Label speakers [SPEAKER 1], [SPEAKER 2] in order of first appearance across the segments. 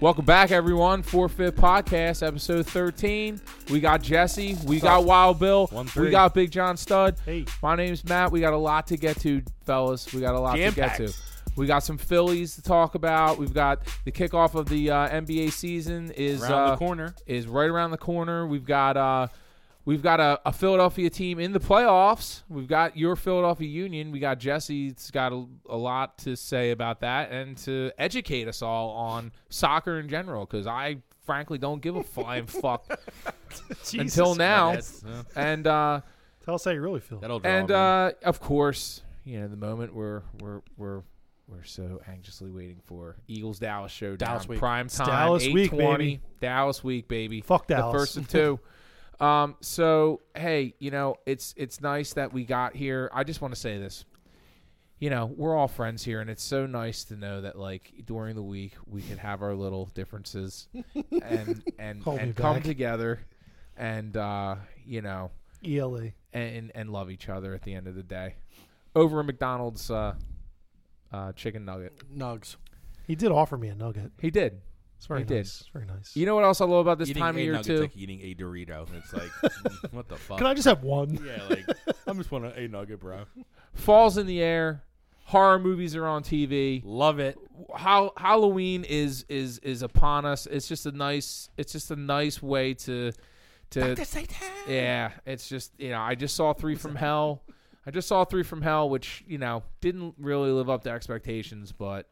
[SPEAKER 1] Welcome back, everyone. Four Fifth Podcast, episode 13. We got Jesse. We got Wild Bill.
[SPEAKER 2] One
[SPEAKER 1] we
[SPEAKER 2] three.
[SPEAKER 1] got Big John Stud.
[SPEAKER 2] Hey.
[SPEAKER 1] My name's Matt. We got a lot to get to, fellas. We got a lot to get
[SPEAKER 2] Jam-packed.
[SPEAKER 1] to. We got some Phillies to talk about. We've got the kickoff of the uh, NBA season is
[SPEAKER 2] Around
[SPEAKER 1] uh,
[SPEAKER 2] the corner.
[SPEAKER 1] is right around the corner. We've got uh, we've got a, a Philadelphia team in the playoffs. We've got your Philadelphia Union. We got Jesse's got a, a lot to say about that and to educate us all on soccer in general because I frankly don't give a flying fuck until now. And uh,
[SPEAKER 3] Tell us how you really feel.
[SPEAKER 2] That'll draw
[SPEAKER 1] and
[SPEAKER 2] me.
[SPEAKER 1] uh, of course, you know the moment we're we're we're we're so anxiously waiting for Eagles Dallas show
[SPEAKER 2] Dallas week.
[SPEAKER 1] prime time
[SPEAKER 3] Dallas week,
[SPEAKER 1] 8:20.
[SPEAKER 3] baby.
[SPEAKER 1] Dallas week baby
[SPEAKER 3] Fuck
[SPEAKER 1] the
[SPEAKER 3] Dallas.
[SPEAKER 1] first and two. um, so hey, you know it's it's nice that we got here. I just want to say this. You know, we're all friends here, and it's so nice to know that like during the week we can have our little differences and and,
[SPEAKER 3] Hold me
[SPEAKER 1] and come
[SPEAKER 3] back.
[SPEAKER 1] together, and uh, you know
[SPEAKER 3] ELA.
[SPEAKER 1] and and love each other at the end of the day. Over a McDonald's uh, uh, chicken nugget,
[SPEAKER 4] Nugs.
[SPEAKER 3] He did offer me a nugget.
[SPEAKER 1] he did.
[SPEAKER 3] It's very
[SPEAKER 1] He
[SPEAKER 3] nice.
[SPEAKER 1] did.
[SPEAKER 3] It's very nice.
[SPEAKER 1] You know what else I love about this
[SPEAKER 2] eating
[SPEAKER 1] time
[SPEAKER 2] a
[SPEAKER 1] of year
[SPEAKER 2] nugget's
[SPEAKER 1] too?
[SPEAKER 2] like eating a Dorito. It's like, "Mm, what the fuck?
[SPEAKER 3] Can I just have one?
[SPEAKER 2] yeah, like I'm just want a nugget, bro.
[SPEAKER 1] Falls in the air. Horror movies are on TV.
[SPEAKER 2] Love it.
[SPEAKER 1] How Halloween is is is upon us. It's just a nice. It's just a nice way to to Yeah, it's just you know I just saw Three from Hell. I just saw Three from Hell, which you know didn't really live up to expectations, but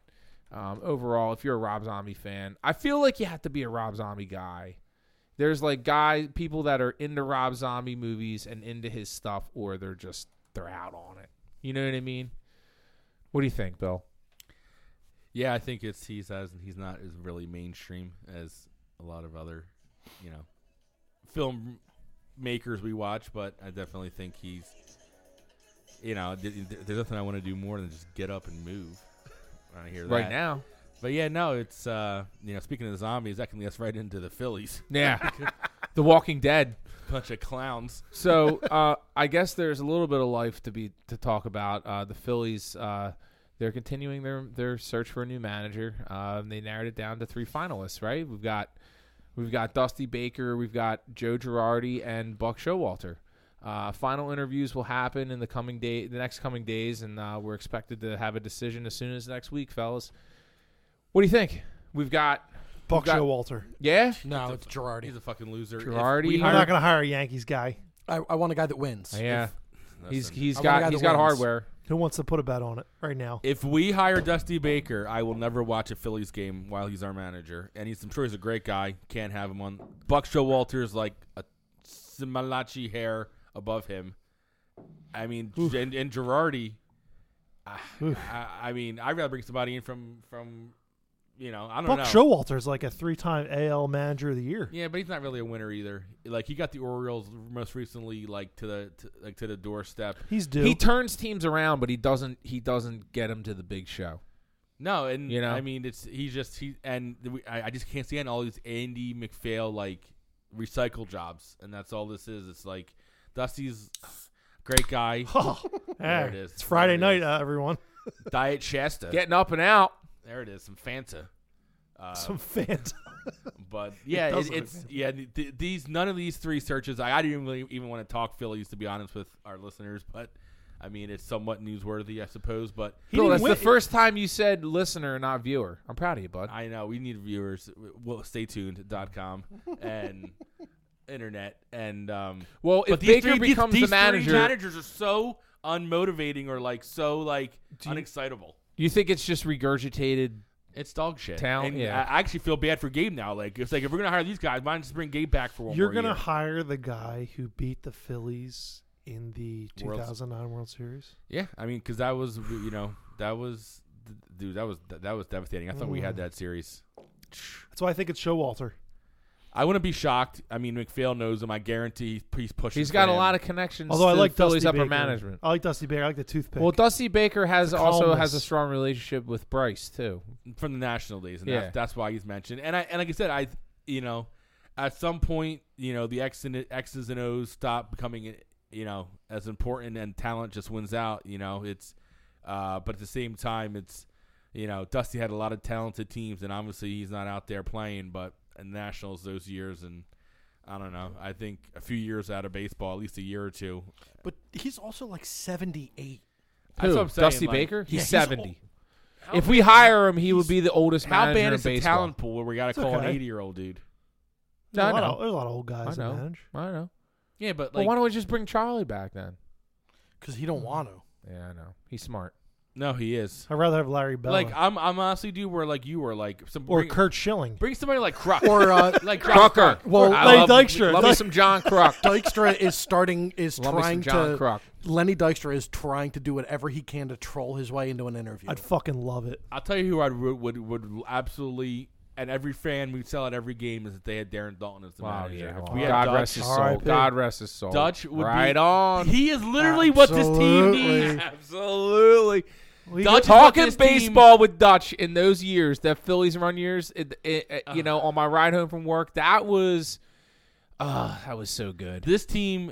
[SPEAKER 1] um, overall, if you're a Rob Zombie fan, I feel like you have to be a Rob Zombie guy. There's like guy people that are into Rob Zombie movies and into his stuff, or they're just they're out on it. You know what I mean? What do you think, Bill?
[SPEAKER 2] Yeah, I think it's he's as he's not as really mainstream as a lot of other, you know, film makers we watch. But I definitely think he's, you know, th- th- there's nothing I want to do more than just get up and move. I hear that
[SPEAKER 1] Right now,
[SPEAKER 2] But yeah, no, it's uh, you know, speaking of the zombies, that can lead us right into the Phillies.
[SPEAKER 1] yeah, The Walking Dead.
[SPEAKER 2] Bunch of clowns.
[SPEAKER 1] So uh, I guess there's a little bit of life to be to talk about. Uh, the Phillies, uh, they're continuing their their search for a new manager. Um, they narrowed it down to three finalists. Right, we've got we've got Dusty Baker, we've got Joe Girardi, and Buck Showalter. Uh, final interviews will happen in the coming day, the next coming days, and uh, we're expected to have a decision as soon as next week, fellas. What do you think? We've got
[SPEAKER 3] Buck
[SPEAKER 1] got-
[SPEAKER 3] Showalter.
[SPEAKER 1] yeah,
[SPEAKER 4] No,
[SPEAKER 2] a
[SPEAKER 4] it's
[SPEAKER 2] fu- He's
[SPEAKER 4] Girardi.
[SPEAKER 2] a fucking loser. If
[SPEAKER 1] Girardi.
[SPEAKER 2] we
[SPEAKER 3] I'm
[SPEAKER 1] Hire-
[SPEAKER 3] not going to hire a Yankees guy
[SPEAKER 4] I, I want a guy that wins.
[SPEAKER 1] yeah.
[SPEAKER 2] Listen,
[SPEAKER 1] He's he's
[SPEAKER 4] I wanna
[SPEAKER 1] got
[SPEAKER 4] go
[SPEAKER 1] he's
[SPEAKER 4] the
[SPEAKER 1] got
[SPEAKER 4] wins.
[SPEAKER 1] hardware.
[SPEAKER 3] who wants to put a bet on it right now.
[SPEAKER 2] if we hire Dusty Baker, I will never watch a Phillies game while he's our manager. And he's I'm sure he's a great guy. Can't have him on. Buck Showalter's like a Simalachi hair above him. I mean, and, and Girardi. I, I, I mean, I'd rather bring somebody in from from, you know, I don't
[SPEAKER 3] Buck
[SPEAKER 2] know.
[SPEAKER 3] Showalter is like a three-time AL Manager of the Year.
[SPEAKER 2] Yeah, but he's not really a winner either. Like he got the Orioles most recently, like to the to, like to the doorstep.
[SPEAKER 3] He's due.
[SPEAKER 1] He turns teams around, but he doesn't. He doesn't get them to the big show.
[SPEAKER 2] No, and
[SPEAKER 1] You know?
[SPEAKER 2] I mean, it's he's just he and we, I, I just can't stand all these Andy McPhail like recycle jobs, and that's all this is. It's like Dusty's great guy.
[SPEAKER 3] oh,
[SPEAKER 2] There
[SPEAKER 3] eh.
[SPEAKER 2] it is.
[SPEAKER 3] It's Friday
[SPEAKER 2] There it
[SPEAKER 3] night, uh, everyone.
[SPEAKER 2] Diet Shasta.
[SPEAKER 1] Getting up and out.
[SPEAKER 2] There it is. Some Fanta. Uh,
[SPEAKER 3] Some fans.
[SPEAKER 2] but yeah, it
[SPEAKER 3] does look
[SPEAKER 2] it's yeah. th- Th- these none of these three searches. I, I didn't really even want to talk Phillies to be honest with our listeners, but I mean it's somewhat newsworthy, I suppose. But
[SPEAKER 3] He
[SPEAKER 1] Bill,
[SPEAKER 3] didn't
[SPEAKER 1] that's
[SPEAKER 3] win-
[SPEAKER 1] the first time you said listener, not viewer. I'm proud of you, bud.
[SPEAKER 2] I know we need viewers. Well, stay tuned.com and internet and um.
[SPEAKER 1] Well, if
[SPEAKER 2] but these
[SPEAKER 1] Baker
[SPEAKER 2] three, these-
[SPEAKER 1] becomes
[SPEAKER 2] these,
[SPEAKER 1] the manager,
[SPEAKER 2] three managers are so unmotivating or like so like unexcitable.
[SPEAKER 1] you think it's just regurgitated?
[SPEAKER 2] It's dog shit.
[SPEAKER 1] Talent,
[SPEAKER 2] And
[SPEAKER 1] yeah.
[SPEAKER 2] I I actually feel bad for Gabe now. Like it's like if we're gonna hire these guys, why not just bring Gabe back for one
[SPEAKER 3] You're
[SPEAKER 2] more
[SPEAKER 3] going to
[SPEAKER 2] year?
[SPEAKER 3] hire the guy who beat the Phillies in the
[SPEAKER 2] World-
[SPEAKER 3] 2009 World Series?
[SPEAKER 2] Yeah, I mean, because that was you know that was dude that was that was devastating. I thought we had
[SPEAKER 1] Mm.
[SPEAKER 2] that series.
[SPEAKER 3] That's why I think it's Showalter.
[SPEAKER 2] I wouldn't be shocked. I mean, McPhail knows him. I guarantee he's pushing.
[SPEAKER 1] He's got
[SPEAKER 2] for
[SPEAKER 1] a
[SPEAKER 2] him.
[SPEAKER 1] lot of connections.
[SPEAKER 3] Although I
[SPEAKER 1] to
[SPEAKER 3] like
[SPEAKER 1] Philly's
[SPEAKER 3] Dusty
[SPEAKER 1] upper
[SPEAKER 3] Baker.
[SPEAKER 1] management.
[SPEAKER 3] I like Dusty Baker. I like the toothpick.
[SPEAKER 1] Well, Dusty Baker has
[SPEAKER 3] The
[SPEAKER 1] also
[SPEAKER 3] calmness.
[SPEAKER 1] has a strong relationship with Bryce too.
[SPEAKER 2] from the national days, and
[SPEAKER 1] Yeah.
[SPEAKER 2] that's, that's why he's mentioned. And I and like I said, I you know, at some point, you know, the X and X's and O's stop becoming you know as important, and talent just wins out. You know, it's uh, but at the same time, it's you know, Dusty had a lot of talented teams, and obviously he's not out there playing, but in Nationals those years, and I don't know. I think a few years out of baseball, at least a year or two.
[SPEAKER 4] But he's also like 78.
[SPEAKER 1] Who?
[SPEAKER 2] That's what I'm saying,
[SPEAKER 1] Dusty
[SPEAKER 2] like,
[SPEAKER 1] Baker?
[SPEAKER 4] Yeah,
[SPEAKER 1] He's
[SPEAKER 4] he's
[SPEAKER 1] 70.
[SPEAKER 2] How
[SPEAKER 1] if we hire him, he would
[SPEAKER 2] he's-
[SPEAKER 1] be the oldest
[SPEAKER 2] How
[SPEAKER 1] manager
[SPEAKER 2] bad
[SPEAKER 1] in
[SPEAKER 2] is the
[SPEAKER 1] baseball.
[SPEAKER 2] talent pool where we got to
[SPEAKER 3] It's
[SPEAKER 2] call an
[SPEAKER 3] okay.
[SPEAKER 2] 80 year old dude?
[SPEAKER 1] No, I
[SPEAKER 3] there's, a lot
[SPEAKER 1] know.
[SPEAKER 3] of, there's oh, a lot of old guys
[SPEAKER 1] I know.
[SPEAKER 3] that manage.
[SPEAKER 1] I know.
[SPEAKER 2] Yeah, but
[SPEAKER 1] Well,
[SPEAKER 2] like,
[SPEAKER 1] why don't we just bring Charlie back then?
[SPEAKER 4] Because he don't want to.
[SPEAKER 1] Yeah, I know. He's smart.
[SPEAKER 2] no, he is.
[SPEAKER 3] I'd rather have Larry Bell
[SPEAKER 2] Like, I'm, I'm honestly dude where like you were like some
[SPEAKER 3] or
[SPEAKER 2] bring,
[SPEAKER 3] Kurt Schilling.
[SPEAKER 2] bring somebody like Kruk
[SPEAKER 4] Or uh,
[SPEAKER 2] like
[SPEAKER 1] Crocker.
[SPEAKER 3] Well,
[SPEAKER 1] I
[SPEAKER 3] Lenny
[SPEAKER 1] love-
[SPEAKER 3] Dykstra.
[SPEAKER 1] Love me some John Crock.
[SPEAKER 4] Dykstra is starting, is
[SPEAKER 1] Love me some
[SPEAKER 4] trying
[SPEAKER 1] John
[SPEAKER 4] to.
[SPEAKER 1] Kruk.
[SPEAKER 4] Lenny Dykstra is trying to do whatever he can to troll his way into an interview.
[SPEAKER 3] I'd fucking love it.
[SPEAKER 2] I'll tell you who I would would, would absolutely and every fan we'd sell at every game is that they had Darren Dalton as the
[SPEAKER 1] Wow,
[SPEAKER 2] manager.
[SPEAKER 1] yeah.
[SPEAKER 2] If
[SPEAKER 1] Wow.
[SPEAKER 2] we had
[SPEAKER 1] God
[SPEAKER 2] Dutch-
[SPEAKER 1] rest his soul.
[SPEAKER 3] R.I.P..
[SPEAKER 1] God rest his soul.
[SPEAKER 2] Dutch would be-
[SPEAKER 1] right on.
[SPEAKER 2] He is literally what this team needs.
[SPEAKER 4] Absolutely.
[SPEAKER 2] Absolutely. Dutch is what
[SPEAKER 1] Talking
[SPEAKER 2] this team-
[SPEAKER 1] baseball with Dutch in those years, that Phillies run years, it, it, it-
[SPEAKER 2] Uh-huh.
[SPEAKER 1] you know, on my ride home from work, that was, uh, that was so good.
[SPEAKER 2] This team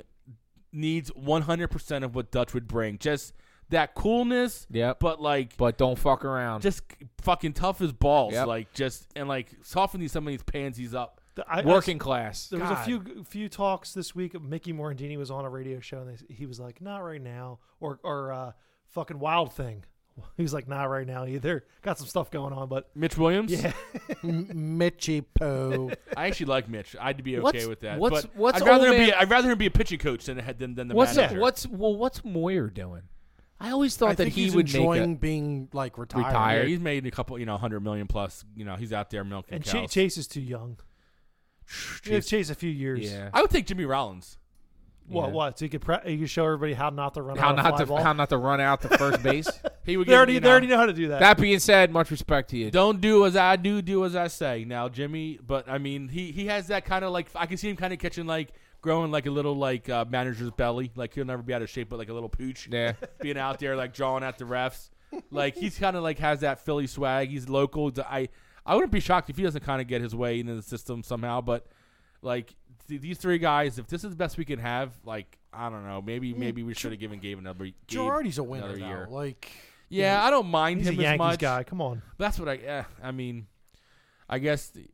[SPEAKER 2] needs 100% of what Dutch would bring. Just that coolness,
[SPEAKER 1] Yep.
[SPEAKER 2] but like
[SPEAKER 1] But don't fuck around.
[SPEAKER 2] just fucking tough as balls.
[SPEAKER 1] Yep.
[SPEAKER 2] Like just and like soften these some of these pansies up.
[SPEAKER 3] Th- I- I-
[SPEAKER 1] Working class.
[SPEAKER 3] there was a
[SPEAKER 2] God.
[SPEAKER 3] few few talks this week. Mickey Morandini was on a radio show, and they, he was like, "Not right now," or or uh, fucking Wild Thing. He was like, "Not right now either." Got some stuff going on, but
[SPEAKER 2] Mitch Williams.
[SPEAKER 3] yeah,
[SPEAKER 4] M- Mitchie Poe.
[SPEAKER 2] I actually like Mitch. I'd be okay
[SPEAKER 1] What's-
[SPEAKER 2] with that.
[SPEAKER 1] what's-
[SPEAKER 2] but
[SPEAKER 1] what's
[SPEAKER 2] I'd rather
[SPEAKER 1] old
[SPEAKER 2] him be
[SPEAKER 1] man-
[SPEAKER 2] I'd rather him be a pitching coach than than than the
[SPEAKER 1] What's
[SPEAKER 2] manager.
[SPEAKER 1] what's well? What's Moyer doing? I always thought
[SPEAKER 4] I
[SPEAKER 1] that
[SPEAKER 4] think
[SPEAKER 1] he
[SPEAKER 4] he's
[SPEAKER 1] would
[SPEAKER 4] enjoying
[SPEAKER 1] make
[SPEAKER 4] being like retired.
[SPEAKER 1] Retired.
[SPEAKER 2] Yeah,
[SPEAKER 1] Tired.
[SPEAKER 2] he's made a couple, you know, hundred million plus. You know, he's out there milking
[SPEAKER 3] and Cha-
[SPEAKER 2] cows.
[SPEAKER 3] Chase is too young. Give Chase a few
[SPEAKER 1] a
[SPEAKER 3] years.
[SPEAKER 1] yeah.
[SPEAKER 2] I would take Jimmy Rollins.
[SPEAKER 3] What?
[SPEAKER 1] Yeah.
[SPEAKER 3] What? So you could pre- you could show everybody how not to run.
[SPEAKER 1] How
[SPEAKER 3] out
[SPEAKER 1] not
[SPEAKER 3] to
[SPEAKER 1] to how not to run out to first base.
[SPEAKER 2] He would.
[SPEAKER 3] They
[SPEAKER 2] give-
[SPEAKER 3] already
[SPEAKER 2] you
[SPEAKER 3] they
[SPEAKER 2] know,
[SPEAKER 3] already know how to do that.
[SPEAKER 1] That being said, much respect to you.
[SPEAKER 2] Don't do as I do, do as I say. Now, Jimmy, but I mean, he he has that kind of like I can see him kind of catching like growing like a little like uh, manager's belly. Like he'll never be out of shape, but like a little pooch.
[SPEAKER 1] Yeah,
[SPEAKER 2] being out there like drawing at the refs. Like he's kind of like has that Philly swag. He's local. D- I I wouldn't be shocked if he doesn't kind of get his way into the system somehow. But like th- these three guys, if this is the best we can have, like I don't know, maybe
[SPEAKER 3] Mm.
[SPEAKER 2] maybe we should have given Gabe another Gabe
[SPEAKER 4] Girardi's a winner
[SPEAKER 2] another
[SPEAKER 4] though.
[SPEAKER 2] year.
[SPEAKER 4] Like
[SPEAKER 2] Yeah, I don't mind
[SPEAKER 3] He's a
[SPEAKER 2] him as
[SPEAKER 3] Yankees
[SPEAKER 2] much.
[SPEAKER 3] guy. Come on.
[SPEAKER 2] That's what I. Yeah, I mean, I guess. the-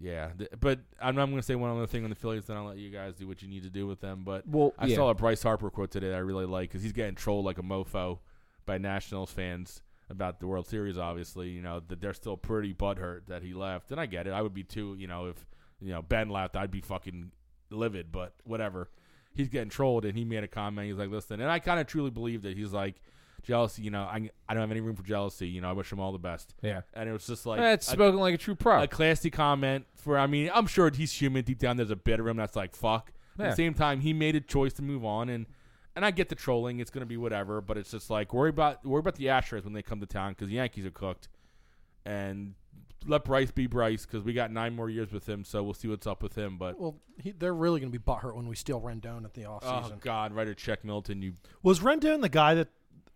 [SPEAKER 2] Yeah, th- but I'm, I'm going to say one other thing on the Phillies, then I'll let you guys do what you need to do with them. But
[SPEAKER 1] Well,
[SPEAKER 2] I
[SPEAKER 1] yeah.
[SPEAKER 2] saw a Bryce Harper quote today that I really like because he's getting trolled like a mofo by Nationals fans about the World Series. Obviously, you know that they're still pretty butthurt that he left, and I get it. I would be too. You know, if you know Ben left, I'd be fucking livid. But whatever. He's getting trolled, and he made a comment. He's like, "Listen," and I kind of truly believe that he's like jealousy. You know, I I don't have any room for jealousy. You know, I wish him all the best.
[SPEAKER 1] yeah.
[SPEAKER 2] And it was just like
[SPEAKER 1] That's
[SPEAKER 2] a-
[SPEAKER 1] spoken like a true pro.
[SPEAKER 2] a classy comment for I mean, I'm sure he's human deep down there's a bit of him that's like fuck. At
[SPEAKER 1] Yeah.
[SPEAKER 2] the same time, he made a choice to move on and and I get the trolling, it's gonna be whatever, but it's just like worry about worry about the Astros when they come to town because the Yankees are cooked. And let Bryce be Bryce because we got nine more years with him, so we'll see what's up with him. But
[SPEAKER 4] well, he, they're really going to be butthurt when we steal Rendon at the
[SPEAKER 2] oh
[SPEAKER 4] offseason.
[SPEAKER 2] god, write a check, Milton. You
[SPEAKER 3] Was Rendon the guy that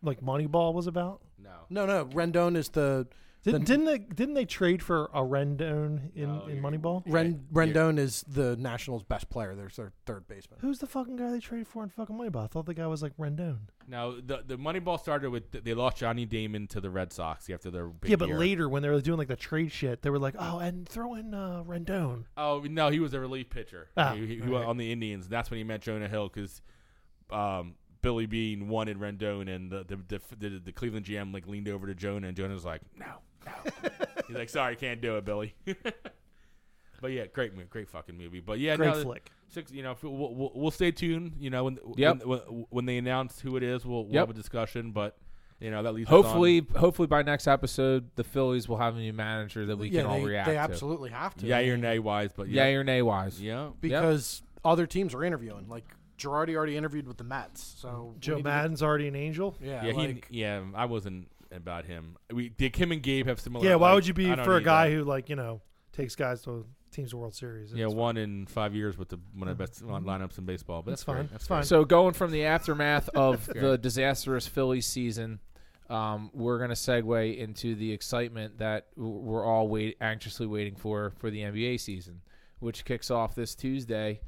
[SPEAKER 3] like Moneyball was about?
[SPEAKER 2] no.
[SPEAKER 4] no, no, Rendon is the
[SPEAKER 3] Did,
[SPEAKER 4] Then-
[SPEAKER 3] didn't they didn't they trade for a Rendon in,
[SPEAKER 2] No,
[SPEAKER 3] in
[SPEAKER 2] you're-
[SPEAKER 3] Moneyball?
[SPEAKER 4] Ren,
[SPEAKER 2] Yeah.
[SPEAKER 4] Rendon is the Nationals' best player. There's their third baseman.
[SPEAKER 3] Who's the fucking guy they traded for in fucking Moneyball? I thought the guy was like Rendon.
[SPEAKER 2] Now the the Moneyball started with they lost Johnny Damon to the Red Sox after their big
[SPEAKER 3] yeah, but
[SPEAKER 2] year.
[SPEAKER 3] later when they were doing like the trade shit, they were like, oh, and throw in uh, Rendon.
[SPEAKER 2] Oh no, he was a relief pitcher.
[SPEAKER 3] Ah,
[SPEAKER 2] he he, he
[SPEAKER 3] all
[SPEAKER 2] was
[SPEAKER 3] right.
[SPEAKER 2] on the Indians. That's when he met Jonah Hill because um, Billy Bean wanted Rendon, and the the, the the the Cleveland GM like leaned over to Jonah, and Jonah was like, "No, no." He's like, "Sorry, can't do it, Billy." but yeah, great movie, great fucking movie. But yeah,
[SPEAKER 3] Great
[SPEAKER 2] no,
[SPEAKER 3] flick.
[SPEAKER 2] six. You know, if- we'll, we'll, we'll stay tuned. You know, when,
[SPEAKER 1] Yep.
[SPEAKER 2] when when they announce who it is, we'll, we'll
[SPEAKER 1] Yep.
[SPEAKER 2] have a discussion. But you know, that leaves us on-
[SPEAKER 1] hopefully, hopefully by next episode, the Phillies will have a new manager that we
[SPEAKER 4] yeah,
[SPEAKER 1] can all
[SPEAKER 4] they,
[SPEAKER 1] react
[SPEAKER 4] they
[SPEAKER 1] to.
[SPEAKER 4] absolutely have to.
[SPEAKER 2] yeah, or nay wise, but
[SPEAKER 1] Yay
[SPEAKER 2] yeah,
[SPEAKER 1] or nay wise.
[SPEAKER 2] yeah.
[SPEAKER 4] because other teams are interviewing. Like Girardi already interviewed with the Mets, so we
[SPEAKER 3] Joe
[SPEAKER 4] need to-
[SPEAKER 3] Madden's already an angel.
[SPEAKER 4] Yeah,
[SPEAKER 2] Yeah,
[SPEAKER 4] like,
[SPEAKER 2] he. Yeah, I wasn't about him. We did. Kim and Gabe have similar.
[SPEAKER 3] yeah, why
[SPEAKER 2] like,
[SPEAKER 3] would you be
[SPEAKER 2] I don't
[SPEAKER 3] for a
[SPEAKER 2] need
[SPEAKER 3] guy
[SPEAKER 2] that.
[SPEAKER 3] who like you know takes guys to teams to World Series?
[SPEAKER 2] Yeah,
[SPEAKER 3] It's-
[SPEAKER 2] one in five years with the one of the best lin- lineups in baseball.
[SPEAKER 3] Mm-hmm.
[SPEAKER 2] But
[SPEAKER 3] That's
[SPEAKER 2] that's, great.
[SPEAKER 3] fine.
[SPEAKER 2] That's
[SPEAKER 3] It's fine.
[SPEAKER 1] So going from the aftermath of the disastrous Phillies season, um, we're going to segue into the excitement that w- we're all wait- anxiously waiting for for the NBA season, which kicks off this Tuesday.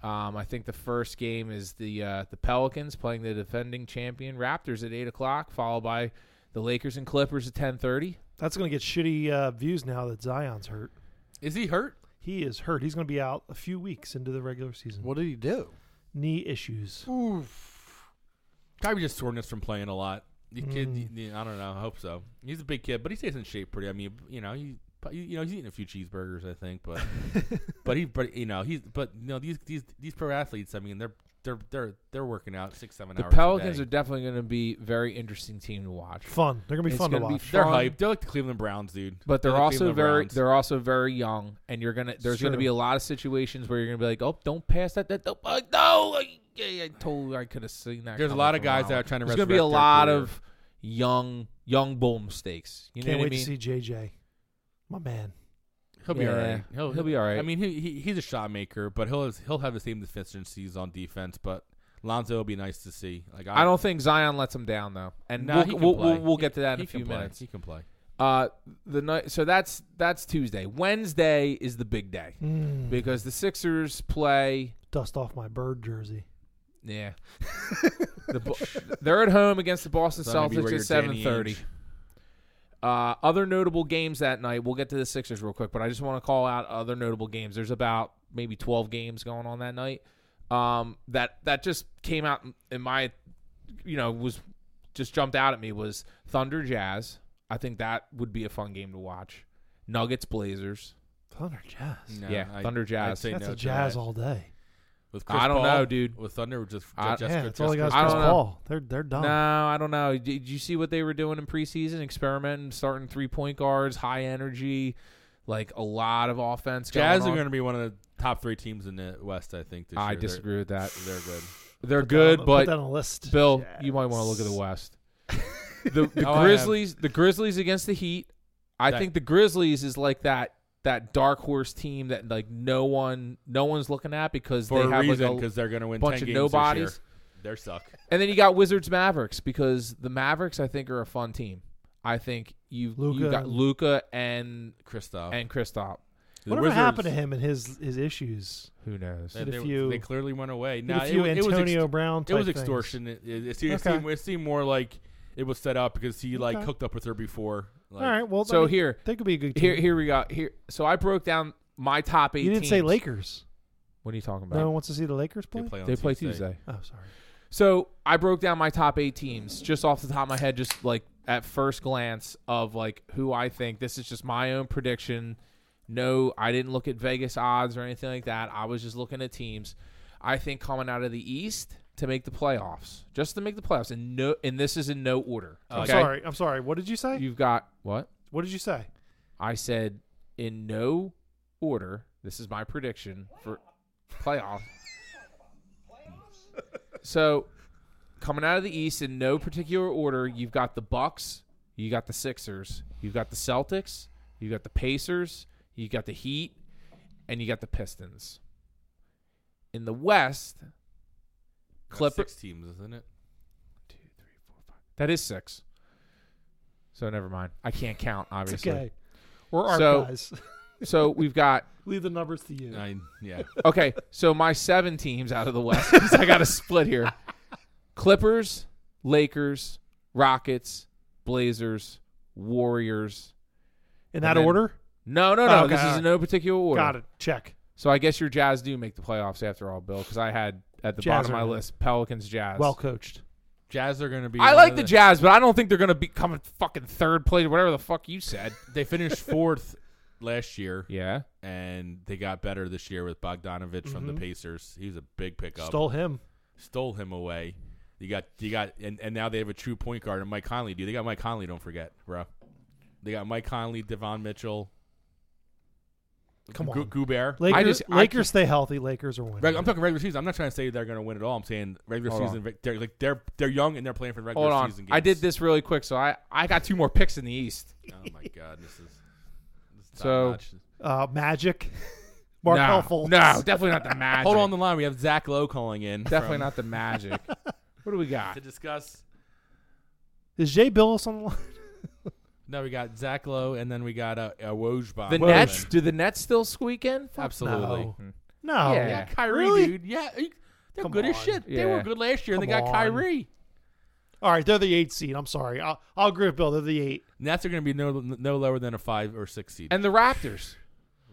[SPEAKER 1] Um, I think the first game is the uh, the Pelicans playing the defending champion Raptors at eight o'clock, followed by the Lakers and Clippers at ten thirty.
[SPEAKER 3] That's going to get shitty uh, views now that Zion's hurt.
[SPEAKER 2] Is he hurt?
[SPEAKER 3] He is hurt. He's going to be out a few weeks into the regular season.
[SPEAKER 4] What did he do?
[SPEAKER 3] Knee issues.
[SPEAKER 2] Probably just soreness from playing a lot. The kid,
[SPEAKER 3] Mm.
[SPEAKER 2] the- the- I don't know. I hope so. He's a big kid, but he stays in shape pretty. I mean, you know, he, but, you know, he's eating a few cheeseburgers, I think, but, but he, but you know, he's, but you know, these these these pro athletes. I mean, they're they're they're they're working out six seven
[SPEAKER 1] The
[SPEAKER 2] hours. a
[SPEAKER 1] Pelicans
[SPEAKER 2] day.
[SPEAKER 1] are definitely going to be a very interesting team to watch.
[SPEAKER 3] Fun. They're going to be
[SPEAKER 1] It's
[SPEAKER 3] fun to
[SPEAKER 1] gonna be
[SPEAKER 3] watch.
[SPEAKER 2] they're
[SPEAKER 1] fun.
[SPEAKER 2] hyped. They're like the Cleveland Browns, dude.
[SPEAKER 1] But they're
[SPEAKER 2] the
[SPEAKER 1] also
[SPEAKER 2] Cleveland
[SPEAKER 1] very
[SPEAKER 2] Browns.
[SPEAKER 1] they're also very young, and you're gonna there's gonna
[SPEAKER 3] true.
[SPEAKER 1] be a lot of situations where you're gonna be like, oh, don't pass that. That oh, uh, no, I, yeah, I totally I could have seen that.
[SPEAKER 2] There's a
[SPEAKER 1] coming
[SPEAKER 2] lot of
[SPEAKER 1] for
[SPEAKER 2] guys
[SPEAKER 1] while.
[SPEAKER 2] that are trying to
[SPEAKER 1] There's gonna be a
[SPEAKER 2] resurrect their
[SPEAKER 1] lot
[SPEAKER 2] career.
[SPEAKER 1] of young young bull mistakes. You know
[SPEAKER 3] Can't
[SPEAKER 1] what
[SPEAKER 3] wait
[SPEAKER 1] I mean?
[SPEAKER 3] to see JJ. My man.
[SPEAKER 2] He'll be
[SPEAKER 1] Yeah,
[SPEAKER 2] all right. He'll,
[SPEAKER 1] he'll be all right.
[SPEAKER 2] I mean, he, he he's a shot maker, but he'll he'll have the same deficiencies on defense. But Lonzo will be nice to see. Like I,
[SPEAKER 1] I don't think Zion lets him down though, and
[SPEAKER 2] Nah, he
[SPEAKER 1] we'll,
[SPEAKER 2] can
[SPEAKER 1] we'll,
[SPEAKER 2] play.
[SPEAKER 1] we'll, we'll get to that in
[SPEAKER 2] he
[SPEAKER 1] a few
[SPEAKER 2] can play.
[SPEAKER 1] minutes.
[SPEAKER 2] He can play.
[SPEAKER 1] Uh, the night. So that's that's Tuesday. Wednesday is the big day
[SPEAKER 2] Hmm.
[SPEAKER 3] Mm.
[SPEAKER 1] because the Sixers play.
[SPEAKER 3] Dust off my bird jersey.
[SPEAKER 1] Yeah, the, Bo- they're at home against the Boston
[SPEAKER 2] So I'm
[SPEAKER 1] Celtics
[SPEAKER 2] gonna be where
[SPEAKER 1] at
[SPEAKER 2] you're Danny
[SPEAKER 1] seven thirty.
[SPEAKER 2] Ainge.
[SPEAKER 1] Uh, other notable games that night. We'll get to the Sixers real quick, but I just want to call out other notable games. There's about maybe 12 games going on that night. Um, that that just came out in my, you know, was just jumped out at me was Thunder Jazz. I think that would be a fun game to watch. Nuggets Blazers.
[SPEAKER 3] Thunder Jazz.
[SPEAKER 2] No,
[SPEAKER 1] yeah,
[SPEAKER 2] I-
[SPEAKER 1] Thunder Jazz.
[SPEAKER 2] say
[SPEAKER 3] That's
[SPEAKER 2] no
[SPEAKER 3] a
[SPEAKER 2] to
[SPEAKER 3] jazz
[SPEAKER 2] that.
[SPEAKER 3] all day.
[SPEAKER 2] With
[SPEAKER 1] I don't know, dude.
[SPEAKER 2] With Thunder, with just
[SPEAKER 1] I-
[SPEAKER 2] Jessica.
[SPEAKER 3] yeah, that's all he got is
[SPEAKER 1] I
[SPEAKER 3] Chris
[SPEAKER 1] don't know.
[SPEAKER 3] Paul. They're they're dumb.
[SPEAKER 1] No, I don't know. Did did you see what they were doing in preseason? Experimenting, starting three point guards, high energy, like a lot of offense.
[SPEAKER 2] Jazz
[SPEAKER 1] going
[SPEAKER 2] are
[SPEAKER 1] on.
[SPEAKER 2] going to be one of the top three teams in the West. I think. This
[SPEAKER 1] I
[SPEAKER 2] year. They're-
[SPEAKER 1] disagree with that.
[SPEAKER 2] They're, good.
[SPEAKER 1] They're
[SPEAKER 3] Put that
[SPEAKER 1] good,
[SPEAKER 3] on-
[SPEAKER 1] but
[SPEAKER 3] put that on a list.
[SPEAKER 1] Bill, you might want to look at the West. The, the
[SPEAKER 2] Oh, I am.
[SPEAKER 1] Grizzlies, the Grizzlies against the Heat. I
[SPEAKER 2] That-
[SPEAKER 1] think the Grizzlies is like that that dark horse team that like no one no one's looking at because
[SPEAKER 2] For
[SPEAKER 1] they
[SPEAKER 2] a
[SPEAKER 1] have
[SPEAKER 2] reason,
[SPEAKER 1] like a
[SPEAKER 2] because they're going to win
[SPEAKER 1] bunch
[SPEAKER 2] 10
[SPEAKER 1] of
[SPEAKER 2] games
[SPEAKER 1] nobodies.
[SPEAKER 2] They suck.
[SPEAKER 1] And then you got Wizards Mavericks because the Mavericks I think are a fun team. I think you you
[SPEAKER 3] Luka
[SPEAKER 1] got
[SPEAKER 3] and-
[SPEAKER 1] Luca and
[SPEAKER 3] Oh.
[SPEAKER 2] Kristoff.
[SPEAKER 1] and Kristaps.
[SPEAKER 2] The
[SPEAKER 3] Whatever
[SPEAKER 2] Wizards,
[SPEAKER 3] happened to him and his his issues?
[SPEAKER 1] Who knows?
[SPEAKER 2] They,
[SPEAKER 3] Did a
[SPEAKER 2] they-
[SPEAKER 3] few-
[SPEAKER 2] they clearly went away.
[SPEAKER 3] Did
[SPEAKER 2] Now
[SPEAKER 3] a few
[SPEAKER 2] it,
[SPEAKER 3] Antonio
[SPEAKER 2] it was ex-
[SPEAKER 3] Brown.
[SPEAKER 2] it was
[SPEAKER 3] type things.
[SPEAKER 2] extortion. It, it, it, seemed,
[SPEAKER 3] Okay.
[SPEAKER 2] it, seemed, it seemed more like it was set up because he like
[SPEAKER 3] Okay.
[SPEAKER 2] hooked up with her before. Like,
[SPEAKER 3] all right. Well,
[SPEAKER 1] so
[SPEAKER 3] I mean,
[SPEAKER 1] here,
[SPEAKER 3] they could be a good team.
[SPEAKER 1] here, here we got here. So I broke down my top eight.
[SPEAKER 3] you didn't say
[SPEAKER 1] teams.
[SPEAKER 3] Lakers.
[SPEAKER 1] What are you talking
[SPEAKER 3] No
[SPEAKER 1] about?
[SPEAKER 3] one wants to see the Lakers
[SPEAKER 2] They
[SPEAKER 3] play.
[SPEAKER 2] play, on
[SPEAKER 1] they play
[SPEAKER 2] Tuesday.
[SPEAKER 1] Tuesday.
[SPEAKER 3] Oh, sorry.
[SPEAKER 1] So I broke down my top eight teams just off the top of my head, just like at first glance of like who I think. This is just my own prediction. No, I didn't look at Vegas odds or anything like that. I was just looking at teams. I think coming out of the East to make the playoffs, just to make the playoffs, and no, and this is in no order.
[SPEAKER 2] Oh,
[SPEAKER 3] I'm
[SPEAKER 1] okay?
[SPEAKER 3] sorry. I'm sorry. What did you say?
[SPEAKER 1] You've got what
[SPEAKER 3] what did you say?
[SPEAKER 1] I said in no order. This is my prediction for playoffs. So, coming out of the East in no particular order, you've got the Bucks, you got the Sixers, you've got the Celtics, you got the Pacers, you got the Heat, and you got the Pistons. In the West,
[SPEAKER 2] Got
[SPEAKER 1] Clipper.
[SPEAKER 2] Six teams, isn't it?
[SPEAKER 1] Two, three, four, five. That is six. So never mind. I can't count,
[SPEAKER 3] It's
[SPEAKER 1] obviously.
[SPEAKER 3] okay. We're our
[SPEAKER 1] So-
[SPEAKER 3] guys.
[SPEAKER 1] So we've got
[SPEAKER 3] Leave the numbers to you.
[SPEAKER 2] I, yeah.
[SPEAKER 1] Okay, so my seven teams out of the West. 'cause I got a split here: Clippers, Lakers, Rockets, Blazers, Warriors.
[SPEAKER 3] In that
[SPEAKER 1] then-
[SPEAKER 3] order.
[SPEAKER 1] No, no, no.
[SPEAKER 3] Okay,
[SPEAKER 1] this is in
[SPEAKER 3] alright.
[SPEAKER 1] no particular order.
[SPEAKER 3] Got it. Check.
[SPEAKER 1] So I guess your Jazz do make the playoffs after all, Bill, because I had at the
[SPEAKER 3] Jazz
[SPEAKER 1] bottom of
[SPEAKER 3] are
[SPEAKER 1] my
[SPEAKER 3] in.
[SPEAKER 1] list Pelicans, Jazz.
[SPEAKER 3] Well coached.
[SPEAKER 2] Jazz are going to be.
[SPEAKER 1] I
[SPEAKER 2] one
[SPEAKER 1] like
[SPEAKER 2] of
[SPEAKER 1] the Jazz, but I don't think they're gonna be coming fucking third place, whatever the fuck you said.
[SPEAKER 2] They finished fourth last year,
[SPEAKER 1] Yeah,
[SPEAKER 2] and they got better this year with Bogdanovich from the Pacers. He was a big pickup.
[SPEAKER 3] Mm-hmm. Stole him.
[SPEAKER 2] Stole him away. You got you got, and, and now they have a true point guard. And Mike Conley, dude, they got Mike Conley. Don't forget, bro. They got Mike Conley, Devon Mitchell.
[SPEAKER 3] Come
[SPEAKER 2] Gu-
[SPEAKER 3] on.
[SPEAKER 2] Goubert.
[SPEAKER 3] Lakers.
[SPEAKER 1] just- I
[SPEAKER 3] Lakers
[SPEAKER 1] can't-
[SPEAKER 3] stay healthy. Lakers are winning.
[SPEAKER 2] Reg- I'm talking regular season. I'm not trying to say they're going to win at all. I'm saying regular
[SPEAKER 1] Hold on.
[SPEAKER 2] season. vic- They're like they're they're young and they're playing for regular
[SPEAKER 1] hold on.
[SPEAKER 2] season games.
[SPEAKER 1] I did this really quick, so I I got two more picks in the East.
[SPEAKER 2] Oh my god, this is. This is
[SPEAKER 1] So-
[SPEAKER 2] top-notch.
[SPEAKER 3] uh, Magic. Mark
[SPEAKER 1] no,
[SPEAKER 3] Fultz.
[SPEAKER 1] no, definitely not the Magic.
[SPEAKER 2] hold on the line. We have Zach Lowe calling in.
[SPEAKER 1] Definitely
[SPEAKER 2] from-
[SPEAKER 1] not the Magic. what do we got?
[SPEAKER 2] to discuss.
[SPEAKER 3] Is Jay Billis on the line?
[SPEAKER 2] No, we got Zach Lowe, and then we got uh, uh, Wojba.
[SPEAKER 1] The
[SPEAKER 3] Well,
[SPEAKER 1] Nets? Do the Nets still squeak in? Fuck.
[SPEAKER 2] absolutely.
[SPEAKER 3] No.
[SPEAKER 1] Hmm.
[SPEAKER 3] No.
[SPEAKER 1] Yeah.
[SPEAKER 2] Yeah, Kyrie,
[SPEAKER 3] Really?
[SPEAKER 2] dude. Yeah, he- they're
[SPEAKER 3] Come
[SPEAKER 2] good as
[SPEAKER 3] on.
[SPEAKER 2] shit. They were
[SPEAKER 1] Yeah.
[SPEAKER 2] good last year, and they
[SPEAKER 3] Come
[SPEAKER 2] got
[SPEAKER 3] on.
[SPEAKER 2] Kyrie.
[SPEAKER 3] All right, they're the eight seed. I'm sorry. I'll, I'll agree with Bill. They're the eight.
[SPEAKER 2] Nats are going to be no no lower than a five or six seed.
[SPEAKER 1] And the Raptors.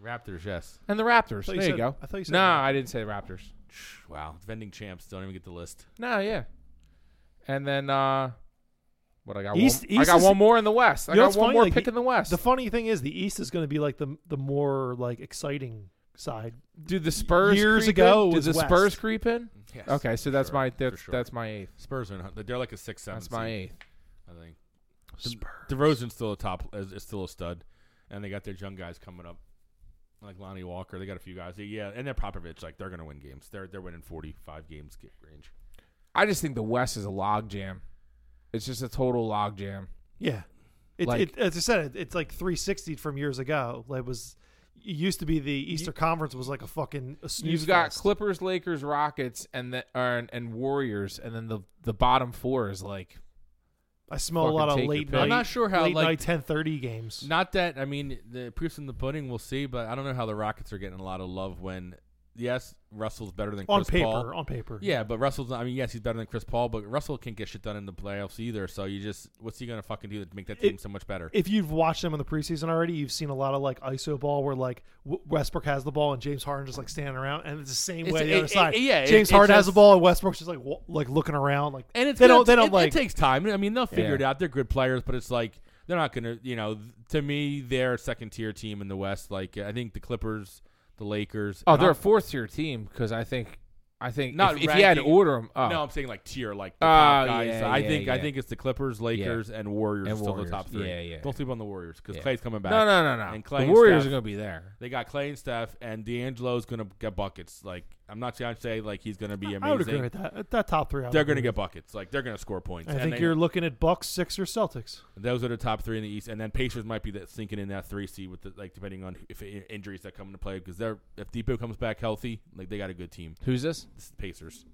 [SPEAKER 2] Raptors, yes.
[SPEAKER 1] And the Raptors. There
[SPEAKER 3] thought you
[SPEAKER 1] you
[SPEAKER 3] said-
[SPEAKER 1] go.
[SPEAKER 3] I thought you said
[SPEAKER 1] No,
[SPEAKER 3] that.
[SPEAKER 1] I didn't say the Raptors.
[SPEAKER 2] Wow, defending champs don't even get the list.
[SPEAKER 1] No, yeah. And then uh what I got
[SPEAKER 3] East-
[SPEAKER 1] one, I
[SPEAKER 3] East
[SPEAKER 1] got
[SPEAKER 3] is-
[SPEAKER 1] one more in the West. I
[SPEAKER 3] You know
[SPEAKER 1] got
[SPEAKER 3] what's
[SPEAKER 1] one
[SPEAKER 3] funny?
[SPEAKER 1] more
[SPEAKER 3] Like,
[SPEAKER 1] pick
[SPEAKER 3] the-
[SPEAKER 1] in the West.
[SPEAKER 3] The funny thing is, the East is going to be like the the more like exciting side.
[SPEAKER 1] Did the Spurs
[SPEAKER 3] years
[SPEAKER 1] creep
[SPEAKER 3] ago
[SPEAKER 1] in?
[SPEAKER 3] was
[SPEAKER 1] Did the
[SPEAKER 3] West.
[SPEAKER 1] Spurs creep in?
[SPEAKER 2] Yes.
[SPEAKER 1] Okay, so that's
[SPEAKER 2] sure,
[SPEAKER 1] my
[SPEAKER 2] for
[SPEAKER 1] that's,
[SPEAKER 2] sure.
[SPEAKER 1] that's my eighth.
[SPEAKER 2] Spurs are not, they're like a six seven.
[SPEAKER 1] That's my eighth.
[SPEAKER 2] I think. DeRozan's still a top is, is still a stud, and they got their young guys coming up, like Lonnie Walker. They got a few guys. Yeah, and they're Popovich. Like they're going to win games. They're they're winning forty five games get range.
[SPEAKER 1] I just think the West is a logjam. It's just a total logjam.
[SPEAKER 3] Yeah. It,
[SPEAKER 1] Like-
[SPEAKER 3] it, as I said, it, it's like 360 from years ago. Like it was, it used to be the Easter Conference was like a fucking a snooze
[SPEAKER 1] You've got
[SPEAKER 3] fest.
[SPEAKER 1] Clippers, Lakers, Rockets, and the or, and, and Warriors, and then the the bottom four is like
[SPEAKER 3] I smell
[SPEAKER 1] fucking
[SPEAKER 3] a lot
[SPEAKER 1] take
[SPEAKER 3] of
[SPEAKER 1] your
[SPEAKER 3] late
[SPEAKER 1] pick.
[SPEAKER 3] night.
[SPEAKER 1] I'm
[SPEAKER 2] not sure how,
[SPEAKER 3] late
[SPEAKER 2] like-
[SPEAKER 3] night 10:30 games.
[SPEAKER 2] Not that I mean the proof's in the pudding. We'll see, but I don't know how the Rockets are getting a lot of love when yes Russell's better than
[SPEAKER 3] on
[SPEAKER 2] Chris
[SPEAKER 3] paper,
[SPEAKER 2] Paul.
[SPEAKER 3] on paper.
[SPEAKER 2] Yeah, but Russell's. not- I mean, yes, he's better than Chris Paul, but Russell can't get shit done in the playoffs either. So you just, what's he gonna fucking do to make that team
[SPEAKER 3] It-
[SPEAKER 2] so much better?
[SPEAKER 3] If you've watched them in the preseason already, you've seen a lot of like ISO ball where like W- Westbrook has the ball and James Harden just like standing around, and it's the same
[SPEAKER 2] It's-
[SPEAKER 3] way the
[SPEAKER 2] it-
[SPEAKER 3] other side.
[SPEAKER 2] it- yeah, it-
[SPEAKER 3] James
[SPEAKER 2] it
[SPEAKER 3] Harden has
[SPEAKER 2] just-
[SPEAKER 3] the ball and Westbrook's just like wa- like looking around, like
[SPEAKER 2] and it's
[SPEAKER 3] they
[SPEAKER 2] gonna-
[SPEAKER 3] don't they
[SPEAKER 2] it-
[SPEAKER 3] don't
[SPEAKER 2] it,
[SPEAKER 3] like
[SPEAKER 2] takes time. I mean, they'll figure
[SPEAKER 1] Yeah.
[SPEAKER 2] it out. They're good players, but it's like they're not gonna. You know, th- to me, they're a second tier team in the West. Like I think the Clippers, the Lakers.
[SPEAKER 1] oh,
[SPEAKER 2] and
[SPEAKER 1] they're a
[SPEAKER 2] I'm-
[SPEAKER 1] fourth tier team because I think I think
[SPEAKER 2] Not
[SPEAKER 1] if, if you had to
[SPEAKER 2] ranking-
[SPEAKER 1] order them, oh,
[SPEAKER 2] No, I'm saying like tier, like the
[SPEAKER 1] Oh,
[SPEAKER 2] top guys.
[SPEAKER 1] yeah,
[SPEAKER 2] So I
[SPEAKER 1] yeah,
[SPEAKER 2] think I
[SPEAKER 1] yeah.
[SPEAKER 2] think it's the Clippers, Lakers, and Warriors
[SPEAKER 1] And
[SPEAKER 2] still
[SPEAKER 1] Warriors.
[SPEAKER 2] the top three.
[SPEAKER 1] Yeah, yeah.
[SPEAKER 2] Don't sleep on the Warriors because
[SPEAKER 1] Yeah.
[SPEAKER 2] Clay's coming back.
[SPEAKER 1] no, no, no, no.
[SPEAKER 2] And Clay
[SPEAKER 1] the
[SPEAKER 2] and
[SPEAKER 1] Warriors
[SPEAKER 2] Steph.
[SPEAKER 1] are gonna be there.
[SPEAKER 2] They got Clay and Steph, and D'Angelo's gonna get buckets. Like I'm not trying to say like he's gonna be amazing.
[SPEAKER 3] I would agree with that. That top three, I would
[SPEAKER 2] They're gonna
[SPEAKER 3] agree
[SPEAKER 2] get buckets. Like they're gonna score points.
[SPEAKER 3] with. I
[SPEAKER 2] And
[SPEAKER 3] think
[SPEAKER 2] they-
[SPEAKER 3] you're looking at Bucks, Sixers, Celtics.
[SPEAKER 2] Those are the top three in the East, and then Pacers might be that sinking in that three seed with the, like depending on if i- injuries that come into play because they're if Depot comes back healthy, like they got a good team.
[SPEAKER 1] Who's this?
[SPEAKER 2] It's the Pacers.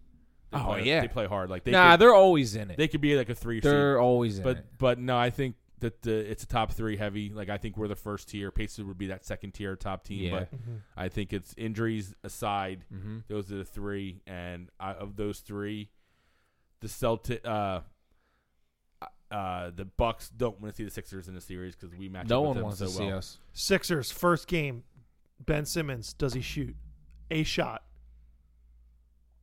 [SPEAKER 2] They
[SPEAKER 1] Oh,
[SPEAKER 2] play,
[SPEAKER 1] yeah.
[SPEAKER 2] they play hard. Like they
[SPEAKER 1] nah,
[SPEAKER 2] could,
[SPEAKER 1] they're always in it.
[SPEAKER 2] they could be like a three
[SPEAKER 1] They,
[SPEAKER 2] seed,
[SPEAKER 1] are always in
[SPEAKER 2] but
[SPEAKER 1] it.
[SPEAKER 2] but no, I think that the it's a top three heavy. Like I think we're the first tier. Pacers would be that second tier top
[SPEAKER 1] Yeah.
[SPEAKER 2] team, but I think it's injuries aside.
[SPEAKER 1] Mm-hmm.
[SPEAKER 2] Those are the three, and I, of those three, the Celtic, uh, uh, the Bucks don't want to see the Sixers in the series because we match.
[SPEAKER 1] No
[SPEAKER 2] up with
[SPEAKER 1] one
[SPEAKER 2] them
[SPEAKER 1] wants
[SPEAKER 2] so
[SPEAKER 1] to
[SPEAKER 2] well.
[SPEAKER 1] see us.
[SPEAKER 3] Sixers first game. Ben Simmons does he shoot a shot?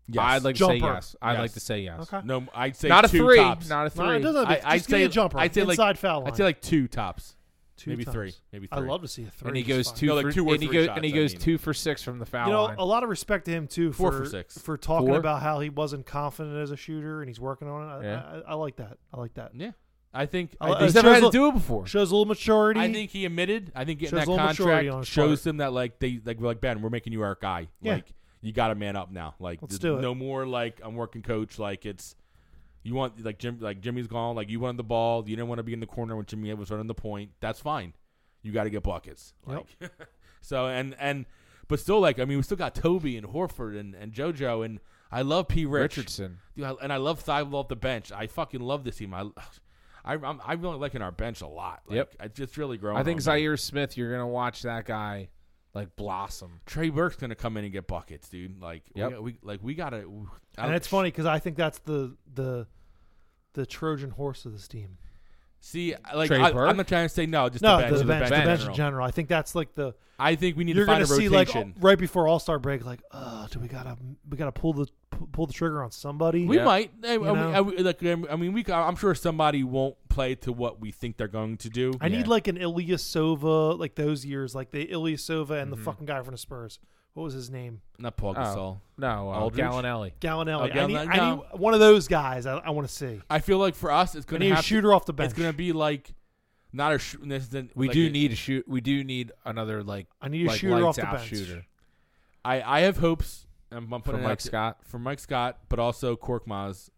[SPEAKER 2] Yes.
[SPEAKER 1] I'd like to say
[SPEAKER 3] Jumper.
[SPEAKER 1] yes. I'd
[SPEAKER 2] Yes.
[SPEAKER 1] like to say yes.
[SPEAKER 3] Okay,
[SPEAKER 2] no. I'd say
[SPEAKER 1] Not a
[SPEAKER 2] two
[SPEAKER 1] three.
[SPEAKER 2] Tops.
[SPEAKER 1] Not a three.
[SPEAKER 3] No, it doesn't.
[SPEAKER 2] I-
[SPEAKER 3] Just
[SPEAKER 2] I'd
[SPEAKER 3] give me
[SPEAKER 2] say-
[SPEAKER 3] a jumper.
[SPEAKER 2] I'd say like-
[SPEAKER 3] inside foul line.
[SPEAKER 2] I'd say like two tops,
[SPEAKER 3] Two
[SPEAKER 2] maybe
[SPEAKER 3] times.
[SPEAKER 2] three, maybe three.
[SPEAKER 3] I love to see a three.
[SPEAKER 1] and he
[SPEAKER 3] It's
[SPEAKER 1] goes
[SPEAKER 3] fine.
[SPEAKER 1] two.
[SPEAKER 2] No, like
[SPEAKER 1] for,
[SPEAKER 2] two or
[SPEAKER 1] and he
[SPEAKER 2] three
[SPEAKER 1] goes
[SPEAKER 2] shots,
[SPEAKER 1] and he
[SPEAKER 2] I
[SPEAKER 1] goes
[SPEAKER 2] mean.
[SPEAKER 1] two for six from the foul
[SPEAKER 3] You know, uh,
[SPEAKER 1] line.
[SPEAKER 3] a lot of respect to him too for
[SPEAKER 2] Four for six.
[SPEAKER 3] for talking
[SPEAKER 1] Four?
[SPEAKER 3] about how he wasn't confident as a shooter and he's working on it. I,
[SPEAKER 1] Yeah.
[SPEAKER 3] I, I like that. I like that.
[SPEAKER 2] Yeah, I think.
[SPEAKER 3] I'll-
[SPEAKER 2] I
[SPEAKER 1] He's
[SPEAKER 2] think,
[SPEAKER 3] uh,
[SPEAKER 1] never had
[SPEAKER 3] shows
[SPEAKER 1] to
[SPEAKER 3] a-
[SPEAKER 1] do it before.
[SPEAKER 3] Shows a little maturity.
[SPEAKER 2] I think he admitted. I think getting
[SPEAKER 3] Shows a
[SPEAKER 2] that
[SPEAKER 3] little maturity on
[SPEAKER 2] contract
[SPEAKER 3] his
[SPEAKER 2] shows
[SPEAKER 3] part.
[SPEAKER 2] him that like they like we're like Ben, we're making you our guy.
[SPEAKER 3] Yeah.
[SPEAKER 2] Like you got to man up now. Like
[SPEAKER 3] Let's
[SPEAKER 2] there's
[SPEAKER 3] do it.
[SPEAKER 2] no more like I'm working coach. Like it's you want like Jim like Jimmy's gone. Like you wanted the ball. You didn't want to be in the corner when Jimmy was running the point. That's fine. You got to get buckets.
[SPEAKER 3] Yep.
[SPEAKER 2] Like so and and but still like I mean we still got Toby and Horford and and JoJo and I love P. Rich.
[SPEAKER 1] Richardson.
[SPEAKER 2] Dude, I, and I love Thibault off the bench. I fucking love this team. I, I, I'm, I'm really liking our bench a lot. Like,
[SPEAKER 1] Yep.
[SPEAKER 2] I just really growing.
[SPEAKER 1] I think
[SPEAKER 2] on me.
[SPEAKER 1] Zaire Smith. You're gonna watch that guy like blossom.
[SPEAKER 2] Trey Burke's gonna come in and get buckets, dude. Like,
[SPEAKER 1] Yep.
[SPEAKER 2] we, we like we gotta. I
[SPEAKER 3] and
[SPEAKER 2] don't-
[SPEAKER 3] it's funny because I think that's the the the Trojan horse of this team.
[SPEAKER 2] See, like
[SPEAKER 1] Trey
[SPEAKER 2] I,
[SPEAKER 1] Burke?
[SPEAKER 2] I'm not trying to say no, just
[SPEAKER 3] No,
[SPEAKER 2] the bench,
[SPEAKER 3] the, bench, the
[SPEAKER 2] in
[SPEAKER 3] bench in
[SPEAKER 2] general.
[SPEAKER 3] general. I think that's like the
[SPEAKER 2] I think we need
[SPEAKER 3] you're
[SPEAKER 2] to find
[SPEAKER 3] gonna
[SPEAKER 2] a
[SPEAKER 3] see like oh,
[SPEAKER 2] rotation.
[SPEAKER 3] right before All Star break. Like, uh, do we gotta we gotta pull the pull the trigger on somebody?
[SPEAKER 2] we
[SPEAKER 1] Yeah.
[SPEAKER 2] might. I, I mean,
[SPEAKER 3] know?
[SPEAKER 2] I, like, I mean, we. I'm sure somebody won't play to what we think they're going to do.
[SPEAKER 3] I
[SPEAKER 1] Yeah.
[SPEAKER 3] need like an Ilyasova, like those years, like the Ilyasova
[SPEAKER 2] Mm-hmm.
[SPEAKER 3] and the fucking guy from the Spurs. What was his name?
[SPEAKER 2] not Paul
[SPEAKER 1] Oh.
[SPEAKER 2] Gasol.
[SPEAKER 1] No, uh,
[SPEAKER 2] Aldridge?
[SPEAKER 1] Gallinelli.
[SPEAKER 3] Gallinelli.
[SPEAKER 2] Oh,
[SPEAKER 3] I, need,
[SPEAKER 2] Gallinelli,
[SPEAKER 3] I
[SPEAKER 2] no.
[SPEAKER 3] need one of those guys. I, I want to see.
[SPEAKER 2] I feel like for us, it's
[SPEAKER 3] I
[SPEAKER 2] gonna
[SPEAKER 3] need a
[SPEAKER 2] have to-
[SPEAKER 3] shooter off the bench.
[SPEAKER 2] It's gonna be like not a. Sh- this isn't-
[SPEAKER 1] We
[SPEAKER 2] like
[SPEAKER 1] do
[SPEAKER 2] a-
[SPEAKER 1] need a shoot. We do need another like
[SPEAKER 3] I need a
[SPEAKER 1] like
[SPEAKER 3] shooter
[SPEAKER 1] lights
[SPEAKER 3] off the
[SPEAKER 1] out
[SPEAKER 3] bench.
[SPEAKER 1] shooter
[SPEAKER 2] I, I have hopes. I'm, I'm
[SPEAKER 1] for
[SPEAKER 2] putting it
[SPEAKER 1] Mike
[SPEAKER 2] out to-
[SPEAKER 1] Scott.
[SPEAKER 2] for Mike Scott, but also Korkmaz,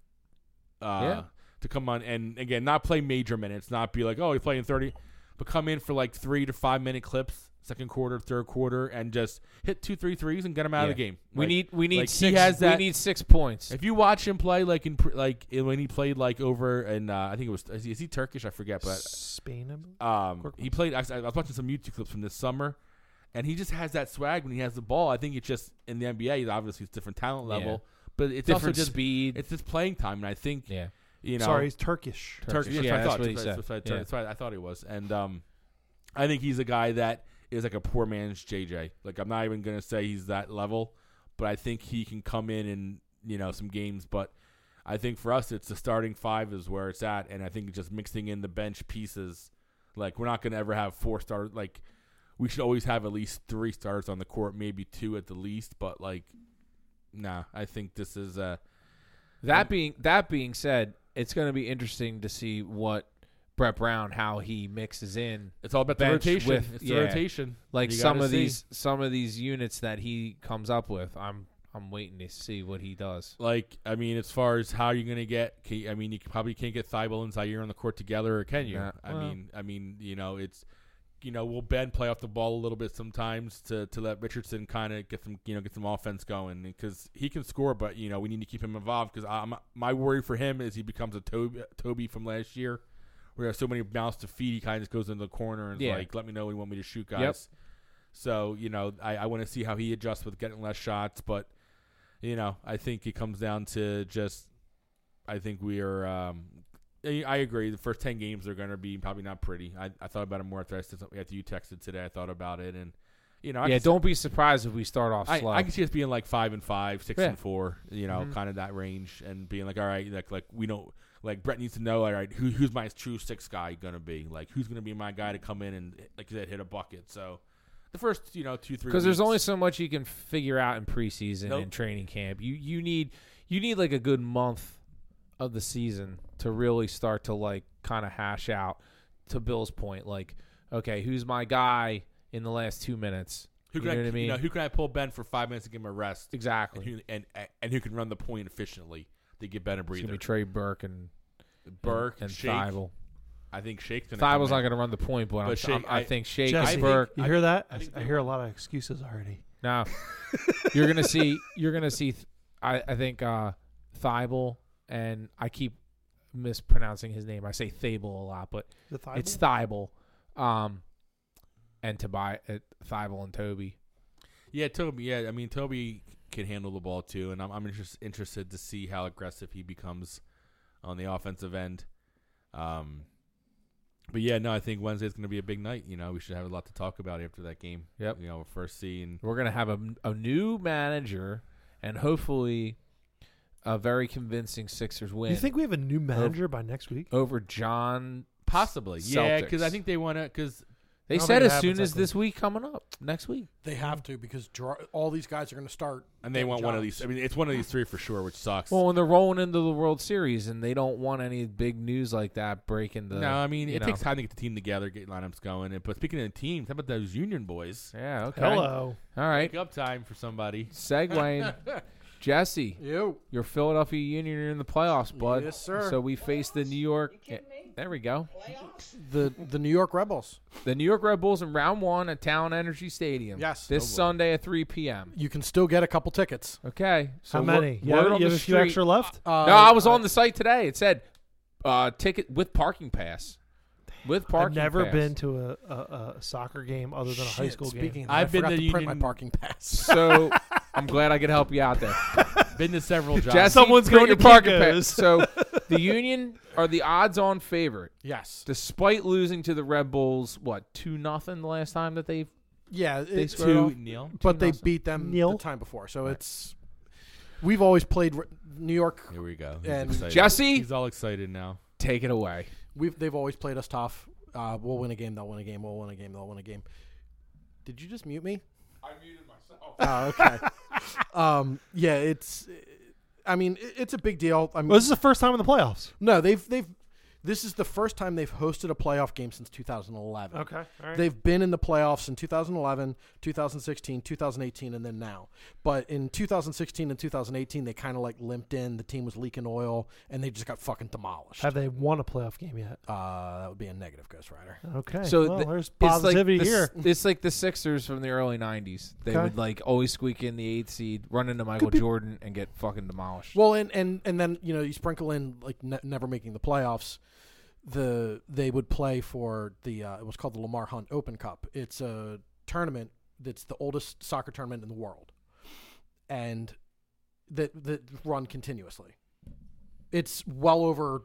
[SPEAKER 2] uh,
[SPEAKER 1] Yeah.
[SPEAKER 2] to come on and again not play major minutes, not be like oh he's playing thirty, but come in for like three to five minute clips, second quarter, third quarter, and just hit two three threes and get him out
[SPEAKER 1] Yeah.
[SPEAKER 2] of the game.
[SPEAKER 1] We
[SPEAKER 2] Like,
[SPEAKER 1] need we need
[SPEAKER 2] like, he
[SPEAKER 1] six.
[SPEAKER 2] has that-
[SPEAKER 1] we need six points.
[SPEAKER 2] if you watch him play like in pre- like when he played like over and uh, I think it was is he, is he Turkish I forget but
[SPEAKER 3] Spain, I believe.
[SPEAKER 2] Um,
[SPEAKER 3] Cork-
[SPEAKER 2] he played. I, I was watching some YouTube clips from this summer, and he just has that swag when he has the ball. I think it's just in the NBA. Obviously, it's different talent level, but it's also
[SPEAKER 1] Different
[SPEAKER 2] just
[SPEAKER 1] speed.
[SPEAKER 2] it's just playing time. And I think
[SPEAKER 1] yeah,
[SPEAKER 2] You know,
[SPEAKER 3] Sorry, he's Turkish.
[SPEAKER 2] Turkish.
[SPEAKER 1] Yeah,
[SPEAKER 2] that's
[SPEAKER 1] that's
[SPEAKER 2] what
[SPEAKER 1] what
[SPEAKER 2] I
[SPEAKER 1] he
[SPEAKER 2] thought.
[SPEAKER 1] said.
[SPEAKER 2] That's what I thought.
[SPEAKER 1] Yeah.
[SPEAKER 2] That's what I thought he was. And um, I think he's a guy that is like a poor man's JJ. Like I'm not even gonna say he's that level, but I think he can come in and you know some games. But I think for us, it's the starting five is where it's at, and I think just mixing in the bench pieces. Like we're not gonna ever have four starters. Like we should always have at least three starters on the court, maybe two at the least. But like, nah, I think this is uh
[SPEAKER 1] That being that being said, it's going to be interesting to see what Brett Brown how he mixes in
[SPEAKER 2] it's all about the
[SPEAKER 1] Bench
[SPEAKER 2] rotation.
[SPEAKER 1] with-
[SPEAKER 2] it's
[SPEAKER 1] yeah.
[SPEAKER 2] the rotation.
[SPEAKER 1] like
[SPEAKER 2] You
[SPEAKER 1] some
[SPEAKER 2] gotta
[SPEAKER 1] of
[SPEAKER 2] see.
[SPEAKER 1] these some of these units that he comes up with. I'm I'm waiting to see what he does.
[SPEAKER 2] like I mean, as far as how you're gonna get, can, I mean, you probably can't get Thibault and Zaire on the court together, or can you?
[SPEAKER 1] Nah,
[SPEAKER 2] I
[SPEAKER 1] well.
[SPEAKER 2] mean, I mean, you know, it's you know, will Ben play off the ball a little bit sometimes to to let Richardson kind of get some you know get some offense going because he can score, but you know we need to keep him involved because I'm my worry for him is he becomes a Toby, Toby from last year. where there's so many mouths to feed, he kind of just goes into the corner and is
[SPEAKER 1] Yeah.
[SPEAKER 2] like, "Let me know when you want me to shoot,
[SPEAKER 1] Yep.
[SPEAKER 2] guys." So you know, I, I want to see how he adjusts with getting less shots, but you know, I think it comes down to just. I think we are. Um, I I agree. The first ten games are going to be probably not pretty. I, I thought about it more after I said something after you texted today. I thought about it, and you know, I
[SPEAKER 1] yeah,
[SPEAKER 2] can,
[SPEAKER 1] don't be surprised if we start off
[SPEAKER 2] I,
[SPEAKER 1] slow.
[SPEAKER 2] I can see us being like five and five, six
[SPEAKER 1] Yeah.
[SPEAKER 2] and four. You know,
[SPEAKER 1] Mhm.
[SPEAKER 2] kind of that range, and being like, all right, like like we don't like Brett needs to know, all right, who who's my true six guy going to be? Like who's going to be my guy to come in and like you said, hit a bucket? So the first, you know, two three
[SPEAKER 1] because there's
[SPEAKER 2] weeks-
[SPEAKER 1] only so much you can figure out in preseason
[SPEAKER 2] Nope.
[SPEAKER 1] and training camp. You you need you need like a good month of the season to really start to like kind of hash out. To Bill's point, like okay, who's my guy in the last two minutes?
[SPEAKER 2] Who
[SPEAKER 1] You
[SPEAKER 2] can
[SPEAKER 1] know
[SPEAKER 2] I,
[SPEAKER 1] what I
[SPEAKER 2] You know,
[SPEAKER 1] mean?
[SPEAKER 2] who can I pull Ben for five minutes to give him a rest, and
[SPEAKER 1] Exactly.
[SPEAKER 2] who, and and who can run the point efficiently to get better
[SPEAKER 1] It's gonna
[SPEAKER 2] breather?
[SPEAKER 1] be Trey Burke and
[SPEAKER 2] Burke
[SPEAKER 1] and, and
[SPEAKER 2] Shake.
[SPEAKER 1] Thibault.
[SPEAKER 2] I think Shake's gonna.
[SPEAKER 1] Thibault's
[SPEAKER 2] come
[SPEAKER 1] not
[SPEAKER 2] in.
[SPEAKER 1] gonna run the point, but, I'm,
[SPEAKER 2] But Shake-
[SPEAKER 1] I'm- i
[SPEAKER 2] I-
[SPEAKER 1] think Shake
[SPEAKER 3] Jesse,
[SPEAKER 1] Burke.
[SPEAKER 3] you hear that?
[SPEAKER 2] I
[SPEAKER 3] I,
[SPEAKER 2] think
[SPEAKER 3] I
[SPEAKER 2] they
[SPEAKER 3] hear a lot of excuses already.
[SPEAKER 1] No, you're gonna see. You're gonna see. th- I I think uh, Thibault and I keep mispronouncing his name. I say Thable a lot, but
[SPEAKER 3] The Thibault?
[SPEAKER 1] it's Thibault. Um, and Tobias, uh, Thibault and Toby.
[SPEAKER 2] Yeah, Toby. Yeah, I mean Toby can handle the ball too, and I'm I'm just interested to see how aggressive he becomes on the offensive end. Um, but yeah, no, I think Wednesday's gonna be a big night. You know, we should have a lot to talk about after that game.
[SPEAKER 1] Yep.
[SPEAKER 2] You know, we're first seeing
[SPEAKER 1] We're gonna have a, a new manager and hopefully a very convincing Sixers win
[SPEAKER 3] you think we have a new manager by next week?
[SPEAKER 1] over John.
[SPEAKER 2] possibly. Yeah, because I
[SPEAKER 1] Celtics.
[SPEAKER 2] think they want to. Because
[SPEAKER 1] They
[SPEAKER 3] I don't
[SPEAKER 1] said
[SPEAKER 3] think it
[SPEAKER 1] as soon
[SPEAKER 3] happens, I
[SPEAKER 1] as
[SPEAKER 3] think.
[SPEAKER 1] this week coming up next week.
[SPEAKER 4] They have to because Gerard, all these guys are going to start.
[SPEAKER 2] and they
[SPEAKER 4] getting
[SPEAKER 2] want one of
[SPEAKER 4] jobs.
[SPEAKER 2] these. I mean, it's one of these three for sure, which sucks.
[SPEAKER 1] Well, when they're rolling into the World Series and they don't want any big news like that breaking the.
[SPEAKER 2] no, I mean
[SPEAKER 1] you
[SPEAKER 2] Uh, it
[SPEAKER 1] know.
[SPEAKER 2] takes time to get the team together, get lineups going. And, but speaking of the teams, how about those Union boys?
[SPEAKER 1] Yeah. Okay.
[SPEAKER 3] Hello.
[SPEAKER 1] All right.
[SPEAKER 2] Pick up time for somebody.
[SPEAKER 1] Segwaying. Jesse,
[SPEAKER 4] Ew.
[SPEAKER 1] your Philadelphia Union are in the playoffs, bud.
[SPEAKER 4] Yes, sir.
[SPEAKER 1] So we face the New York. There we go.
[SPEAKER 4] The the New York Rebels.
[SPEAKER 1] The New York Red Bulls in round one at Town Energy Stadium.
[SPEAKER 4] Yes.
[SPEAKER 1] This
[SPEAKER 4] Oh, boy.
[SPEAKER 1] Sunday at 3 p.m.
[SPEAKER 4] You can still get a couple tickets.
[SPEAKER 1] Okay. So
[SPEAKER 3] How
[SPEAKER 1] wor-
[SPEAKER 3] many? You
[SPEAKER 1] word
[SPEAKER 3] have,
[SPEAKER 1] on
[SPEAKER 3] you
[SPEAKER 1] the
[SPEAKER 3] have a few
[SPEAKER 1] street-
[SPEAKER 3] extra left?
[SPEAKER 4] Uh,
[SPEAKER 1] No, I was on the site today. It said uh, ticket with parking pass. With
[SPEAKER 3] I've
[SPEAKER 1] parking.
[SPEAKER 3] never
[SPEAKER 1] pass.
[SPEAKER 3] been to a, a, a soccer game other than a high
[SPEAKER 4] shit,
[SPEAKER 3] school game.
[SPEAKER 4] Speaking, of that,
[SPEAKER 2] I've
[SPEAKER 4] I
[SPEAKER 2] been
[SPEAKER 4] forgot
[SPEAKER 2] to
[SPEAKER 4] to print my
[SPEAKER 2] Union-
[SPEAKER 4] parking pass.
[SPEAKER 1] So I'm glad I could help you out there.
[SPEAKER 2] Been to several jobs.
[SPEAKER 1] Jesse,
[SPEAKER 3] Someone's
[SPEAKER 1] print
[SPEAKER 3] going
[SPEAKER 1] your
[SPEAKER 3] to
[SPEAKER 1] parking
[SPEAKER 3] Kinko's.
[SPEAKER 1] pass. So the Union are the odds-on favorite,
[SPEAKER 4] yes.
[SPEAKER 1] despite losing to the Red Bulls. What two nothing the last time that they?
[SPEAKER 4] Yeah.
[SPEAKER 1] They
[SPEAKER 4] It's
[SPEAKER 1] scored
[SPEAKER 2] two
[SPEAKER 1] off.
[SPEAKER 2] nil.
[SPEAKER 4] but they
[SPEAKER 1] nothing.
[SPEAKER 4] beat them
[SPEAKER 3] Nil.
[SPEAKER 4] the time before, so it's. We've always played Re- New York.
[SPEAKER 2] Here we go. He's
[SPEAKER 4] And-
[SPEAKER 2] excited.
[SPEAKER 1] Jesse,
[SPEAKER 2] he's all excited now.
[SPEAKER 1] take it away.
[SPEAKER 4] We've they've always played us tough. Uh, we'll win a game. They'll win a game. We'll win a game. They'll win a game. Did you just mute me?
[SPEAKER 2] I muted myself.
[SPEAKER 4] Oh, okay. um, yeah, it's. I mean, it- it's a big deal. I mean,
[SPEAKER 3] Well, this is the first time in the playoffs.
[SPEAKER 4] no, they've they've. This is the first time they've hosted a playoff game since 2011.
[SPEAKER 3] Okay. All right.
[SPEAKER 4] They've been in the playoffs in 2011, 2016, 2018, and then now. But in 2016 and 2018, they kind of like limped in. The team was leaking oil, and they just got fucking demolished.
[SPEAKER 3] have they won a playoff game yet?
[SPEAKER 4] Uh, that would be a negative Ghost Rider.
[SPEAKER 3] Okay.
[SPEAKER 1] So
[SPEAKER 3] well,
[SPEAKER 1] the-
[SPEAKER 3] there's
[SPEAKER 1] It's like
[SPEAKER 3] positivity
[SPEAKER 1] the,
[SPEAKER 3] here.
[SPEAKER 1] It's like the Sixers from the early '90s. They
[SPEAKER 3] Okay.
[SPEAKER 1] would like always squeak in the eighth seed, run into Michael
[SPEAKER 4] be-
[SPEAKER 1] Jordan, and get fucking demolished.
[SPEAKER 4] Well, and and and then you know you sprinkle in like ne- never making the playoffs. The they would play for the uh, it was called the Lamar Hunt Open Cup. It's a tournament that's the oldest soccer tournament in the world, and that that run continuously. It's well over.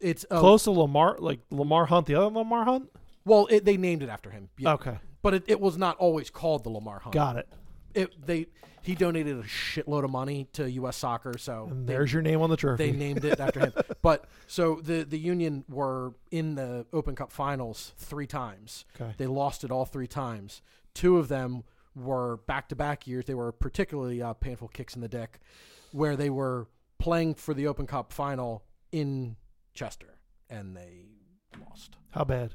[SPEAKER 4] It's uh,
[SPEAKER 3] Close to Lamar, like Lamar Hunt, the other Lamar Hunt.
[SPEAKER 4] Well, it, they named it after him. Yeah.
[SPEAKER 3] Okay,
[SPEAKER 4] But it, it was not always called the Lamar Hunt.
[SPEAKER 3] Oh. got it.
[SPEAKER 4] It, they he donated a shitload of money to U.S. Soccer, so
[SPEAKER 3] And
[SPEAKER 4] Oh, they-
[SPEAKER 3] there's your name on the trophy.
[SPEAKER 4] they named it after him. But so the the Union were in the Open Cup finals three times.
[SPEAKER 3] Okay.
[SPEAKER 4] They lost it all three times. Two of them were back to back years. They were particularly uh, painful kicks in the dick, where they were playing for the Open Cup final in Chester, and they lost.
[SPEAKER 3] How bad?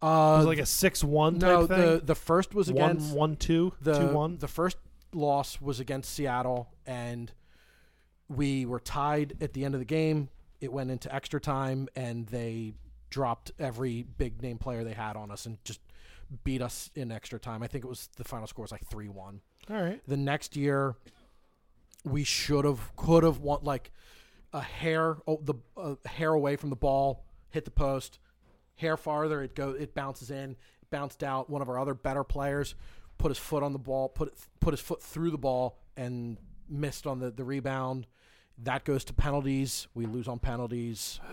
[SPEAKER 4] Uh,
[SPEAKER 3] It was like a six-one
[SPEAKER 4] no,
[SPEAKER 3] type thing.
[SPEAKER 4] the the first was against
[SPEAKER 3] one, one, two,
[SPEAKER 4] the
[SPEAKER 3] two, one.
[SPEAKER 4] the first loss was against Seattle, and we were tied at the end of the game. It went into extra time, and they dropped every big name player they had on us and just beat us in extra time. I think it was the final score was like three one.
[SPEAKER 3] All right.
[SPEAKER 4] The next year, we should have could have won like a hair oh, the a hair away from the ball, hit the post, hair farther it go it bounces in, bounced out. One of our other better players put his foot on the ball, put it, put his foot through the ball and missed on the the rebound. That goes to penalties. We lose on penalties.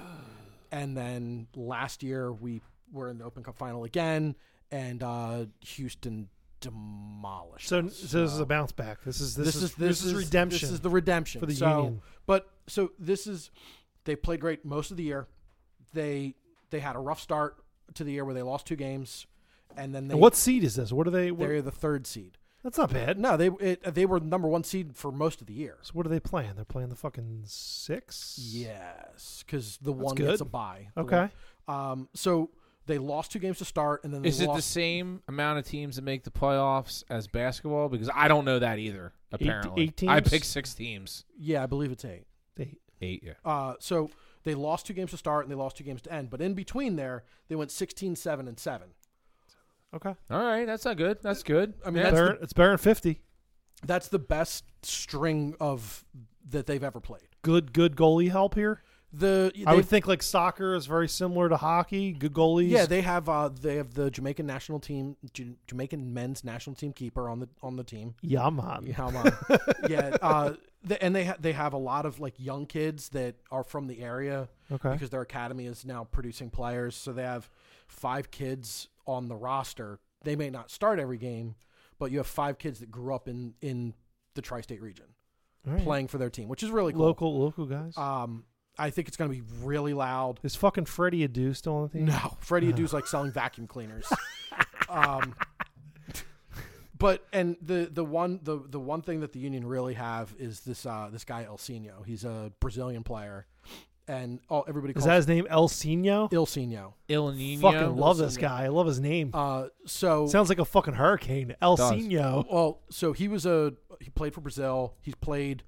[SPEAKER 4] And then last year we were in the Open Cup final again, and uh, Houston demolished.
[SPEAKER 3] So,
[SPEAKER 4] us.
[SPEAKER 3] so this is a bounce back. This is this,
[SPEAKER 4] this,
[SPEAKER 3] is,
[SPEAKER 4] is this,
[SPEAKER 3] is redemption.
[SPEAKER 4] This is the redemption
[SPEAKER 3] for the
[SPEAKER 4] so,
[SPEAKER 3] Union.
[SPEAKER 4] But so this is they played great most of the year. They they had a rough start to the year where they lost two games, and then they
[SPEAKER 3] and what seed is this? What are they? What,
[SPEAKER 4] they're the third seed.
[SPEAKER 3] that's not bad.
[SPEAKER 4] No, they it, they were number one seed for most of the year.
[SPEAKER 3] So what are they playing? They're playing the fucking six.
[SPEAKER 4] Yes, because the one gets
[SPEAKER 3] good.
[SPEAKER 4] a bye. The
[SPEAKER 3] Okay.
[SPEAKER 4] one- um. So they lost two games to start, and then they
[SPEAKER 1] Is it the
[SPEAKER 4] lost.
[SPEAKER 1] same amount of teams that make the playoffs as basketball? Because I don't know that either. Apparently,
[SPEAKER 3] eight
[SPEAKER 1] I
[SPEAKER 3] teams?
[SPEAKER 1] picked six teams.
[SPEAKER 4] yeah, I believe it's eight.
[SPEAKER 3] They,
[SPEAKER 1] Eight, yeah.
[SPEAKER 4] Uh, so they lost two games to start and they lost two games to end. But in between there, they went 16, 7, and 7.
[SPEAKER 3] okay.
[SPEAKER 1] All right, that's not good. That's good.
[SPEAKER 4] I mean,
[SPEAKER 1] Yeah.
[SPEAKER 4] that's-
[SPEAKER 3] Better, it's better than fifty.
[SPEAKER 4] That's the best string of that they've ever played.
[SPEAKER 3] Good, good goalie help here.
[SPEAKER 4] The
[SPEAKER 3] I
[SPEAKER 4] they-
[SPEAKER 3] would think like soccer is very similar to hockey. Good goalies.
[SPEAKER 4] yeah, they have uh, they have the Jamaican national team, J- Jamaican men's national team keeper on the on the team.
[SPEAKER 3] yeah, man.
[SPEAKER 4] How am I- yeah, uh, the, and they ha- they have a lot of like young kids that are from the area
[SPEAKER 3] Okay.
[SPEAKER 4] because their academy is now producing players. So they have five kids on the roster. They may not start every game, but you have five kids that grew up in in the tri-state region
[SPEAKER 3] All right.
[SPEAKER 4] playing for their team, which is really cool.
[SPEAKER 3] local, local guys.
[SPEAKER 4] Um, I think it's going to be really loud.
[SPEAKER 3] is fucking Freddie Adu still on the team?
[SPEAKER 4] No, Freddie Adu's like selling vacuum cleaners. um, but and the the one the the one thing that the Union really have is this uh, this guy Elcino. He's a Brazilian player, and all everybody
[SPEAKER 3] Is
[SPEAKER 4] calls
[SPEAKER 3] that his name? El Sino.
[SPEAKER 4] Elcino.
[SPEAKER 1] El Nino.
[SPEAKER 3] Fucking love this
[SPEAKER 4] Elsinio.
[SPEAKER 3] guy. I love his name.
[SPEAKER 4] Uh, so
[SPEAKER 3] Sounds like a fucking hurricane. El
[SPEAKER 1] Does.
[SPEAKER 3] Sino.
[SPEAKER 4] well, so he was a he played for Brazil. He's played,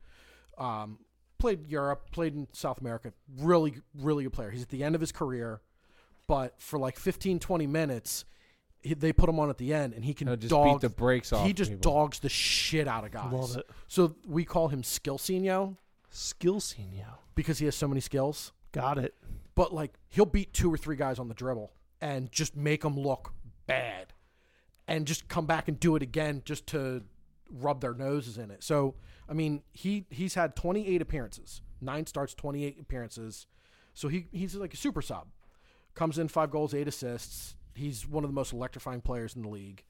[SPEAKER 4] um, played Europe, played in South America. Really, really good player. He's at the end of his career, but for like 15, 20 minutes, he, they put him on at the end, and he can
[SPEAKER 1] He'll just
[SPEAKER 4] dog.
[SPEAKER 1] beat the brakes off.
[SPEAKER 4] he just
[SPEAKER 1] people.
[SPEAKER 4] dogs the shit out of guys.
[SPEAKER 3] Love it.
[SPEAKER 4] So we call him Skill Sino
[SPEAKER 3] Skill Sino.
[SPEAKER 4] because he has so many skills.
[SPEAKER 3] Got it.
[SPEAKER 4] But like he'll beat two or three guys on the dribble and just make them look bad, and just come back and do it again just to rub their noses in it. So I mean, he he's had 28 appearances, nine starts, 28 appearances. So he he's like a super sub. Comes in five goals, eight assists. He's one of the most electrifying players in the league.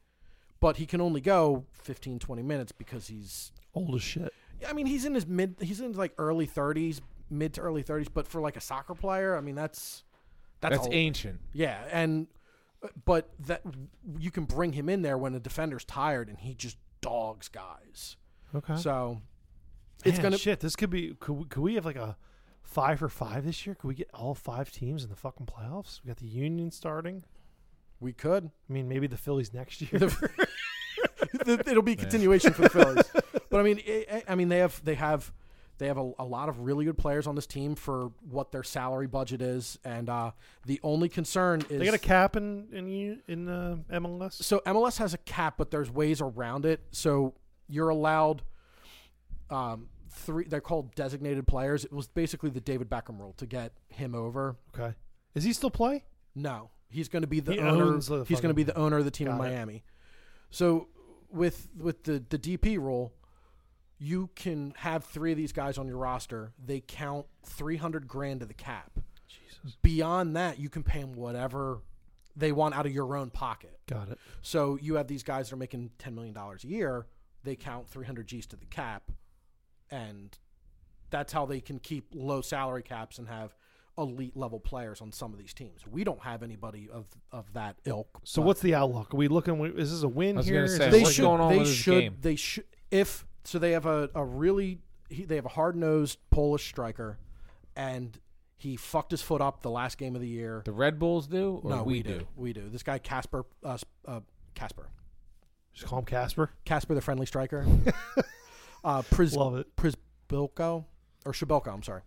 [SPEAKER 4] But he can only go 15, 20 minutes because he's
[SPEAKER 3] Old as shit.
[SPEAKER 4] I mean, he's in his mid. He's in his, like early thirties, mid to early thirties. But for like a soccer player, I mean, that's that's,
[SPEAKER 1] That's
[SPEAKER 4] old.
[SPEAKER 1] ancient.
[SPEAKER 4] yeah. And uh, but that you can bring him in there when a defender's tired and he just dogs guys.
[SPEAKER 3] Okay.
[SPEAKER 4] So it's
[SPEAKER 3] Man,
[SPEAKER 4] gonna
[SPEAKER 3] shit. This could be. Could we, could we have like a five for five this year? Could we get all five teams in the fucking playoffs? We got the Union starting.
[SPEAKER 4] we could.
[SPEAKER 3] I mean, maybe the Phillies next year.
[SPEAKER 4] It'll be a continuation for the Phillies. But I mean, i I mean, they have they have they have a, a lot of really good players on this team for what their salary budget is, and uh, the only concern is
[SPEAKER 3] they got a cap in in U- in uh, MLS.
[SPEAKER 4] so MLS has a cap, but there's ways around it. So you're allowed um, three. They're called designated players. It was basically the David Beckham rule to get him over.
[SPEAKER 3] Okay. Is he still play?
[SPEAKER 4] No, he's going to be the
[SPEAKER 3] He
[SPEAKER 4] owner.
[SPEAKER 3] owns the
[SPEAKER 4] he's going to be
[SPEAKER 3] fucking-
[SPEAKER 4] the owner of the team in
[SPEAKER 3] Got it.
[SPEAKER 4] Miami. So with with the the DP rule, you can have three of these guys on your roster. They count 300 grand to the cap.
[SPEAKER 3] Jesus.
[SPEAKER 4] Beyond that, you can pay them whatever they want out of your own pocket.
[SPEAKER 3] Got it.
[SPEAKER 4] So you have these guys that are making $10 million a year. They count 300 G's to the cap. And that's how they can keep low salary caps and have elite level players on some of these teams. We don't have anybody of, of that ilk.
[SPEAKER 3] So
[SPEAKER 4] but-
[SPEAKER 3] what's the outlook? Are we looking? Is this a win
[SPEAKER 1] I was
[SPEAKER 3] here?
[SPEAKER 1] gonna
[SPEAKER 3] Is
[SPEAKER 1] say,
[SPEAKER 3] this
[SPEAKER 4] they
[SPEAKER 1] what's
[SPEAKER 4] should,
[SPEAKER 1] going on
[SPEAKER 4] they
[SPEAKER 1] with this
[SPEAKER 4] should,
[SPEAKER 1] game?
[SPEAKER 4] They should. If so, they have a a really he, they have a hard nosed Polish striker, and he fucked his foot up the last game of the year.
[SPEAKER 1] The Red Bulls do, or
[SPEAKER 4] no,
[SPEAKER 1] we,
[SPEAKER 4] we, do. we do. This guy Casper, uh, s- uh, Casper,
[SPEAKER 3] just call him Casper.
[SPEAKER 4] Casper, the friendly striker. uh, Priz,
[SPEAKER 3] Love it.
[SPEAKER 4] Prisbilko or Shabelko. I'm sorry.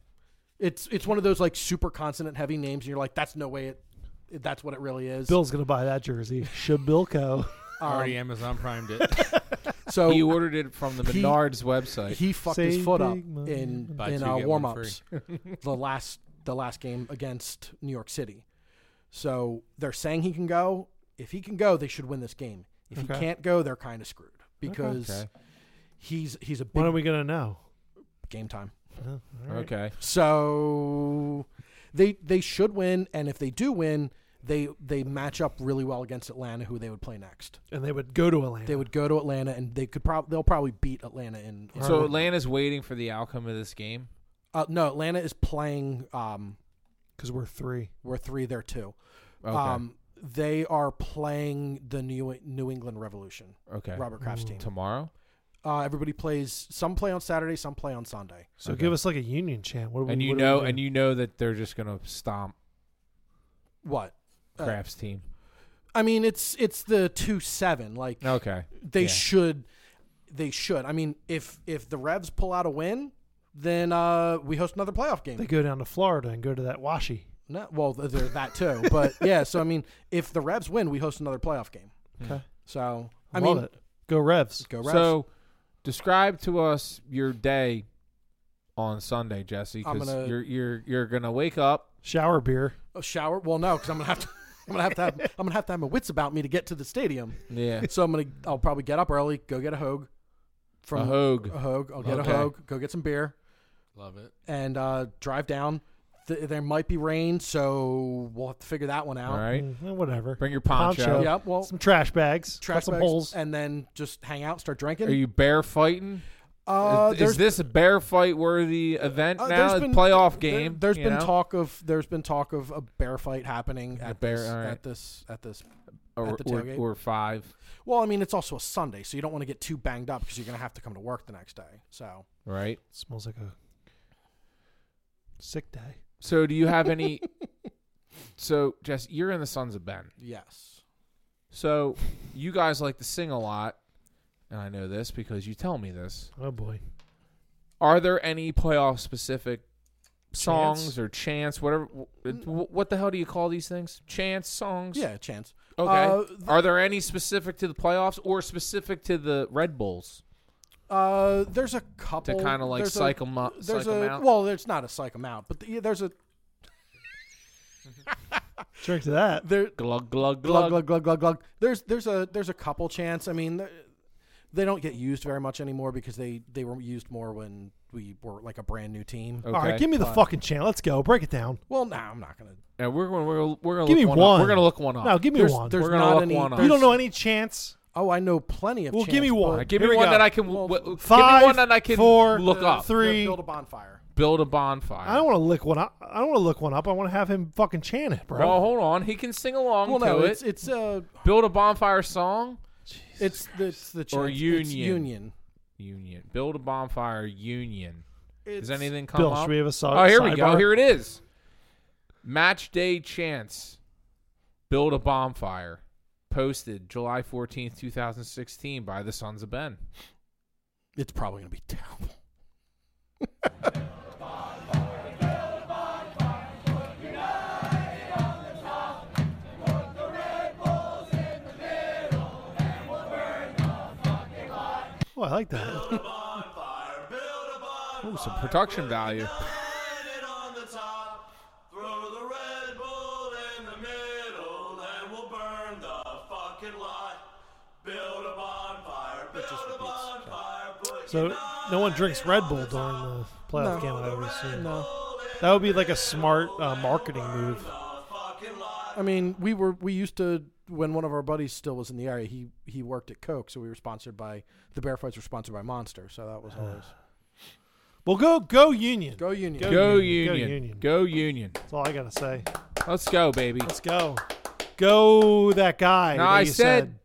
[SPEAKER 4] It's it's one of those like super consonant heavy names, and you're like, that's no way. It that's what it really is.
[SPEAKER 3] Bill's gonna buy that jersey. Shabilko.
[SPEAKER 4] Um,
[SPEAKER 2] Already Amazon primed it.
[SPEAKER 4] so
[SPEAKER 1] He ordered it from the
[SPEAKER 4] He-
[SPEAKER 1] Menards website.
[SPEAKER 4] he fucked his
[SPEAKER 3] Save
[SPEAKER 4] foot up
[SPEAKER 3] big money.
[SPEAKER 4] in
[SPEAKER 2] Buy
[SPEAKER 4] in
[SPEAKER 2] two,
[SPEAKER 4] uh,
[SPEAKER 2] get one
[SPEAKER 4] warm ups the last the last game against New York City. So they're saying he can go. If he can go, they should win this game. If
[SPEAKER 3] Okay.
[SPEAKER 4] he can't go, they're kind of screwed because
[SPEAKER 1] Okay.
[SPEAKER 4] he's he's a big
[SPEAKER 3] When are we gonna know?
[SPEAKER 4] game time.
[SPEAKER 3] Oh, all right.
[SPEAKER 1] Okay.
[SPEAKER 4] So they they should win, and if they do win, they they match up really well against Atlanta, who they would play next.
[SPEAKER 3] And they would go to Atlanta.
[SPEAKER 4] They would go to Atlanta, and they could probably they'll probably beat Atlanta in. in
[SPEAKER 1] So Atlanta's waiting for the outcome of this game.
[SPEAKER 4] uh, no, Atlanta is playing. Um,
[SPEAKER 3] because we're three.
[SPEAKER 4] we're three, they're two.
[SPEAKER 1] Okay.
[SPEAKER 4] Um, they are playing the New New England Revolution,
[SPEAKER 1] okay.
[SPEAKER 4] Robert Kraft's team.
[SPEAKER 1] Tomorrow,
[SPEAKER 4] Uh, everybody plays. Some play on Saturday, some play on Sunday.
[SPEAKER 3] So
[SPEAKER 1] Okay.
[SPEAKER 3] give us like a union chant. What do we,
[SPEAKER 1] and you
[SPEAKER 3] what do we
[SPEAKER 1] know,
[SPEAKER 3] do?
[SPEAKER 1] and you know that they're just gonna stomp
[SPEAKER 4] What? Uh,
[SPEAKER 1] Kraft's team.
[SPEAKER 4] I mean, it's it's the two seven. Like
[SPEAKER 1] Okay.
[SPEAKER 4] they
[SPEAKER 1] yeah.
[SPEAKER 4] should, they should. I mean, if if the Revs pull out a win, then uh, we host another playoff game.
[SPEAKER 3] they go down to Florida and go to that Washi.
[SPEAKER 4] no, well, th- they're that too. but yeah, so I mean, if the Revs win, we host another playoff game.
[SPEAKER 1] Okay.
[SPEAKER 4] So I
[SPEAKER 3] I Love
[SPEAKER 4] mean,
[SPEAKER 3] it. Go Revs.
[SPEAKER 4] go Revs.
[SPEAKER 1] So, describe to us your day on Sunday, Jesse,
[SPEAKER 4] I'm
[SPEAKER 1] because
[SPEAKER 4] gonna-
[SPEAKER 1] you're you're you're gonna wake up.
[SPEAKER 3] Shower beer.
[SPEAKER 4] a Oh, shower? Well, no, because I'm gonna have to. I'm gonna have to have. I'm gonna have to have my wits about me to get to the stadium.
[SPEAKER 1] Yeah.
[SPEAKER 4] So I'm gonna. I'll probably get up early, go get a hoag.
[SPEAKER 1] a hoag.
[SPEAKER 4] a hoag. I'll get
[SPEAKER 1] Okay.
[SPEAKER 4] a hoag. Go get some beer
[SPEAKER 2] Love it.
[SPEAKER 4] and uh, drive down. Th- there might be rain, so we'll have to figure that one out.
[SPEAKER 1] All right. Eh.
[SPEAKER 3] Mm, eh, whatever.
[SPEAKER 1] Bring your poncho.
[SPEAKER 3] Poncho.
[SPEAKER 4] Yep. Well,
[SPEAKER 3] Some trash bags. Cut
[SPEAKER 4] trash
[SPEAKER 3] some
[SPEAKER 4] bags,
[SPEAKER 3] holes.
[SPEAKER 4] and then just hang out, start drinking.
[SPEAKER 1] Are you bear fighting?
[SPEAKER 4] uh,
[SPEAKER 1] is,
[SPEAKER 4] there's
[SPEAKER 1] is this a bear fight worthy event
[SPEAKER 4] uh,
[SPEAKER 1] now?
[SPEAKER 4] there's
[SPEAKER 1] A
[SPEAKER 4] been-
[SPEAKER 1] playoff
[SPEAKER 4] there-
[SPEAKER 1] game.
[SPEAKER 4] there's
[SPEAKER 1] you
[SPEAKER 4] been
[SPEAKER 1] know?
[SPEAKER 4] talk of there's been talk of a bear fight happening
[SPEAKER 1] A
[SPEAKER 4] at
[SPEAKER 1] bear,
[SPEAKER 4] this,
[SPEAKER 1] all right.
[SPEAKER 4] at this at this.
[SPEAKER 1] or,
[SPEAKER 4] at the
[SPEAKER 1] or,
[SPEAKER 4] tailgate.
[SPEAKER 1] or five.
[SPEAKER 4] Well, I mean, it's also a Sunday, so you don't want to get too banged up because you're gonna have to come to work the next day. So
[SPEAKER 1] Right.
[SPEAKER 3] Smells like a sick day.
[SPEAKER 1] So do you have any? so Jess, you're in the Sons of Ben.
[SPEAKER 4] yes,
[SPEAKER 1] So you guys like to sing a lot, and I know this because you tell me this.
[SPEAKER 3] Oh boy.
[SPEAKER 1] Are there any playoff specific songs
[SPEAKER 3] Chants?
[SPEAKER 1] or chants, whatever? wh- wh- What the hell do you call these things? Chants, songs.
[SPEAKER 4] yeah, chance.
[SPEAKER 1] Okay.
[SPEAKER 4] Uh, th-
[SPEAKER 1] Are there any specific to the playoffs or specific to the Red Bulls
[SPEAKER 4] Uh, there's a couple
[SPEAKER 1] to kind of like
[SPEAKER 4] there's a-
[SPEAKER 1] psych them up?
[SPEAKER 4] There's
[SPEAKER 1] psych 'em
[SPEAKER 4] a
[SPEAKER 1] out?
[SPEAKER 4] well, there's not a psych amount, but the, yeah, there's a
[SPEAKER 3] Drink to that.
[SPEAKER 4] there
[SPEAKER 1] glug glug
[SPEAKER 4] glug
[SPEAKER 1] glug.
[SPEAKER 4] glug glug glug glug. There's there's a there's a couple chance. I mean, th- they don't get used very much anymore because they they were used more when we were like a brand new team.
[SPEAKER 1] Okay.
[SPEAKER 3] All right, give me the
[SPEAKER 4] Fine.
[SPEAKER 3] fucking chant. Let's go. Break it down.
[SPEAKER 4] Well, no, I'm not gonna.
[SPEAKER 1] Yeah, we're going. We're, gonna- we're gonna
[SPEAKER 3] Give
[SPEAKER 1] look
[SPEAKER 3] me
[SPEAKER 1] one. Up.
[SPEAKER 3] one.
[SPEAKER 1] We're gonna look one up.
[SPEAKER 3] No, give me
[SPEAKER 4] There's,
[SPEAKER 3] one.
[SPEAKER 4] there's
[SPEAKER 1] We're gonna
[SPEAKER 4] not
[SPEAKER 1] look
[SPEAKER 4] any.
[SPEAKER 1] one up.
[SPEAKER 4] there's-
[SPEAKER 3] you don't know any chants.
[SPEAKER 4] Oh, I know plenty of.
[SPEAKER 3] Well, give me
[SPEAKER 4] chants,
[SPEAKER 3] one.
[SPEAKER 4] but-
[SPEAKER 1] Give
[SPEAKER 3] Here
[SPEAKER 1] me
[SPEAKER 3] we
[SPEAKER 1] one
[SPEAKER 3] go.
[SPEAKER 1] that I can.
[SPEAKER 4] Well,
[SPEAKER 1] w- w- give
[SPEAKER 3] Five,
[SPEAKER 1] me one that I can
[SPEAKER 3] four,
[SPEAKER 1] look up.
[SPEAKER 3] Three.
[SPEAKER 4] Build a bonfire.
[SPEAKER 1] Build a bonfire.
[SPEAKER 3] I don't want to lick one up. I don't want to look one up. I want to have him fucking chant it, bro.
[SPEAKER 1] Well, hold on. He can sing along
[SPEAKER 4] Well,
[SPEAKER 1] to
[SPEAKER 4] no,
[SPEAKER 1] it.
[SPEAKER 4] it's it's uh
[SPEAKER 1] Build a bonfire song.
[SPEAKER 4] it's the it's the chance. it's
[SPEAKER 1] union.
[SPEAKER 4] union.
[SPEAKER 1] Union. Build a bonfire. Union.
[SPEAKER 4] It's,
[SPEAKER 1] Does anything come
[SPEAKER 3] Bill,
[SPEAKER 1] up?
[SPEAKER 3] should we have a song?
[SPEAKER 1] oh, here we go. Here it is. Match day chance. Build a bonfire. Posted July fourteenth, two thousand sixteen, by the Sons of Ben.
[SPEAKER 4] It's probably gonna be terrible.
[SPEAKER 3] Oh, I like that.
[SPEAKER 1] Ooh, some production value.
[SPEAKER 3] So no one drinks Red Bull during the playoff game. I would assume
[SPEAKER 4] No.
[SPEAKER 3] that would be like a smart uh, marketing move.
[SPEAKER 4] I mean, we were we used to when one of our buddies still was in the area. He he worked at Coke, so we were sponsored by the Bear Fights were sponsored by Monster, so that
[SPEAKER 3] Ah.
[SPEAKER 4] was always
[SPEAKER 3] Well, go go Union.
[SPEAKER 4] go Union.
[SPEAKER 3] Go-
[SPEAKER 1] Go
[SPEAKER 3] Union, go
[SPEAKER 1] Union.
[SPEAKER 3] Union.
[SPEAKER 1] Go Union.
[SPEAKER 3] That's all I gotta say.
[SPEAKER 1] Let's go, baby.
[SPEAKER 3] Let's go. Go that guy.
[SPEAKER 1] No,
[SPEAKER 3] that
[SPEAKER 1] I
[SPEAKER 3] you
[SPEAKER 1] said,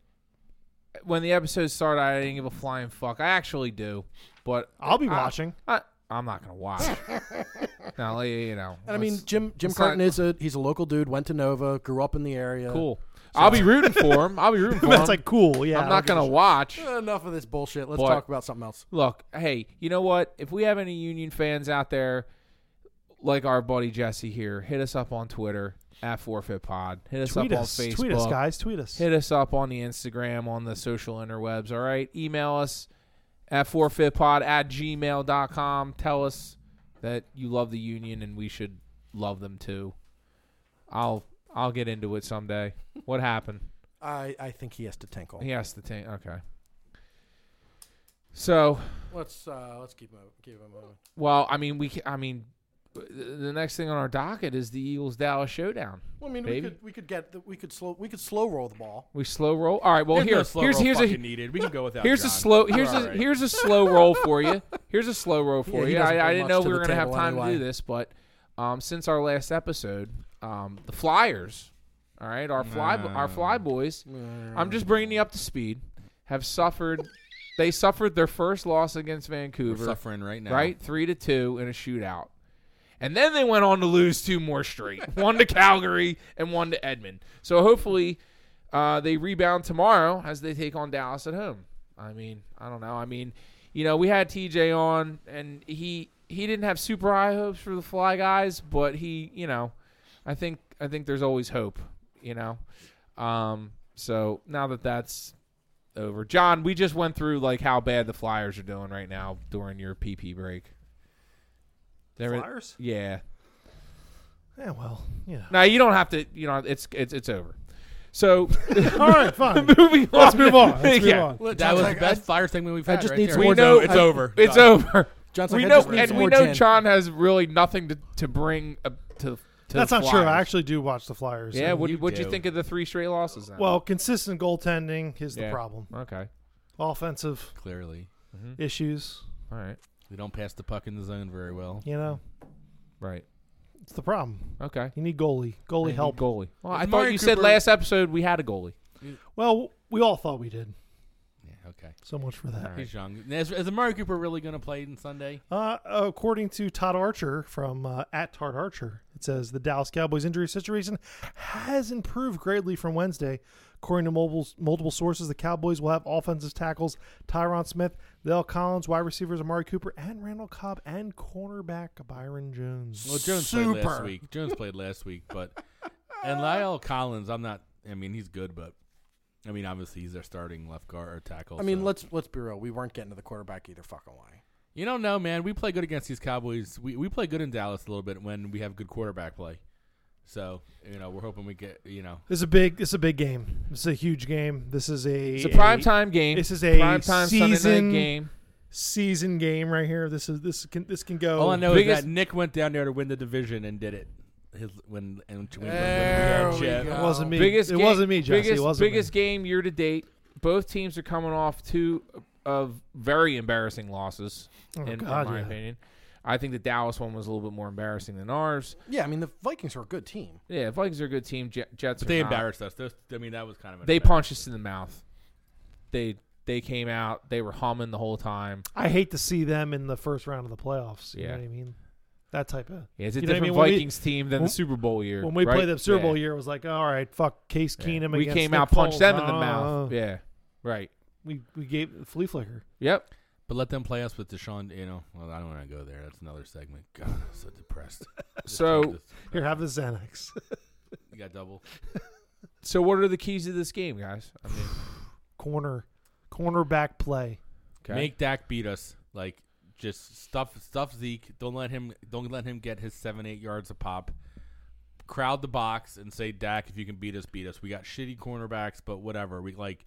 [SPEAKER 1] when the episode started, I didn't give a flying fuck. I actually do, but
[SPEAKER 3] I'll be
[SPEAKER 1] I-
[SPEAKER 3] watching.
[SPEAKER 1] I, I'm not gonna watch. no, you know.
[SPEAKER 4] And I mean,
[SPEAKER 1] let's-
[SPEAKER 4] Jim Jim
[SPEAKER 1] let's not-
[SPEAKER 4] Curtin is a he's a local dude. Went to Nova, grew up in the area.
[SPEAKER 1] cool. I'll be rooting for him. I'll be rooting for him.
[SPEAKER 3] That's like cool. Yeah,
[SPEAKER 1] I'm not gonna watch.
[SPEAKER 4] Enough of this bullshit. Let's
[SPEAKER 1] But-
[SPEAKER 4] talk about something else.
[SPEAKER 1] Look, hey, you know what? If we have any Union fans out there, like our buddy Jesse here, hit us up on Twitter at Forfeit Pod. Hit us
[SPEAKER 3] tweet
[SPEAKER 1] up
[SPEAKER 3] us.
[SPEAKER 1] on Facebook.
[SPEAKER 3] Tweet us, guys. Tweet us.
[SPEAKER 1] Hit us up on the Instagram, on the social interwebs. All right. Email us at forfeitpod at gmail.com. Tell us that you love the union and we should love them too. I'll I'll get into it someday. What happened?
[SPEAKER 4] I I think he has to tinkle.
[SPEAKER 1] He asked the tank. Okay. So,
[SPEAKER 4] Let's uh let's keep moving. Keep him moving.
[SPEAKER 1] well, I mean, we ca- I mean, th- the next thing on our docket is the Eagles Dallas showdown.
[SPEAKER 4] Well, I mean,
[SPEAKER 1] Baby.
[SPEAKER 4] we could we could get the, we could slow we could slow roll the ball.
[SPEAKER 1] We slow roll. All right. Well,
[SPEAKER 2] There's no
[SPEAKER 1] here,
[SPEAKER 2] slow
[SPEAKER 1] here's
[SPEAKER 2] roll
[SPEAKER 1] here's a
[SPEAKER 2] fucking needed. We can go without.
[SPEAKER 1] Here's
[SPEAKER 2] John.
[SPEAKER 1] a slow.
[SPEAKER 2] We're
[SPEAKER 1] Here's
[SPEAKER 2] all
[SPEAKER 1] a
[SPEAKER 2] right.
[SPEAKER 1] here's a slow roll for you. Here's a slow roll for
[SPEAKER 4] Yeah, he
[SPEAKER 1] you.
[SPEAKER 4] doesn't
[SPEAKER 1] I, I
[SPEAKER 4] bring
[SPEAKER 1] didn't
[SPEAKER 4] much
[SPEAKER 1] know
[SPEAKER 4] to
[SPEAKER 1] we were
[SPEAKER 4] the
[SPEAKER 1] gonna have
[SPEAKER 4] table
[SPEAKER 1] time to
[SPEAKER 4] anyway.
[SPEAKER 1] do this, but um, since our last episode, um, the Flyers, all right, our fly our fly boys. I'm just bringing you up to speed. Have suffered. they suffered their first loss against
[SPEAKER 2] We're
[SPEAKER 1] Vancouver,
[SPEAKER 2] suffering right now.
[SPEAKER 1] right? Three to two in a shootout. And then they went on to lose two more straight, one to Calgary and one to Edmond. So hopefully uh, they rebound tomorrow as they take on Dallas at home. I mean, I don't know. I mean, you know, we had TJ on, and he he didn't have super high hopes for the Fly guys, but he, you know, I think I think there's always hope, you know. Um, so now that that's over, John, we just went through like how bad the Flyers are doing right now during your PP break. There-
[SPEAKER 3] Flyers?
[SPEAKER 1] yeah.
[SPEAKER 3] Yeah, well, you know.
[SPEAKER 1] Now you don't have to. You know, it's it's it's over. So
[SPEAKER 3] All right, fine.
[SPEAKER 1] moving on.
[SPEAKER 3] Let's move on. Let's move
[SPEAKER 1] Yeah.
[SPEAKER 3] on.
[SPEAKER 2] That was the best fire segment we've
[SPEAKER 4] I
[SPEAKER 2] had.
[SPEAKER 4] just
[SPEAKER 2] right
[SPEAKER 4] need
[SPEAKER 2] there.
[SPEAKER 4] some
[SPEAKER 1] We
[SPEAKER 4] more
[SPEAKER 1] know
[SPEAKER 4] John.
[SPEAKER 2] it's
[SPEAKER 4] I-
[SPEAKER 2] over.
[SPEAKER 1] It's
[SPEAKER 2] Done.
[SPEAKER 1] over.
[SPEAKER 4] John's like,
[SPEAKER 1] We
[SPEAKER 4] I
[SPEAKER 1] know,
[SPEAKER 4] just need
[SPEAKER 1] and
[SPEAKER 4] some
[SPEAKER 1] we
[SPEAKER 4] more
[SPEAKER 1] know
[SPEAKER 4] gin.
[SPEAKER 1] John has really nothing to to bring uh, to. to
[SPEAKER 3] That's
[SPEAKER 1] the
[SPEAKER 3] not true. I
[SPEAKER 1] Flyers.
[SPEAKER 3] actually do watch the Flyers.
[SPEAKER 1] yeah.
[SPEAKER 3] And-
[SPEAKER 1] What
[SPEAKER 2] you
[SPEAKER 1] what you
[SPEAKER 2] do.
[SPEAKER 1] think of the three straight losses? Then?
[SPEAKER 3] well, consistent goaltending is the
[SPEAKER 1] Yeah.
[SPEAKER 3] problem.
[SPEAKER 1] okay,
[SPEAKER 3] Offensive
[SPEAKER 2] Clearly,
[SPEAKER 1] Mm-hmm.
[SPEAKER 3] issues,
[SPEAKER 1] all right,
[SPEAKER 2] they don't pass the puck in the zone very well.
[SPEAKER 3] you know,
[SPEAKER 1] right,
[SPEAKER 3] it's the problem.
[SPEAKER 1] okay.
[SPEAKER 3] You need goalie. Goalie
[SPEAKER 1] They need
[SPEAKER 3] help.
[SPEAKER 1] goalie. Well, I
[SPEAKER 2] Is
[SPEAKER 1] thought
[SPEAKER 2] Murray
[SPEAKER 1] you said
[SPEAKER 2] Cooper-
[SPEAKER 1] last episode we had a goalie.
[SPEAKER 3] Well, we all thought we did.
[SPEAKER 2] Yeah, okay.
[SPEAKER 3] So much for that.
[SPEAKER 2] He's young. Is, is Amari Cooper really going to play on Sunday?
[SPEAKER 3] Uh, according to Todd Archer from uh, at Todd Archer, it says the Dallas Cowboys injury situation has improved greatly from Wednesday. According to multiple, multiple sources, the Cowboys will have offensive tackles Tyron Smith, Dale Collins, wide receivers Amari Cooper, and Randall Cobb, and cornerback Byron Jones.
[SPEAKER 2] Well, Jones played last week. Jones played last week, but and Lyle Collins, I'm not. I mean, he's good, but I mean, obviously he's their starting left guard or tackle.
[SPEAKER 4] I mean,
[SPEAKER 2] so-
[SPEAKER 4] let's let's be real. We weren't getting to the quarterback either fucking way.
[SPEAKER 2] you don't know, man. We play good against these Cowboys. We we play good in Dallas a little bit when we have good quarterback play. So you know, we're hoping we get you know.
[SPEAKER 3] This is a big. This is a big game. This is a huge game. This is a
[SPEAKER 1] It's a prime time game.
[SPEAKER 3] this is a
[SPEAKER 1] prime time Sunday night
[SPEAKER 3] season-
[SPEAKER 1] game.
[SPEAKER 3] season game right here. This is this can this can go.
[SPEAKER 2] All I know
[SPEAKER 1] biggest-
[SPEAKER 2] is that Nick went down there to win the division and did it. His when and when, when,
[SPEAKER 4] There
[SPEAKER 2] when-
[SPEAKER 4] we
[SPEAKER 2] yeah,
[SPEAKER 3] It
[SPEAKER 4] go.
[SPEAKER 3] wasn't me.
[SPEAKER 1] uh, Biggest.
[SPEAKER 3] it
[SPEAKER 1] game-
[SPEAKER 3] wasn't me, Jesse.
[SPEAKER 1] Biggest,
[SPEAKER 3] it wasn't me.
[SPEAKER 1] biggest game year to date. Both teams are coming off two of very embarrassing losses.
[SPEAKER 3] Oh,
[SPEAKER 1] in, in
[SPEAKER 3] God,
[SPEAKER 1] my
[SPEAKER 3] yeah.
[SPEAKER 1] opinion, I think the Dallas one was a little bit more embarrassing than ours.
[SPEAKER 4] Yeah, I mean the Vikings are a good team.
[SPEAKER 1] Yeah, Vikings are a good team. Jet- Jets.
[SPEAKER 2] But
[SPEAKER 1] are
[SPEAKER 2] they
[SPEAKER 1] not.
[SPEAKER 2] embarrassed us. Those, I mean, that was kind of an
[SPEAKER 1] They
[SPEAKER 2] embarrassment.
[SPEAKER 1] punched us in the mouth. They they came out. They were humming the whole time.
[SPEAKER 3] I hate to see them in the first round of the playoffs. You
[SPEAKER 1] Yeah.
[SPEAKER 3] know what I mean? That type of.
[SPEAKER 1] Yeah, it's a
[SPEAKER 3] You know what I
[SPEAKER 1] different
[SPEAKER 3] mean? When we-
[SPEAKER 1] Vikings team than
[SPEAKER 3] when-
[SPEAKER 1] the Super Bowl year.
[SPEAKER 3] When we
[SPEAKER 1] right?
[SPEAKER 3] played the Super Bowl
[SPEAKER 1] Yeah.
[SPEAKER 3] year, it was like, all right, fuck Case
[SPEAKER 1] Yeah.
[SPEAKER 3] Keenum.
[SPEAKER 1] we
[SPEAKER 3] against
[SPEAKER 1] came
[SPEAKER 3] Nick
[SPEAKER 1] out, punched
[SPEAKER 3] Foles. Oh.
[SPEAKER 1] them in the
[SPEAKER 3] No,
[SPEAKER 1] mouth.
[SPEAKER 3] no, no.
[SPEAKER 1] Yeah, right.
[SPEAKER 3] We we gave flea flicker.
[SPEAKER 1] Yep.
[SPEAKER 2] But let them play us with Deshaun. You know, well, I don't want to go there. That's another segment. God, I'm so depressed. Just
[SPEAKER 1] So-
[SPEAKER 2] talk this-
[SPEAKER 3] Here, have the Xanax.
[SPEAKER 2] you got double.
[SPEAKER 1] So what are the keys to this game, guys? I mean,
[SPEAKER 3] Corner, cornerback play.
[SPEAKER 1] okay.
[SPEAKER 2] Make Dak beat us. Like just stuff stuff Zeke. Don't let him. Don't let him get his seven eight yards a pop. Crowd the box and say Dak, if you can beat us, beat us. We got shitty cornerbacks, but whatever. We like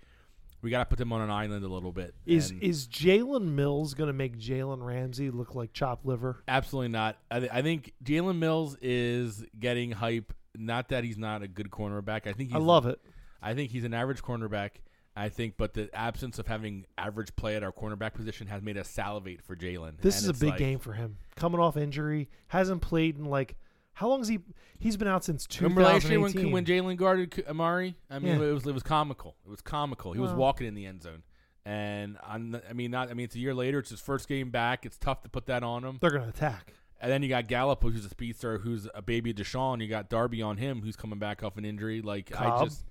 [SPEAKER 2] we got to put them on an island a little bit.
[SPEAKER 3] Is
[SPEAKER 2] And
[SPEAKER 3] is Jalen Mills going to make Jalen Ramsey look like chopped liver?
[SPEAKER 2] absolutely not. I, th- I think Jalen Mills is getting hype. Not that he's not a good cornerback. I think he's,
[SPEAKER 3] I love it.
[SPEAKER 2] I think he's an average cornerback. I think, but the absence of having average play at our cornerback position has made us salivate for Jalen.
[SPEAKER 3] This
[SPEAKER 2] And
[SPEAKER 3] is a
[SPEAKER 2] it's
[SPEAKER 3] big
[SPEAKER 2] like-
[SPEAKER 3] game for him. Coming off injury, hasn't played in like how long has he? He's been out since
[SPEAKER 2] Remember last year when
[SPEAKER 3] 2018.
[SPEAKER 2] when Jalen guarded K- Amari? I mean,
[SPEAKER 3] Yeah.
[SPEAKER 2] it was it was comical. It was comical. He was
[SPEAKER 3] Well-
[SPEAKER 2] walking in the end zone, and I'm, n- I mean, not I mean, it's a year later. It's his first game back. It's tough to put that on him.
[SPEAKER 3] They're going to attack.
[SPEAKER 2] And then you got Gallup, who's a speedster, who's a baby Deshaun. You got Darby on him, who's coming back off an injury. Like I
[SPEAKER 3] Cobb.
[SPEAKER 2] just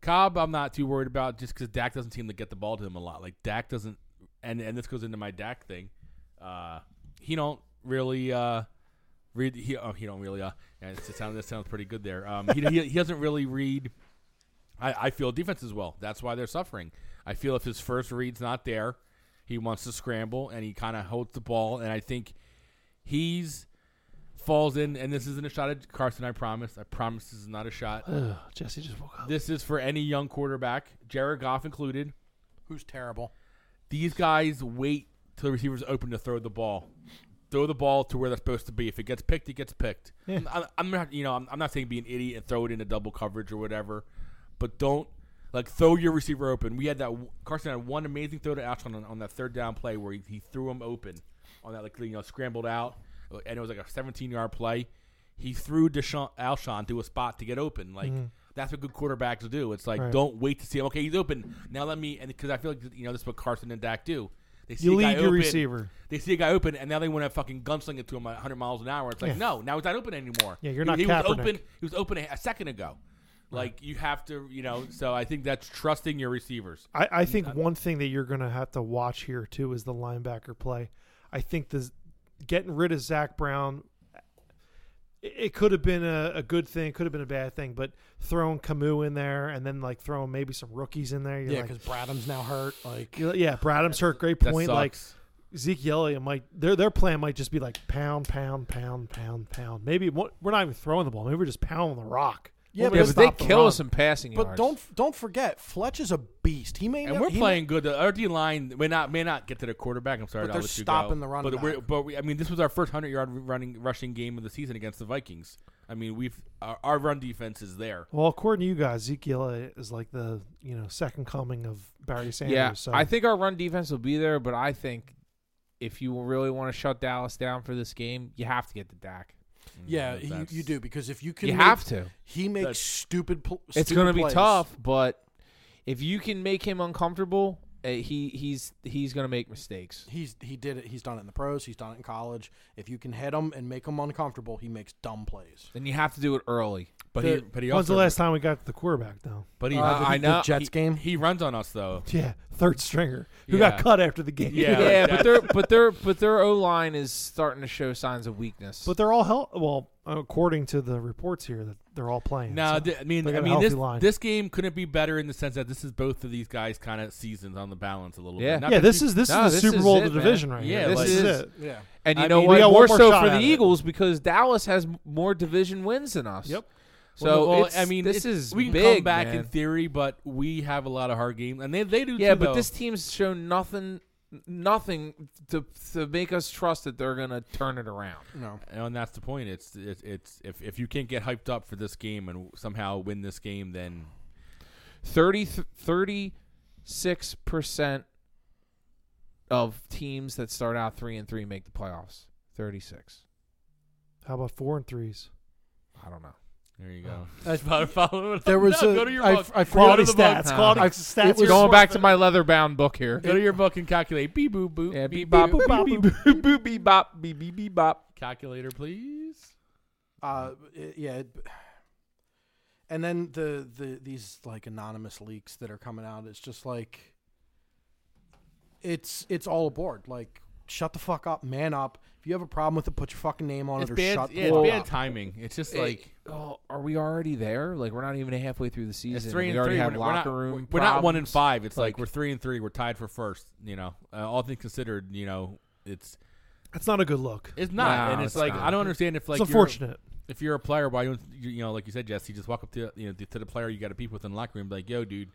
[SPEAKER 2] Cobb, I'm not too worried about just because Dak doesn't seem to get the ball to him a lot. Like Dak doesn't, and and this goes into my Dak thing. Uh, he don't really uh, read. He oh, he don't really. Uh, yeah, it's- it sounds that sounds pretty good there. Um, he he, he doesn't really read. I, I feel defense as well. That's why they're suffering. I feel if his first read's not there, he wants to scramble and he kind of holds the ball. And I think he's falls in. And this isn't a shot at Carson. I promise. I promise this is not a shot.
[SPEAKER 3] Ugh, Jesse just woke up.
[SPEAKER 2] This is for any young quarterback, Jared Goff included.
[SPEAKER 4] Who's terrible?
[SPEAKER 2] These guys wait till the receiver's open to throw the ball. Throw the ball to where they're supposed to be. If it gets picked, it gets picked.
[SPEAKER 3] Yeah.
[SPEAKER 2] I'm, I'm not, you know, I'm, I'm not saying be an idiot and throw it into double coverage or whatever, but don't like throw your receiver open. We had that Carson had one amazing throw to Alshon on, on that third down play where he, he threw him open on that like you know scrambled out, and it was like a 17 yard play. He threw Deshaun Alshon to a spot to get open. Like that's what good quarterbacks do. It's like
[SPEAKER 3] Mm-hmm. Right.
[SPEAKER 2] don't wait to see him. Okay, he's open now. Let me and because I feel like you know this is what Carson and Dak do. They see
[SPEAKER 3] You
[SPEAKER 2] a guy
[SPEAKER 3] lead your
[SPEAKER 2] open,
[SPEAKER 3] receiver.
[SPEAKER 2] They see a guy open, and now they want to fucking gunsling it to him at 100 miles an hour. It's like,
[SPEAKER 3] Yeah.
[SPEAKER 2] no, now he's not open anymore.
[SPEAKER 3] Yeah, you're
[SPEAKER 2] He-
[SPEAKER 3] not
[SPEAKER 2] He, was
[SPEAKER 3] Kaepernick.
[SPEAKER 2] open. He was open a, a second ago. Like you have to, you know. So I think that's trusting your receivers.
[SPEAKER 3] I, I think one thing that you're going to have to watch here too is the linebacker play. I think the getting rid of Zach Brown, it, it could have been a, a good thing, could have been a bad thing, but throwing Camus in there and then like throwing maybe some rookies in there, you're
[SPEAKER 4] Yeah,
[SPEAKER 3] like,
[SPEAKER 4] because Bradham's now hurt. Like,
[SPEAKER 3] you're like, yeah, Bradham's hurt. Great
[SPEAKER 2] That
[SPEAKER 3] point. Like
[SPEAKER 2] sucks.
[SPEAKER 3] Zeke Elliott might their their plan might just be like pound, pound, pound, pound, pound. Maybe it won't- we're not even throwing the ball. Maybe we're just pounding the rock.
[SPEAKER 1] Yeah,
[SPEAKER 3] We're
[SPEAKER 4] Yeah,
[SPEAKER 3] gonna
[SPEAKER 1] but they
[SPEAKER 3] stop the
[SPEAKER 1] kill
[SPEAKER 3] run.
[SPEAKER 1] us in passing
[SPEAKER 4] but
[SPEAKER 1] yards.
[SPEAKER 4] don't don't forget, Fletch is a beast. He may
[SPEAKER 2] and
[SPEAKER 4] not-
[SPEAKER 2] we're
[SPEAKER 4] he may-
[SPEAKER 2] playing good. The our D line may not may not get to the quarterback. I'm sorry,
[SPEAKER 4] But
[SPEAKER 2] I'll
[SPEAKER 4] they're
[SPEAKER 2] let you go.
[SPEAKER 4] stopping the run
[SPEAKER 2] But we're,
[SPEAKER 4] back.
[SPEAKER 2] but we, I mean, this was our first hundred yard running rushing game of the season against the Vikings. I mean, we've our, our run defense is there.
[SPEAKER 3] Well, according to you guys, Zeke Elliott is like the you know second coming of Barry Sanders.
[SPEAKER 1] yeah,
[SPEAKER 3] so
[SPEAKER 1] I think our run defense will be there, but I think if you really want to shut Dallas down for this game, you have to get the Dak.
[SPEAKER 4] yeah,
[SPEAKER 2] Mm,
[SPEAKER 4] you,
[SPEAKER 2] that's-
[SPEAKER 4] you do because if you can,
[SPEAKER 1] You
[SPEAKER 4] make-
[SPEAKER 1] have to.
[SPEAKER 4] He makes
[SPEAKER 2] That's-
[SPEAKER 4] stupid. Pl-
[SPEAKER 1] It's
[SPEAKER 4] going to
[SPEAKER 1] be tough, but if you can make him uncomfortable, uh, he he's he's going to make mistakes.
[SPEAKER 4] He's he did it. He's done it in the pros. He's done it in college. If you can hit him and make him uncomfortable, he makes dumb plays.
[SPEAKER 1] And you have to do it early.
[SPEAKER 2] But
[SPEAKER 4] The-
[SPEAKER 2] he, but he
[SPEAKER 3] when's
[SPEAKER 2] also
[SPEAKER 3] the last time we got the quarterback though?
[SPEAKER 2] but he,
[SPEAKER 1] Uh,
[SPEAKER 4] the-
[SPEAKER 1] I
[SPEAKER 4] the
[SPEAKER 1] know-
[SPEAKER 4] Jets
[SPEAKER 2] he-
[SPEAKER 4] game.
[SPEAKER 2] he runs on us though.
[SPEAKER 3] Yeah, third stringer who
[SPEAKER 2] Yeah.
[SPEAKER 3] got cut after the game.
[SPEAKER 2] Yeah,
[SPEAKER 1] Yeah,
[SPEAKER 2] like
[SPEAKER 1] but
[SPEAKER 2] that-
[SPEAKER 1] their but their but their O line is starting to show signs of weakness.
[SPEAKER 3] but they're all hel- well according to the reports here that they're all playing.
[SPEAKER 2] No,
[SPEAKER 3] so.
[SPEAKER 2] th- I mean,
[SPEAKER 3] they got
[SPEAKER 2] I
[SPEAKER 3] a
[SPEAKER 2] mean,
[SPEAKER 3] healthy
[SPEAKER 2] this
[SPEAKER 3] line.
[SPEAKER 2] this game couldn't be better in the sense that this is both of these guys kind of seasons on the balance a little
[SPEAKER 1] Yeah.
[SPEAKER 2] bit. Not
[SPEAKER 3] yeah,
[SPEAKER 2] that
[SPEAKER 3] this
[SPEAKER 2] you-
[SPEAKER 3] is this
[SPEAKER 1] No,
[SPEAKER 3] is the
[SPEAKER 1] this
[SPEAKER 3] Super
[SPEAKER 1] is
[SPEAKER 3] Bowl
[SPEAKER 1] it,
[SPEAKER 3] of the
[SPEAKER 1] man.
[SPEAKER 3] division right
[SPEAKER 2] Yeah,
[SPEAKER 3] here.
[SPEAKER 1] this
[SPEAKER 2] like-
[SPEAKER 3] is,
[SPEAKER 1] is-
[SPEAKER 3] it.
[SPEAKER 4] Yeah,
[SPEAKER 1] and you
[SPEAKER 2] I
[SPEAKER 1] know
[SPEAKER 2] mean,
[SPEAKER 3] we
[SPEAKER 1] what?
[SPEAKER 3] got
[SPEAKER 1] More
[SPEAKER 3] one more
[SPEAKER 1] so
[SPEAKER 3] shot
[SPEAKER 1] for
[SPEAKER 3] at
[SPEAKER 1] the
[SPEAKER 3] it.
[SPEAKER 1] Eagles because Dallas has m- more division wins than us.
[SPEAKER 3] Yep.
[SPEAKER 1] So
[SPEAKER 2] well,
[SPEAKER 1] it's-
[SPEAKER 2] I mean,
[SPEAKER 1] this
[SPEAKER 2] it's-
[SPEAKER 1] is
[SPEAKER 2] we can
[SPEAKER 1] big,
[SPEAKER 2] come back
[SPEAKER 1] man.
[SPEAKER 2] in theory, but we have a lot of hard games, and they they do.
[SPEAKER 1] Yeah,
[SPEAKER 2] too,
[SPEAKER 1] but
[SPEAKER 2] though.
[SPEAKER 1] this team's shown nothing, nothing to to make us trust that they're gonna turn it around.
[SPEAKER 4] no.
[SPEAKER 2] and that's the point. It's it's, it's if if you can't get hyped up for this game and somehow win this game, then
[SPEAKER 1] 36 percent of teams that start out three and three make the playoffs. Thirty six.
[SPEAKER 3] How about four and threes?
[SPEAKER 1] I don't know.
[SPEAKER 2] there you go.
[SPEAKER 3] Oh.
[SPEAKER 4] That's-
[SPEAKER 2] follow, follow it up.
[SPEAKER 4] There was
[SPEAKER 2] No,
[SPEAKER 4] a-
[SPEAKER 2] go to your
[SPEAKER 4] I-
[SPEAKER 2] book.
[SPEAKER 4] I
[SPEAKER 2] go to
[SPEAKER 3] Quality
[SPEAKER 2] the
[SPEAKER 3] stats.
[SPEAKER 2] book.
[SPEAKER 1] Huh.
[SPEAKER 3] Quality
[SPEAKER 1] I've-
[SPEAKER 3] stats.
[SPEAKER 4] it was
[SPEAKER 3] here.
[SPEAKER 1] Going back to my leather bound book here.
[SPEAKER 2] Go to your book and calculate. Beep boop boop.
[SPEAKER 1] Yeah, beep bop,
[SPEAKER 2] boop,
[SPEAKER 1] boop, bop, boop, boop, boop, beep bop, beep beep beep bop.
[SPEAKER 2] Calculator, please.
[SPEAKER 4] Uh, it- yeah. it- and then the the these like anonymous leaks that are coming out. It's just like, it's it's all aboard. Like, shut the fuck up, man up. If you have a problem with it, put your fucking name on
[SPEAKER 2] It's
[SPEAKER 4] it or
[SPEAKER 2] bad.
[SPEAKER 4] shut
[SPEAKER 2] Yeah,
[SPEAKER 4] the
[SPEAKER 2] it's
[SPEAKER 4] fuck
[SPEAKER 2] bad
[SPEAKER 4] up.
[SPEAKER 2] timing. It's just like.
[SPEAKER 1] Like, oh, are we already there? Like, we're not even halfway through the season.
[SPEAKER 2] It's three
[SPEAKER 1] we
[SPEAKER 2] and
[SPEAKER 1] already
[SPEAKER 2] 3
[SPEAKER 1] have
[SPEAKER 2] we're,
[SPEAKER 1] locker
[SPEAKER 2] we're not,
[SPEAKER 1] room.
[SPEAKER 2] We're not one and
[SPEAKER 1] problems.
[SPEAKER 2] five. It's like,
[SPEAKER 1] Like-
[SPEAKER 2] we're three and three. We're tied for first. You know, uh, all things considered, you know, it's
[SPEAKER 3] That's not a good look.
[SPEAKER 2] it's not,
[SPEAKER 1] No,
[SPEAKER 2] and it's,
[SPEAKER 1] it's
[SPEAKER 2] like
[SPEAKER 1] not.
[SPEAKER 2] I don't understand if like
[SPEAKER 3] it's
[SPEAKER 2] you're-
[SPEAKER 3] unfortunate.
[SPEAKER 2] if you're a player, why don't you, you know, like you said, Jesse, just walk up to you know to the player you got to beef with in the locker room, be like, yo, dude,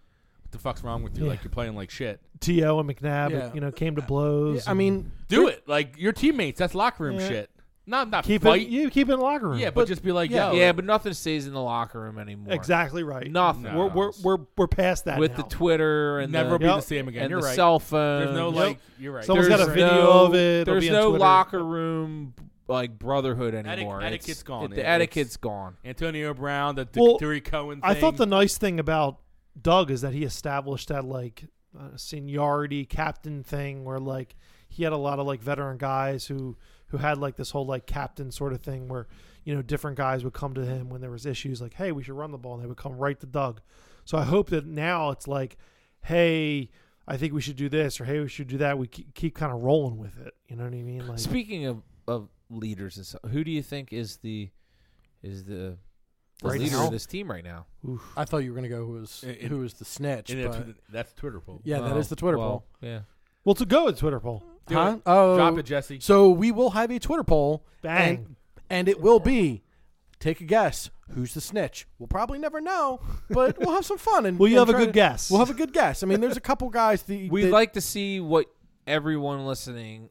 [SPEAKER 2] the fuck's wrong with you?
[SPEAKER 3] Yeah.
[SPEAKER 2] Like you're playing like shit.
[SPEAKER 3] To and McNabb,
[SPEAKER 4] Yeah.
[SPEAKER 3] you know, came to blows.
[SPEAKER 4] I mean,
[SPEAKER 2] Do it like your teammates. That's locker room
[SPEAKER 3] Yeah.
[SPEAKER 2] shit. Not not
[SPEAKER 3] and keep
[SPEAKER 2] fight.
[SPEAKER 3] it. You keep it in the locker room.
[SPEAKER 2] yeah, but, just be like,
[SPEAKER 1] Yeah,
[SPEAKER 2] yo,
[SPEAKER 1] yeah, but nothing stays in the locker room anymore.
[SPEAKER 3] exactly right.
[SPEAKER 1] Nothing.
[SPEAKER 2] No.
[SPEAKER 3] we're we're we're we're past that
[SPEAKER 1] With
[SPEAKER 3] now.
[SPEAKER 1] the Twitter and
[SPEAKER 2] never be
[SPEAKER 1] the,
[SPEAKER 3] Yep.
[SPEAKER 2] the same again.
[SPEAKER 1] and
[SPEAKER 2] you're
[SPEAKER 1] the
[SPEAKER 2] right.
[SPEAKER 1] cell phone.
[SPEAKER 2] There's no
[SPEAKER 1] Yep.
[SPEAKER 2] like. You're right.
[SPEAKER 3] Someone's
[SPEAKER 1] There's
[SPEAKER 3] got a video
[SPEAKER 1] no,
[SPEAKER 3] of it. It'll
[SPEAKER 1] There's
[SPEAKER 3] be on
[SPEAKER 1] no
[SPEAKER 3] Twitter.
[SPEAKER 1] locker room like brotherhood anymore. It's-
[SPEAKER 2] etiquette's gone.
[SPEAKER 1] it- the
[SPEAKER 2] It-
[SPEAKER 1] etiquette's gone.
[SPEAKER 2] Antonio Brown, the, the
[SPEAKER 3] Well,
[SPEAKER 2] Terry Cohen. Thing.
[SPEAKER 3] I thought the nice thing about Doug is that he established that like uh, seniority captain thing, where like he had a lot of like veteran guys who who had like this whole like captain sort of thing, where you know different guys would come to him when there was issues, like hey, we should run the ball, and they would come right to Doug. So I hope that now it's like, hey, I think we should do this, or hey, we should do that. We keep, keep kind of rolling with it. You know what I mean? Like,
[SPEAKER 1] Speaking of, of leaders and stuff, who do you think is the is the, the
[SPEAKER 3] Right
[SPEAKER 1] leader
[SPEAKER 3] now?
[SPEAKER 1] of this team right now?
[SPEAKER 3] oof.
[SPEAKER 4] I thought you were gonna go who was
[SPEAKER 2] It- it-
[SPEAKER 4] who was the snitch.
[SPEAKER 2] And it's-
[SPEAKER 4] but-
[SPEAKER 2] that's Twitter poll.
[SPEAKER 4] yeah, that
[SPEAKER 1] Well,
[SPEAKER 4] is the Twitter
[SPEAKER 1] well,
[SPEAKER 4] poll.
[SPEAKER 1] Yeah.
[SPEAKER 3] well, to go with Twitter poll,
[SPEAKER 2] Do
[SPEAKER 4] Huh?
[SPEAKER 2] it.
[SPEAKER 4] Oh,
[SPEAKER 2] Drop it, Jesse.
[SPEAKER 4] So we will have a Twitter poll,
[SPEAKER 3] bang.
[SPEAKER 4] and and it will be. Take a guess. Who's the snitch? We'll probably never know, but we'll have some fun. And
[SPEAKER 3] Will you
[SPEAKER 4] and
[SPEAKER 3] have a
[SPEAKER 4] try
[SPEAKER 3] good
[SPEAKER 4] to-
[SPEAKER 3] guess?
[SPEAKER 4] We'll have a good guess. I mean, there's a couple guys. The,
[SPEAKER 1] We'd
[SPEAKER 4] that-
[SPEAKER 1] like to see what everyone listening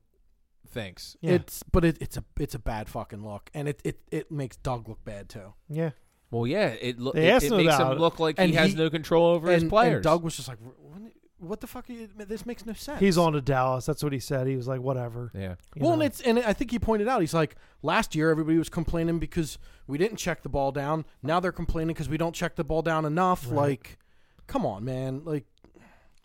[SPEAKER 1] thinks.
[SPEAKER 3] yeah.
[SPEAKER 4] It's but it, it's a it's a bad fucking look, and it it, it makes Doug look bad too.
[SPEAKER 3] yeah.
[SPEAKER 1] Well, yeah, it lo-
[SPEAKER 3] They
[SPEAKER 1] it,
[SPEAKER 3] asked
[SPEAKER 1] it
[SPEAKER 3] him
[SPEAKER 1] makes
[SPEAKER 3] about
[SPEAKER 1] him
[SPEAKER 3] it.
[SPEAKER 1] look like he
[SPEAKER 4] And
[SPEAKER 1] has
[SPEAKER 4] he-
[SPEAKER 1] no control over
[SPEAKER 4] and,
[SPEAKER 1] his
[SPEAKER 4] and
[SPEAKER 1] players.
[SPEAKER 4] Doug was just like, "What- "What the fuck? Are you, this makes no sense."
[SPEAKER 3] He's on to Dallas. That's what he said. He was like, whatever.
[SPEAKER 1] yeah,
[SPEAKER 3] you
[SPEAKER 4] Well, and
[SPEAKER 3] know.
[SPEAKER 4] it's and I think he pointed out he's like last year everybody was complaining because we didn't check the ball down. Now they're complaining because we don't check the ball down enough.
[SPEAKER 3] Right.
[SPEAKER 4] Like, come on, man. Like,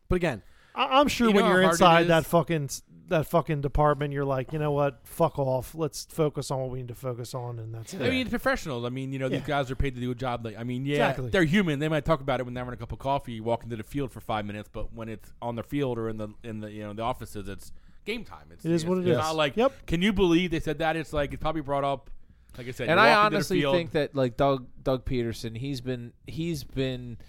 [SPEAKER 4] but again,
[SPEAKER 3] I- I'm sure
[SPEAKER 2] You
[SPEAKER 3] when
[SPEAKER 2] know how
[SPEAKER 3] you're
[SPEAKER 2] hard it
[SPEAKER 3] inside
[SPEAKER 2] is?
[SPEAKER 3] that fucking that fucking department, you're like, you know what? Fuck off. Let's focus on what we need to focus on, and that's
[SPEAKER 2] I
[SPEAKER 3] it.
[SPEAKER 2] mean, it's professionals. I mean, you know,
[SPEAKER 3] Yeah.
[SPEAKER 2] these guys are paid to do a job. Like, I mean, yeah,
[SPEAKER 3] Exactly.
[SPEAKER 2] they're human. They might talk about it when they're having a cup of coffee, walk into the field for five minutes. But when it's on the field or in the in the you know the offices, it's game time. It's,
[SPEAKER 3] It is what it
[SPEAKER 2] it's
[SPEAKER 3] is.
[SPEAKER 2] Not like,
[SPEAKER 3] Yep.
[SPEAKER 2] can you believe they said that? It's like it's probably brought up. Like I said,
[SPEAKER 1] and
[SPEAKER 2] you
[SPEAKER 1] I
[SPEAKER 2] walk into the
[SPEAKER 1] honestly
[SPEAKER 2] field,
[SPEAKER 1] think that like Doug Doug Peterson, he's been he's been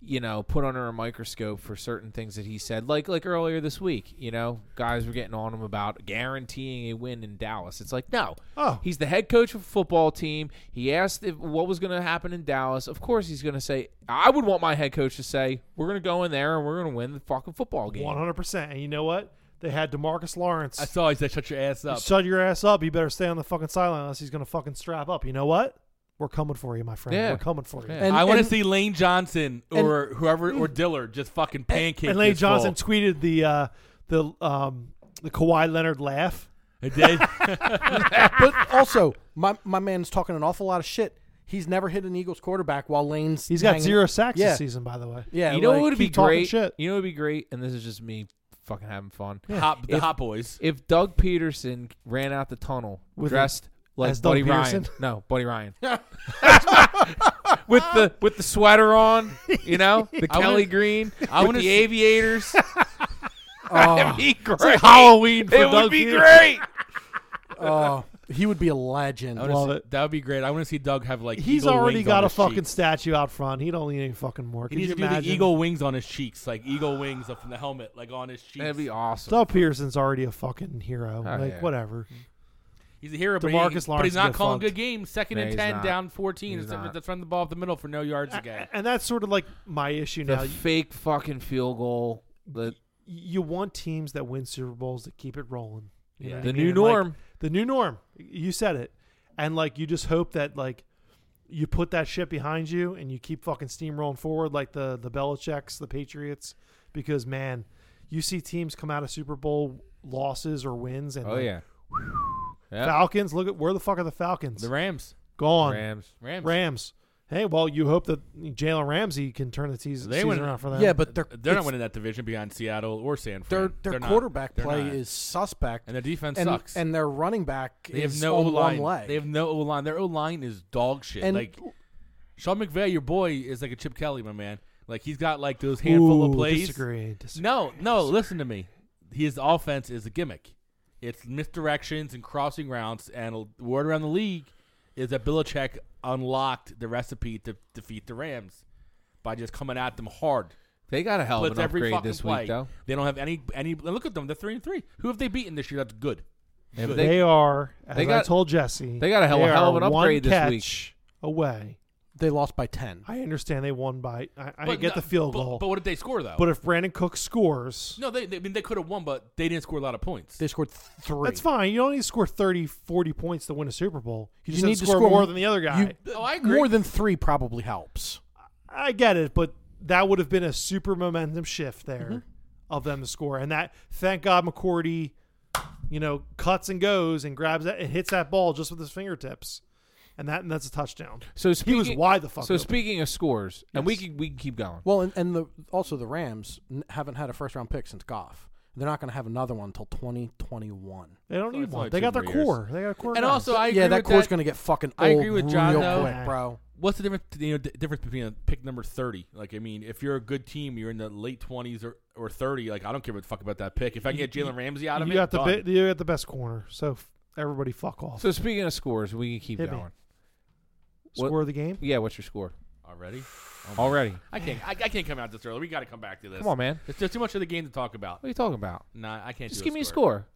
[SPEAKER 1] you know put under a microscope for certain things that he said. Like like earlier this week, you know, guys were getting on him about guaranteeing a win in Dallas. It's like no,
[SPEAKER 3] Oh.
[SPEAKER 1] he's the head coach of a football team. He asked if, what was going to happen in Dallas. Of course, he's going to say, I would want my head coach to say, we're going to go in there and we're going to win the fucking football game.
[SPEAKER 3] One hundred percent. And you know what? They had Demarcus Lawrence.
[SPEAKER 2] I saw he said, "Shut your ass up."
[SPEAKER 3] Shut your ass up. You better stay on the fucking sideline unless he's gonna fucking strap up. You know what? We're coming for you, my friend.
[SPEAKER 1] Yeah.
[SPEAKER 3] We're coming for you.
[SPEAKER 1] Yeah.
[SPEAKER 4] and
[SPEAKER 2] I want to
[SPEAKER 4] and-
[SPEAKER 2] see Lane Johnson or whoever or Dillard just fucking pancake.
[SPEAKER 3] And Lane
[SPEAKER 2] this ball.
[SPEAKER 3] Johnson tweeted the uh, the um, the Kawhi Leonard laugh.
[SPEAKER 2] It did.
[SPEAKER 4] but also my my man's talking an awful lot of shit. He's never hit an Eagles quarterback while Lane's
[SPEAKER 3] He's got
[SPEAKER 4] hanging-
[SPEAKER 3] zero sacks
[SPEAKER 4] Yeah.
[SPEAKER 3] this season, by the way.
[SPEAKER 4] Yeah,
[SPEAKER 1] you know
[SPEAKER 4] like,
[SPEAKER 1] what would be
[SPEAKER 3] keep talking
[SPEAKER 1] great?
[SPEAKER 3] shit.
[SPEAKER 1] You know what would be great? And this is just me fucking having fun.
[SPEAKER 2] Hop the
[SPEAKER 1] If-
[SPEAKER 2] Hop Boys.
[SPEAKER 1] If Doug Peterson ran out the tunnel
[SPEAKER 3] With
[SPEAKER 1] dressed like
[SPEAKER 3] as Doug
[SPEAKER 1] Buddy
[SPEAKER 3] Peterson?
[SPEAKER 1] Ryan, no, Buddy Ryan, with the with the sweater on, you know, the
[SPEAKER 2] I wanna-
[SPEAKER 1] Kelly green,
[SPEAKER 2] I
[SPEAKER 1] with
[SPEAKER 2] wanna
[SPEAKER 1] the
[SPEAKER 2] see-
[SPEAKER 1] aviators.
[SPEAKER 4] Oh,
[SPEAKER 1] Be great.
[SPEAKER 3] Halloween for
[SPEAKER 1] it
[SPEAKER 3] Doug
[SPEAKER 1] would be
[SPEAKER 3] Peterson.
[SPEAKER 1] great.
[SPEAKER 4] oh, he would be a legend.
[SPEAKER 2] I wanna
[SPEAKER 3] Love
[SPEAKER 2] see-
[SPEAKER 3] it.
[SPEAKER 2] That would be great. I want to see Doug have like
[SPEAKER 3] He's
[SPEAKER 2] eagle
[SPEAKER 3] already
[SPEAKER 2] wings
[SPEAKER 3] got
[SPEAKER 2] on
[SPEAKER 3] a
[SPEAKER 2] his
[SPEAKER 3] fucking
[SPEAKER 2] cheeks.
[SPEAKER 3] statue out front. He don't need any fucking more.
[SPEAKER 2] He
[SPEAKER 3] Could
[SPEAKER 2] needs
[SPEAKER 3] you
[SPEAKER 2] to do
[SPEAKER 3] imagine?
[SPEAKER 2] the eagle wings on his cheeks, like eagle wings up from the helmet, like on his cheeks.
[SPEAKER 1] That'd be awesome.
[SPEAKER 3] Doug Peterson's already a fucking hero. like
[SPEAKER 1] yeah.
[SPEAKER 3] whatever.
[SPEAKER 2] Oh, he's a hero, but, he-
[SPEAKER 3] DeMarcus
[SPEAKER 2] but
[SPEAKER 3] Lawrence
[SPEAKER 2] he's not
[SPEAKER 3] get
[SPEAKER 2] calling
[SPEAKER 3] fucked.
[SPEAKER 2] good games. Second
[SPEAKER 1] No,
[SPEAKER 2] and
[SPEAKER 1] he's
[SPEAKER 2] ten,
[SPEAKER 1] not.
[SPEAKER 2] down fourteen.
[SPEAKER 1] He's
[SPEAKER 2] Instead
[SPEAKER 1] not.
[SPEAKER 2] of let's run the ball up the middle for no yards again.
[SPEAKER 3] And that's sort of like my issue
[SPEAKER 1] the
[SPEAKER 3] now. You,
[SPEAKER 1] fake fucking field goal. The
[SPEAKER 3] you want teams that win Super Bowls that keep it rolling. You know
[SPEAKER 2] Yeah.
[SPEAKER 3] what
[SPEAKER 1] the
[SPEAKER 3] I mean?
[SPEAKER 1] new
[SPEAKER 3] And, like,
[SPEAKER 1] norm.
[SPEAKER 3] the new norm. You said it. And like you just hope that like you put that shit behind you and you keep fucking steamrolling forward like the the Belichick's, the Patriots, because man, you see teams come out of Super Bowl losses or wins and
[SPEAKER 1] oh
[SPEAKER 3] like,
[SPEAKER 1] yeah, Yep.
[SPEAKER 3] Falcons. Look at where the fuck are the Falcons?
[SPEAKER 2] The Rams,
[SPEAKER 3] Gone.
[SPEAKER 1] Rams.
[SPEAKER 2] Rams,
[SPEAKER 3] Rams. Hey, well, you hope that Jalen Ramsey can turn the season,
[SPEAKER 2] They
[SPEAKER 3] season
[SPEAKER 2] went-
[SPEAKER 3] around for them.
[SPEAKER 4] yeah, but their
[SPEAKER 2] They're not
[SPEAKER 4] it's-
[SPEAKER 2] winning that division beyond Seattle or San Fran.
[SPEAKER 4] their their
[SPEAKER 2] They're not.
[SPEAKER 4] quarterback
[SPEAKER 2] They're
[SPEAKER 4] play
[SPEAKER 2] not.
[SPEAKER 4] is suspect,
[SPEAKER 2] and their defense
[SPEAKER 4] and,
[SPEAKER 2] sucks.
[SPEAKER 4] and their running back
[SPEAKER 2] they have
[SPEAKER 4] is
[SPEAKER 2] no
[SPEAKER 4] on
[SPEAKER 2] O line.
[SPEAKER 4] one leg.
[SPEAKER 2] They have no O line. Their O line is dog shit.
[SPEAKER 4] and
[SPEAKER 2] like Sean McVay, your boy, is like a Chip Kelly, my man. Like he's got like those handful of
[SPEAKER 3] Ooh,
[SPEAKER 2] plays.
[SPEAKER 3] Disagree, disagree.
[SPEAKER 2] No, no, listen to me. His offense is a gimmick. It's misdirections and crossing routes, and a word around the league is that Belichick unlocked the recipe to defeat the Rams by just coming at them hard.
[SPEAKER 1] They got a hell of
[SPEAKER 2] Blitz
[SPEAKER 1] Oh, an
[SPEAKER 2] every
[SPEAKER 1] upgrade
[SPEAKER 2] fucking
[SPEAKER 1] this
[SPEAKER 2] play.
[SPEAKER 1] week though.
[SPEAKER 2] They don't have any any. and Look at them. They're three and three. Who have they beaten this year? That's good.
[SPEAKER 1] If
[SPEAKER 3] They,
[SPEAKER 1] they,
[SPEAKER 3] are. As
[SPEAKER 1] They
[SPEAKER 3] I
[SPEAKER 1] got-
[SPEAKER 3] told Jesse,
[SPEAKER 1] they got a hell,
[SPEAKER 3] they
[SPEAKER 1] hell of
[SPEAKER 3] are
[SPEAKER 1] an
[SPEAKER 3] one
[SPEAKER 1] upgrade this week.
[SPEAKER 3] catch away
[SPEAKER 4] They lost by ten.
[SPEAKER 3] I understand they won by. I, I
[SPEAKER 2] But
[SPEAKER 3] get
[SPEAKER 2] no-
[SPEAKER 3] the field
[SPEAKER 2] but-
[SPEAKER 3] goal,
[SPEAKER 2] But
[SPEAKER 3] but,
[SPEAKER 2] what did they score though?
[SPEAKER 3] if Brandon Cook scores,
[SPEAKER 2] no, they, they I mean they could have won, but they didn't score a lot of points.
[SPEAKER 4] They scored th- three.
[SPEAKER 3] that's fine. You don't need to score 30, 40 points to win a Super Bowl. You,
[SPEAKER 4] You
[SPEAKER 3] just
[SPEAKER 4] need
[SPEAKER 3] need
[SPEAKER 4] to
[SPEAKER 3] score,
[SPEAKER 4] score
[SPEAKER 3] more
[SPEAKER 4] m-
[SPEAKER 3] than the other guy.
[SPEAKER 4] You- uh,
[SPEAKER 2] oh, I agree.
[SPEAKER 4] More than three probably helps.
[SPEAKER 3] I get it, but that would have been a super momentum shift there
[SPEAKER 2] Mm-hmm.
[SPEAKER 3] of them to score, and that thank God McCourty, you know, cuts and goes and grabs that and hits that ball just with his fingertips, and that and that's a touchdown.
[SPEAKER 1] So
[SPEAKER 3] He
[SPEAKER 1] speaking,
[SPEAKER 3] was wide the fuck.
[SPEAKER 1] So
[SPEAKER 3] open.
[SPEAKER 1] speaking of scores, and we
[SPEAKER 3] Yes.
[SPEAKER 1] can we can keep going.
[SPEAKER 4] Well, and, and the also the Rams n- haven't had a first round pick since Goff. They're not going to have another one until 2021.
[SPEAKER 3] they don't
[SPEAKER 2] It's
[SPEAKER 3] need
[SPEAKER 2] only
[SPEAKER 3] one. They
[SPEAKER 2] two
[SPEAKER 3] got their
[SPEAKER 2] more years.
[SPEAKER 3] core. They got a core.
[SPEAKER 2] and
[SPEAKER 3] guy.
[SPEAKER 2] also I agree
[SPEAKER 4] yeah, that
[SPEAKER 2] with
[SPEAKER 4] core's going to get fucking old
[SPEAKER 2] I agree with John,
[SPEAKER 4] real
[SPEAKER 2] though.
[SPEAKER 4] quick, bro.
[SPEAKER 2] What's the difference? You know, d- difference between a pick number thirty. Like, I mean, if you're a good team, you're in the late twenties or, or thirty. Like, I don't give a fuck about that pick. If I can get Jalen Ramsey out of
[SPEAKER 3] you
[SPEAKER 2] it,
[SPEAKER 3] got the
[SPEAKER 2] done.
[SPEAKER 3] bi- you got the best corner. So f- everybody, fuck off.
[SPEAKER 1] So speaking of scores, we can keep
[SPEAKER 3] Hit me.
[SPEAKER 1] going.
[SPEAKER 3] Score of the game.
[SPEAKER 1] Yeah, what's your score
[SPEAKER 2] already.
[SPEAKER 1] already?
[SPEAKER 2] Oh, I can't. I, I can't come out this early. We got to come back to this.
[SPEAKER 1] Come on, man.
[SPEAKER 2] There's just too much of the game to talk about.
[SPEAKER 1] What are you talking about?
[SPEAKER 2] Nah, I can't.
[SPEAKER 1] Just
[SPEAKER 2] do
[SPEAKER 1] give me a score.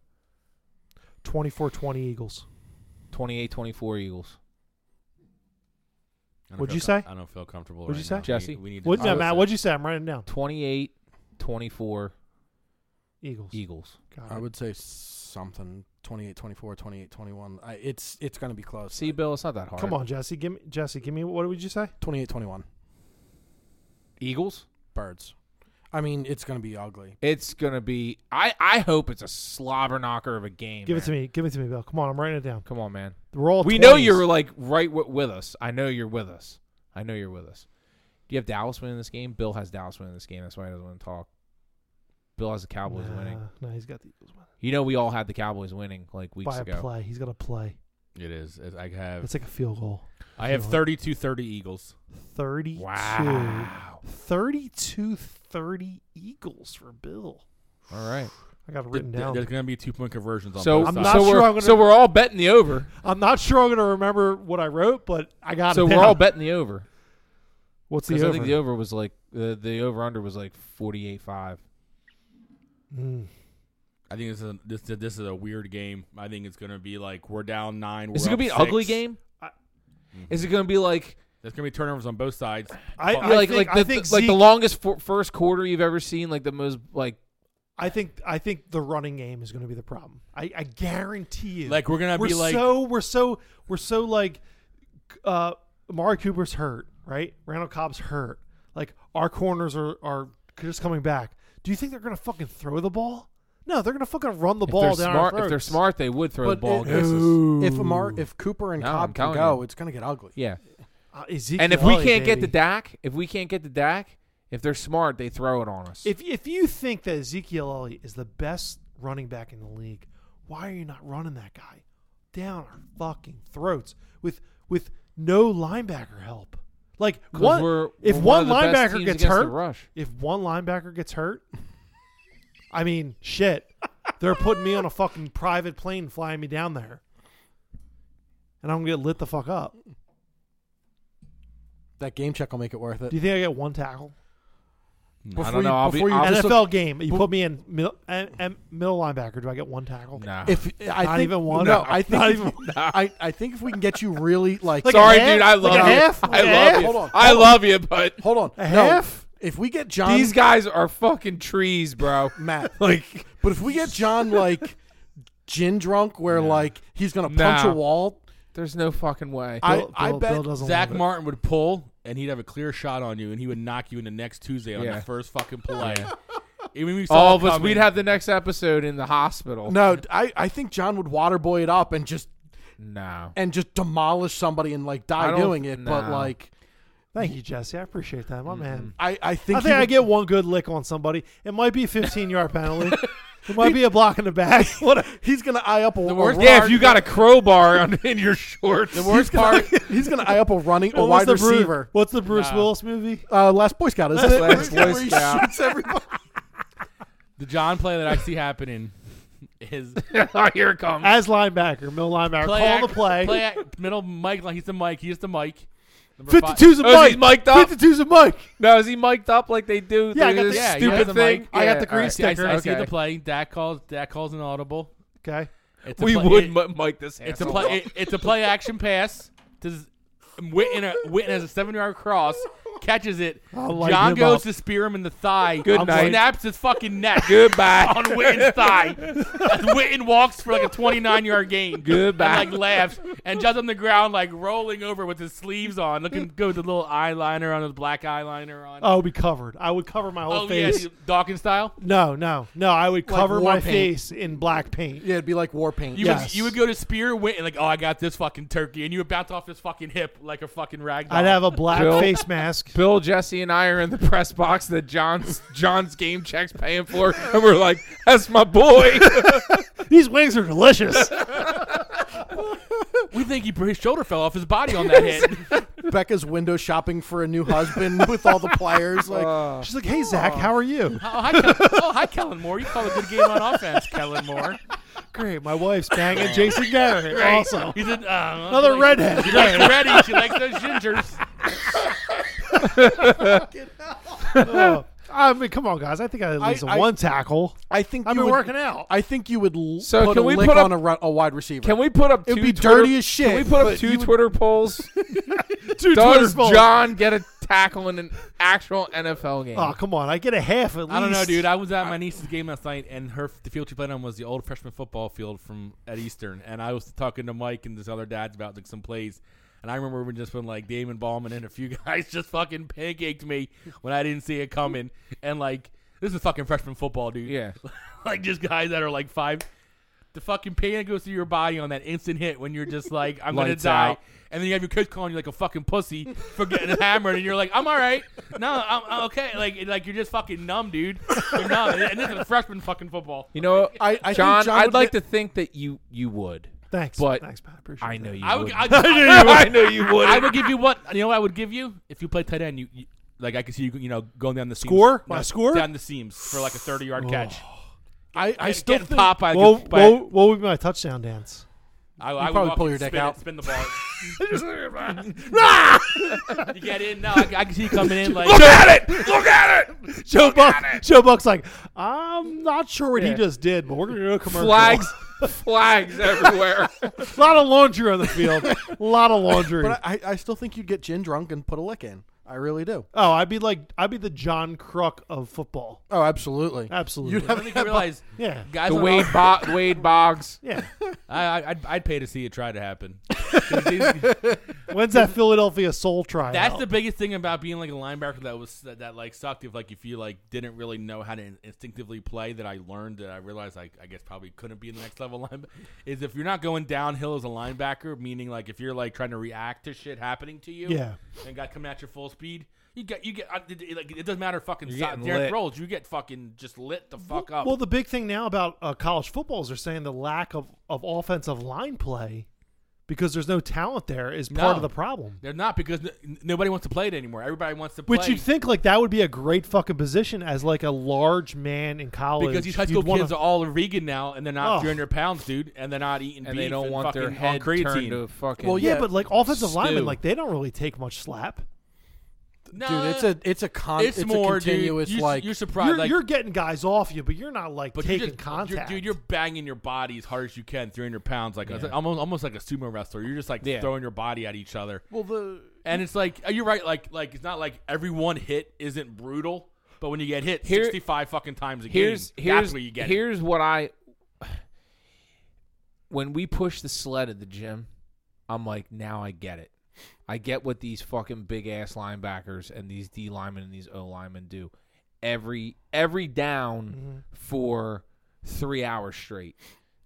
[SPEAKER 3] 24-20 Eagles.
[SPEAKER 1] 28-24 Eagles.
[SPEAKER 2] I don't
[SPEAKER 3] What'd
[SPEAKER 2] feel
[SPEAKER 3] you say?
[SPEAKER 2] com- I don't feel comfortable.
[SPEAKER 3] What'd
[SPEAKER 2] right
[SPEAKER 3] you say?
[SPEAKER 2] now. We-
[SPEAKER 1] Jesse?
[SPEAKER 2] We, need. To
[SPEAKER 3] What,
[SPEAKER 1] I
[SPEAKER 3] yeah,
[SPEAKER 1] was-
[SPEAKER 3] Matt, what'd you say? I'm writing it down.
[SPEAKER 1] 28-24
[SPEAKER 3] Eagles.
[SPEAKER 1] Eagles.
[SPEAKER 3] Got
[SPEAKER 4] I
[SPEAKER 3] it.
[SPEAKER 4] would say something 28 24, 28 21. I, it's it's going to be close.
[SPEAKER 1] See, Bill, it's not that hard.
[SPEAKER 3] Come on, Jesse. Give me Jesse. Give me what would you say?
[SPEAKER 4] 28 21.
[SPEAKER 1] Eagles.
[SPEAKER 4] Birds. I mean, it's going to be ugly.
[SPEAKER 1] It's gonna be. I I hope it's a slobber knocker of a game.
[SPEAKER 3] Give it
[SPEAKER 1] man.
[SPEAKER 3] to me. Give it to me, Bill. Come on, I'm writing it down.
[SPEAKER 1] Come on, man.
[SPEAKER 3] We're all
[SPEAKER 1] We know
[SPEAKER 3] 20s.
[SPEAKER 1] you're like right w- with us. I know you're with us. I know you're with us. Do you have Dallas winning this game? Bill has Dallas winning this game. That's why he doesn't want to talk. Bill has the Cowboys
[SPEAKER 3] Nah,
[SPEAKER 1] winning.
[SPEAKER 3] No, he's got the Eagles winning.
[SPEAKER 1] You know, we all had the Cowboys winning like weeks
[SPEAKER 3] by a
[SPEAKER 1] ago.
[SPEAKER 3] play. He's got a play.
[SPEAKER 2] It is. It- I have.
[SPEAKER 3] It's like a field goal.
[SPEAKER 2] I have 32-30 Eagles.
[SPEAKER 3] 32.
[SPEAKER 1] Wow.
[SPEAKER 3] 32 30 Eagles for Bill.
[SPEAKER 1] All right.
[SPEAKER 3] I got it
[SPEAKER 2] Th-
[SPEAKER 3] written
[SPEAKER 2] th-
[SPEAKER 3] down.
[SPEAKER 2] There's gonna be two point conversions on
[SPEAKER 1] So,
[SPEAKER 2] both
[SPEAKER 3] I'm
[SPEAKER 2] sides.
[SPEAKER 3] not
[SPEAKER 1] so
[SPEAKER 3] sure
[SPEAKER 1] we're
[SPEAKER 3] I'm gonna-
[SPEAKER 1] so we're all betting the over.
[SPEAKER 3] I'm not sure I'm going to remember what I wrote, but I got
[SPEAKER 1] So
[SPEAKER 3] it.
[SPEAKER 1] we're
[SPEAKER 3] down.
[SPEAKER 1] all betting the over.
[SPEAKER 3] What's the
[SPEAKER 1] Because
[SPEAKER 3] over?
[SPEAKER 1] I think the over was like the the over under was like forty eight five.
[SPEAKER 3] Mm.
[SPEAKER 2] I think this is a, this this is a weird game. I think it's gonna be like we're down nine.
[SPEAKER 1] Is it
[SPEAKER 2] we're
[SPEAKER 1] gonna be an
[SPEAKER 2] up
[SPEAKER 1] ugly
[SPEAKER 2] six.
[SPEAKER 1] game?
[SPEAKER 3] I-
[SPEAKER 1] Is it gonna be like
[SPEAKER 2] There's gonna be turnovers on both sides.
[SPEAKER 3] I,
[SPEAKER 2] Fuck.
[SPEAKER 3] I
[SPEAKER 1] like
[SPEAKER 3] think,
[SPEAKER 1] like the,
[SPEAKER 3] I think
[SPEAKER 1] the- like the
[SPEAKER 3] Zeke-
[SPEAKER 1] longest for, first quarter you've ever seen? Like the most like
[SPEAKER 3] I think I think the running game is going to be the problem. I, I guarantee you.
[SPEAKER 2] Like we're gonna
[SPEAKER 3] we're
[SPEAKER 2] be like
[SPEAKER 3] so we're so we're so like uh Amari Cooper's hurt, right? Randall Cobb's hurt. Like our corners are are just coming back. Do you think they're gonna fucking throw the ball? No, they're gonna fucking run the
[SPEAKER 1] if
[SPEAKER 3] ball
[SPEAKER 1] they're
[SPEAKER 3] down
[SPEAKER 1] smart
[SPEAKER 3] our
[SPEAKER 1] if they're
[SPEAKER 3] throats.
[SPEAKER 1] smart they would throw the
[SPEAKER 4] But
[SPEAKER 1] ball
[SPEAKER 4] it-
[SPEAKER 1] against us.
[SPEAKER 4] If Amar, if Cooper and
[SPEAKER 1] No, I'm
[SPEAKER 4] Cobb can
[SPEAKER 1] telling
[SPEAKER 4] go,
[SPEAKER 1] you.
[SPEAKER 4] it's going to get ugly.
[SPEAKER 1] Yeah.
[SPEAKER 3] Uh, Ezekiel
[SPEAKER 1] And if we
[SPEAKER 3] Elliott,
[SPEAKER 1] can't get
[SPEAKER 3] baby.
[SPEAKER 1] the Dak, if we can't get the Dak, if they're smart, they throw it on us.
[SPEAKER 3] if if you think that Ezekiel Elliott is the best running back in the league, why are you not running that guy down our fucking throats with with no linebacker help? Like
[SPEAKER 1] 'Cause
[SPEAKER 3] one,
[SPEAKER 1] we're-
[SPEAKER 3] if
[SPEAKER 1] we're
[SPEAKER 3] one,
[SPEAKER 1] of the best
[SPEAKER 3] linebacker
[SPEAKER 1] teams against
[SPEAKER 3] gets
[SPEAKER 1] the
[SPEAKER 3] hurt,
[SPEAKER 1] rush.
[SPEAKER 3] if one linebacker gets hurt, I mean, shit, they're putting me on a fucking private plane, flying me down there, and I'm gonna get lit the fuck up.
[SPEAKER 4] That game check will make it worth it.
[SPEAKER 3] Do you think I get one tackle?
[SPEAKER 2] I
[SPEAKER 4] Before
[SPEAKER 2] don't
[SPEAKER 4] you-
[SPEAKER 2] know. I'll
[SPEAKER 4] before
[SPEAKER 2] be,
[SPEAKER 4] you-
[SPEAKER 2] I'll,
[SPEAKER 4] just
[SPEAKER 3] NFL
[SPEAKER 4] look-
[SPEAKER 3] game, you put me in middle, and, middle linebacker. Do I get one tackle?
[SPEAKER 1] Nah.
[SPEAKER 4] If I
[SPEAKER 3] Not
[SPEAKER 4] think,
[SPEAKER 3] even one?
[SPEAKER 4] No,
[SPEAKER 3] No,
[SPEAKER 4] I think
[SPEAKER 3] not
[SPEAKER 4] if,
[SPEAKER 3] even-
[SPEAKER 4] I, I think if we can get you really like,
[SPEAKER 3] Like a
[SPEAKER 1] Sorry,
[SPEAKER 3] half?
[SPEAKER 1] dude. I
[SPEAKER 3] Like
[SPEAKER 1] love
[SPEAKER 3] a
[SPEAKER 1] you.
[SPEAKER 3] half?
[SPEAKER 1] I
[SPEAKER 3] Like a
[SPEAKER 1] love
[SPEAKER 3] half?
[SPEAKER 1] you.
[SPEAKER 4] Hold on,
[SPEAKER 1] I
[SPEAKER 4] hold
[SPEAKER 1] love you, but
[SPEAKER 4] hold on,
[SPEAKER 3] A
[SPEAKER 4] No,
[SPEAKER 3] half?
[SPEAKER 4] If we get
[SPEAKER 3] Um,
[SPEAKER 4] John,
[SPEAKER 1] these guys are fucking trees, bro.
[SPEAKER 4] Matt,
[SPEAKER 1] like
[SPEAKER 4] but if we get John like gin drunk, where like he's gonna punch
[SPEAKER 1] Nah.
[SPEAKER 4] a wall,
[SPEAKER 1] there's no fucking way.
[SPEAKER 4] I-
[SPEAKER 3] Bill-
[SPEAKER 4] I
[SPEAKER 3] Bill-
[SPEAKER 4] bet
[SPEAKER 3] Bill doesn't
[SPEAKER 2] Zach
[SPEAKER 3] love it.
[SPEAKER 2] Martin would pull, and he'd have a clear shot on you, and he would knock you into next Tuesday on
[SPEAKER 1] Yeah.
[SPEAKER 2] the first fucking play. Even we saw
[SPEAKER 1] All of
[SPEAKER 2] it
[SPEAKER 1] us,
[SPEAKER 2] coming.
[SPEAKER 1] we'd have the next episode in the hospital.
[SPEAKER 4] no, I, I think John would waterboy it up and just
[SPEAKER 1] No.
[SPEAKER 4] and just demolish somebody and like
[SPEAKER 1] I
[SPEAKER 4] die
[SPEAKER 1] don't-
[SPEAKER 4] doing it. But
[SPEAKER 1] nah.
[SPEAKER 4] like,
[SPEAKER 3] Thank you, Jesse. I appreciate that, my man.
[SPEAKER 4] I I think
[SPEAKER 3] I think
[SPEAKER 4] he
[SPEAKER 3] I
[SPEAKER 4] would-
[SPEAKER 3] get one good lick on somebody. It might be a 15 yard penalty. It might be a block in the back. What a,
[SPEAKER 4] he's gonna eye up a, a
[SPEAKER 2] worst-
[SPEAKER 4] run-
[SPEAKER 1] Yeah, if you got a crowbar on, in your shorts. The
[SPEAKER 4] he's gonna- he's gonna eye up a running a
[SPEAKER 3] what was
[SPEAKER 4] wide
[SPEAKER 3] the Bruce-
[SPEAKER 4] receiver.
[SPEAKER 3] what's the Bruce Willis movie?
[SPEAKER 4] Uh, last Boy Scout, isn't it?
[SPEAKER 1] Last Boy
[SPEAKER 4] Where he
[SPEAKER 1] Scout.
[SPEAKER 4] shoots everybody.
[SPEAKER 2] the John play that I see happening is
[SPEAKER 1] Here it comes.
[SPEAKER 3] As linebacker, middle linebacker,
[SPEAKER 2] play
[SPEAKER 3] call
[SPEAKER 2] act-
[SPEAKER 3] the play.
[SPEAKER 2] act- middle Mike. Like he's the Mike. He's the Mike. Number five-
[SPEAKER 3] 52's a
[SPEAKER 1] Oh, is
[SPEAKER 3] Mike.
[SPEAKER 1] he mic'd up?
[SPEAKER 3] 52's a Mike.
[SPEAKER 1] No, is he mic'd up like they do?
[SPEAKER 3] Yeah, I
[SPEAKER 1] through
[SPEAKER 3] got
[SPEAKER 1] this
[SPEAKER 3] the-
[SPEAKER 2] Yeah, you
[SPEAKER 1] stupid
[SPEAKER 2] have the
[SPEAKER 1] thing.
[SPEAKER 2] mic.
[SPEAKER 3] I got the
[SPEAKER 1] all
[SPEAKER 3] green
[SPEAKER 2] See, I,
[SPEAKER 3] sticker.
[SPEAKER 2] I see
[SPEAKER 1] Okay.
[SPEAKER 2] the play. Dak calls. Dak calls an audible.
[SPEAKER 3] Okay.
[SPEAKER 2] It's a
[SPEAKER 1] We
[SPEAKER 2] play-
[SPEAKER 1] would
[SPEAKER 2] it-
[SPEAKER 1] mi- mic this.
[SPEAKER 2] It's a play. it- it's a play action pass to Z- Witten, a, Witten has a seven-yard cross, catches it.
[SPEAKER 3] light
[SPEAKER 2] John
[SPEAKER 3] him
[SPEAKER 2] goes
[SPEAKER 3] up.
[SPEAKER 2] to spear him in the thigh.
[SPEAKER 1] Good
[SPEAKER 2] and
[SPEAKER 1] night.
[SPEAKER 2] Snaps his fucking neck.
[SPEAKER 1] Goodbye.
[SPEAKER 2] on Witten's thigh. As Witten walks for like a 29-yard gain.
[SPEAKER 1] Goodbye.
[SPEAKER 2] And like laughs and jumps on the ground like rolling over with his sleeves on, looking good with the little eyeliner on his black eyeliner on.
[SPEAKER 3] I would Oh, be covered. I would cover my whole
[SPEAKER 2] oh yeah,
[SPEAKER 3] face.
[SPEAKER 2] you- Dawkins style.
[SPEAKER 3] No, no, no. I would
[SPEAKER 4] Like
[SPEAKER 3] cover
[SPEAKER 4] war
[SPEAKER 3] my
[SPEAKER 4] paint.
[SPEAKER 3] face in black paint.
[SPEAKER 4] Yeah, it'd be like war paint.
[SPEAKER 2] You,
[SPEAKER 3] Yes.
[SPEAKER 2] would, you would go to spear Witten like, oh, I got this fucking turkey, and you would bounce off his fucking hip like a fucking rag doll.
[SPEAKER 3] I'd have a black
[SPEAKER 1] Bill.
[SPEAKER 3] face mask.
[SPEAKER 1] Bill, Jesse, and I are in the press box that John's John's game checks paying for, and we're like, "That's my boy."
[SPEAKER 3] These wings are delicious.
[SPEAKER 2] We think he, his shoulder fell off his body on that hit. Oh,
[SPEAKER 4] Becca's window shopping for a new husband with all the pliers. Like,
[SPEAKER 1] Uh.
[SPEAKER 3] She's like, "Hey Zach, how are you?"
[SPEAKER 2] oh, hi, Kel- oh, hi, Kellen Moore. You call a good game on offense, Kellen Moore.
[SPEAKER 3] Great, my wife's banging Jason Garrett. Also,
[SPEAKER 2] He's an, uh,
[SPEAKER 3] another
[SPEAKER 2] like,
[SPEAKER 3] redhead.
[SPEAKER 2] She likes ready. She likes those gingers.
[SPEAKER 3] Oh, I mean, come on, guys. I think I at least
[SPEAKER 4] I-
[SPEAKER 3] one tackle.
[SPEAKER 4] I think
[SPEAKER 3] I've
[SPEAKER 4] you
[SPEAKER 3] been
[SPEAKER 4] would-
[SPEAKER 3] working out.
[SPEAKER 4] I think you would l-
[SPEAKER 1] So
[SPEAKER 4] put
[SPEAKER 1] can
[SPEAKER 4] a
[SPEAKER 1] we
[SPEAKER 4] lick
[SPEAKER 1] put up-
[SPEAKER 4] on a, ru- a wide receiver.
[SPEAKER 1] Can we put up?
[SPEAKER 4] It'd
[SPEAKER 1] two
[SPEAKER 4] be
[SPEAKER 1] Twitter-
[SPEAKER 4] dirty as shit,
[SPEAKER 1] Can we put up
[SPEAKER 4] but
[SPEAKER 1] two
[SPEAKER 4] you would-
[SPEAKER 1] Twitter polls?
[SPEAKER 3] Two
[SPEAKER 1] Does
[SPEAKER 3] Twitter polls.
[SPEAKER 1] John get a tackle in an actual NFL game?
[SPEAKER 3] Oh, come on. I get a half at least.
[SPEAKER 2] I don't know, dude. I was at my niece's game last night, and her the field she played on was the old freshman football field from at Eastern. And I was talking to Mike and this other dads about like some plays. And I remember when just when like Damon Ballman and a few guys just fucking pancaked me when I didn't see it coming. And like this is fucking freshman football, dude.
[SPEAKER 1] Yeah.
[SPEAKER 2] like just guys that are like five. The fucking pain that goes through your body on that instant hit when you're just like, I'm gonna
[SPEAKER 1] Lights
[SPEAKER 2] die,
[SPEAKER 1] out.
[SPEAKER 2] and then you have your coach calling you like a fucking pussy for getting hammered, and you're like, I'm all right, no, I'm, I'm okay, like it- like you're just fucking numb, dude. You're numb, and this is freshman fucking football.
[SPEAKER 1] You know,
[SPEAKER 4] I- I think
[SPEAKER 1] John,
[SPEAKER 4] John
[SPEAKER 1] I'd
[SPEAKER 4] would
[SPEAKER 1] like
[SPEAKER 4] get-
[SPEAKER 1] to think that you you would.
[SPEAKER 3] Thanks.
[SPEAKER 1] But-
[SPEAKER 3] Thanks, Pat. I appreciate
[SPEAKER 1] I
[SPEAKER 3] that.
[SPEAKER 1] know you.
[SPEAKER 2] I would,
[SPEAKER 1] would.
[SPEAKER 2] I,
[SPEAKER 1] I know you would.
[SPEAKER 2] I would give you what you know. What I would give you if you play tight end, you, you like I could see you you know going down the seams.
[SPEAKER 3] Score?
[SPEAKER 2] no,
[SPEAKER 3] Wanna score?
[SPEAKER 2] down the seams for like a 30 yard catch.
[SPEAKER 4] I, I
[SPEAKER 2] And
[SPEAKER 4] still
[SPEAKER 2] getting
[SPEAKER 4] think
[SPEAKER 2] popped by a
[SPEAKER 3] Well,
[SPEAKER 2] good- by a-
[SPEAKER 3] what, what would be my touchdown dance?
[SPEAKER 2] I, I would
[SPEAKER 4] probably
[SPEAKER 2] walk
[SPEAKER 4] pull
[SPEAKER 2] and
[SPEAKER 4] your dick
[SPEAKER 2] spin it,
[SPEAKER 4] out.
[SPEAKER 2] spin the ball. you get in now. I, I can see you coming in like
[SPEAKER 1] at it! Look at it!
[SPEAKER 3] Joe Buck. Joe Buck's like, I'm not sure what
[SPEAKER 1] Yeah.
[SPEAKER 3] he just did, but we're gonna go commercial.
[SPEAKER 1] Flags, flags everywhere.
[SPEAKER 3] a lot of laundry on the field. a lot of laundry.
[SPEAKER 4] But I, I still think you'd get gin drunk and put a lick in. I really do.
[SPEAKER 3] oh, I'd be like, I'd be the John Cruck of football.
[SPEAKER 4] Oh, absolutely.
[SPEAKER 3] Absolutely.
[SPEAKER 4] You'd
[SPEAKER 2] I don't
[SPEAKER 4] have
[SPEAKER 2] think you realize
[SPEAKER 3] yeah.
[SPEAKER 2] guys.
[SPEAKER 1] the
[SPEAKER 2] on
[SPEAKER 1] Wade,
[SPEAKER 2] off-
[SPEAKER 1] Bo- Wade Boggs.
[SPEAKER 3] Yeah.
[SPEAKER 2] I, I I'd, I'd pay to see it try to happen. 'Cause these-
[SPEAKER 3] When's that Philadelphia Soul tryout?
[SPEAKER 2] that's the biggest thing about being like a linebacker that was that, that like sucked. If like if you like didn't really know how to in- instinctively play, that I learned that I realized I, I guess probably couldn't be in the next level linebacker. Is if you're not going downhill as a linebacker, meaning like if you're like trying to react to shit happening to you,
[SPEAKER 3] Yeah.
[SPEAKER 2] and got coming at your full speed. You get, you get, I- it- it- like it doesn't matter. Fucking
[SPEAKER 1] You're
[SPEAKER 2] si-
[SPEAKER 1] getting
[SPEAKER 2] Derrick
[SPEAKER 1] lit.
[SPEAKER 2] Rose, you get fucking just lit the fuck up.
[SPEAKER 3] Well, the big thing now about uh, college football is they're saying the lack of, of offensive line play because there's no talent there is part
[SPEAKER 2] No.
[SPEAKER 3] of the problem.
[SPEAKER 2] They're not because n- n- nobody wants to play it anymore. Everybody wants to play.
[SPEAKER 3] Which you'd think like that would be a great fucking position as like a large man in college
[SPEAKER 2] because these high
[SPEAKER 3] You'd
[SPEAKER 2] school
[SPEAKER 3] wanna-
[SPEAKER 2] kids are all vegan now, and they're
[SPEAKER 3] Oh.
[SPEAKER 2] not 300 pounds, dude, and they're not eating
[SPEAKER 1] And
[SPEAKER 2] beef
[SPEAKER 1] they don't
[SPEAKER 2] and
[SPEAKER 1] want their
[SPEAKER 2] fucking
[SPEAKER 1] head
[SPEAKER 2] creatine.
[SPEAKER 1] turned to fucking.
[SPEAKER 4] Well,
[SPEAKER 3] yeah,
[SPEAKER 4] yeah,
[SPEAKER 3] but like offensive linemen,
[SPEAKER 1] stew.
[SPEAKER 3] like they don't really take much slap.
[SPEAKER 2] No,
[SPEAKER 4] dude, it's a it's a
[SPEAKER 1] um,
[SPEAKER 4] con.
[SPEAKER 2] it's, more
[SPEAKER 4] a continuous
[SPEAKER 2] dude. You,
[SPEAKER 4] like
[SPEAKER 2] you're surprised,
[SPEAKER 3] you're,
[SPEAKER 2] like,
[SPEAKER 3] you're getting guys off you, but you're not like
[SPEAKER 2] but you're
[SPEAKER 3] taking
[SPEAKER 2] just- you're-
[SPEAKER 3] contact.
[SPEAKER 2] dude. You're banging your body as hard as you can, 300 pounds, like it's like almost almost like a sumo wrestler. You're just like
[SPEAKER 1] Yeah.
[SPEAKER 2] throwing your body at each other,
[SPEAKER 4] well the
[SPEAKER 2] and it's like uh, you're right. Like like it's not like every one hit isn't brutal, but when you get hit
[SPEAKER 1] Here-
[SPEAKER 2] 65 fucking times a
[SPEAKER 1] here's
[SPEAKER 2] game,
[SPEAKER 1] here's
[SPEAKER 2] that's where you get. it.
[SPEAKER 1] here's what I. When we push the sled at the gym, I'm like, now I get it. I get what these fucking big ass linebackers and these D linemen and these O linemen do every every down
[SPEAKER 2] Mm-hmm.
[SPEAKER 1] for three hours straight.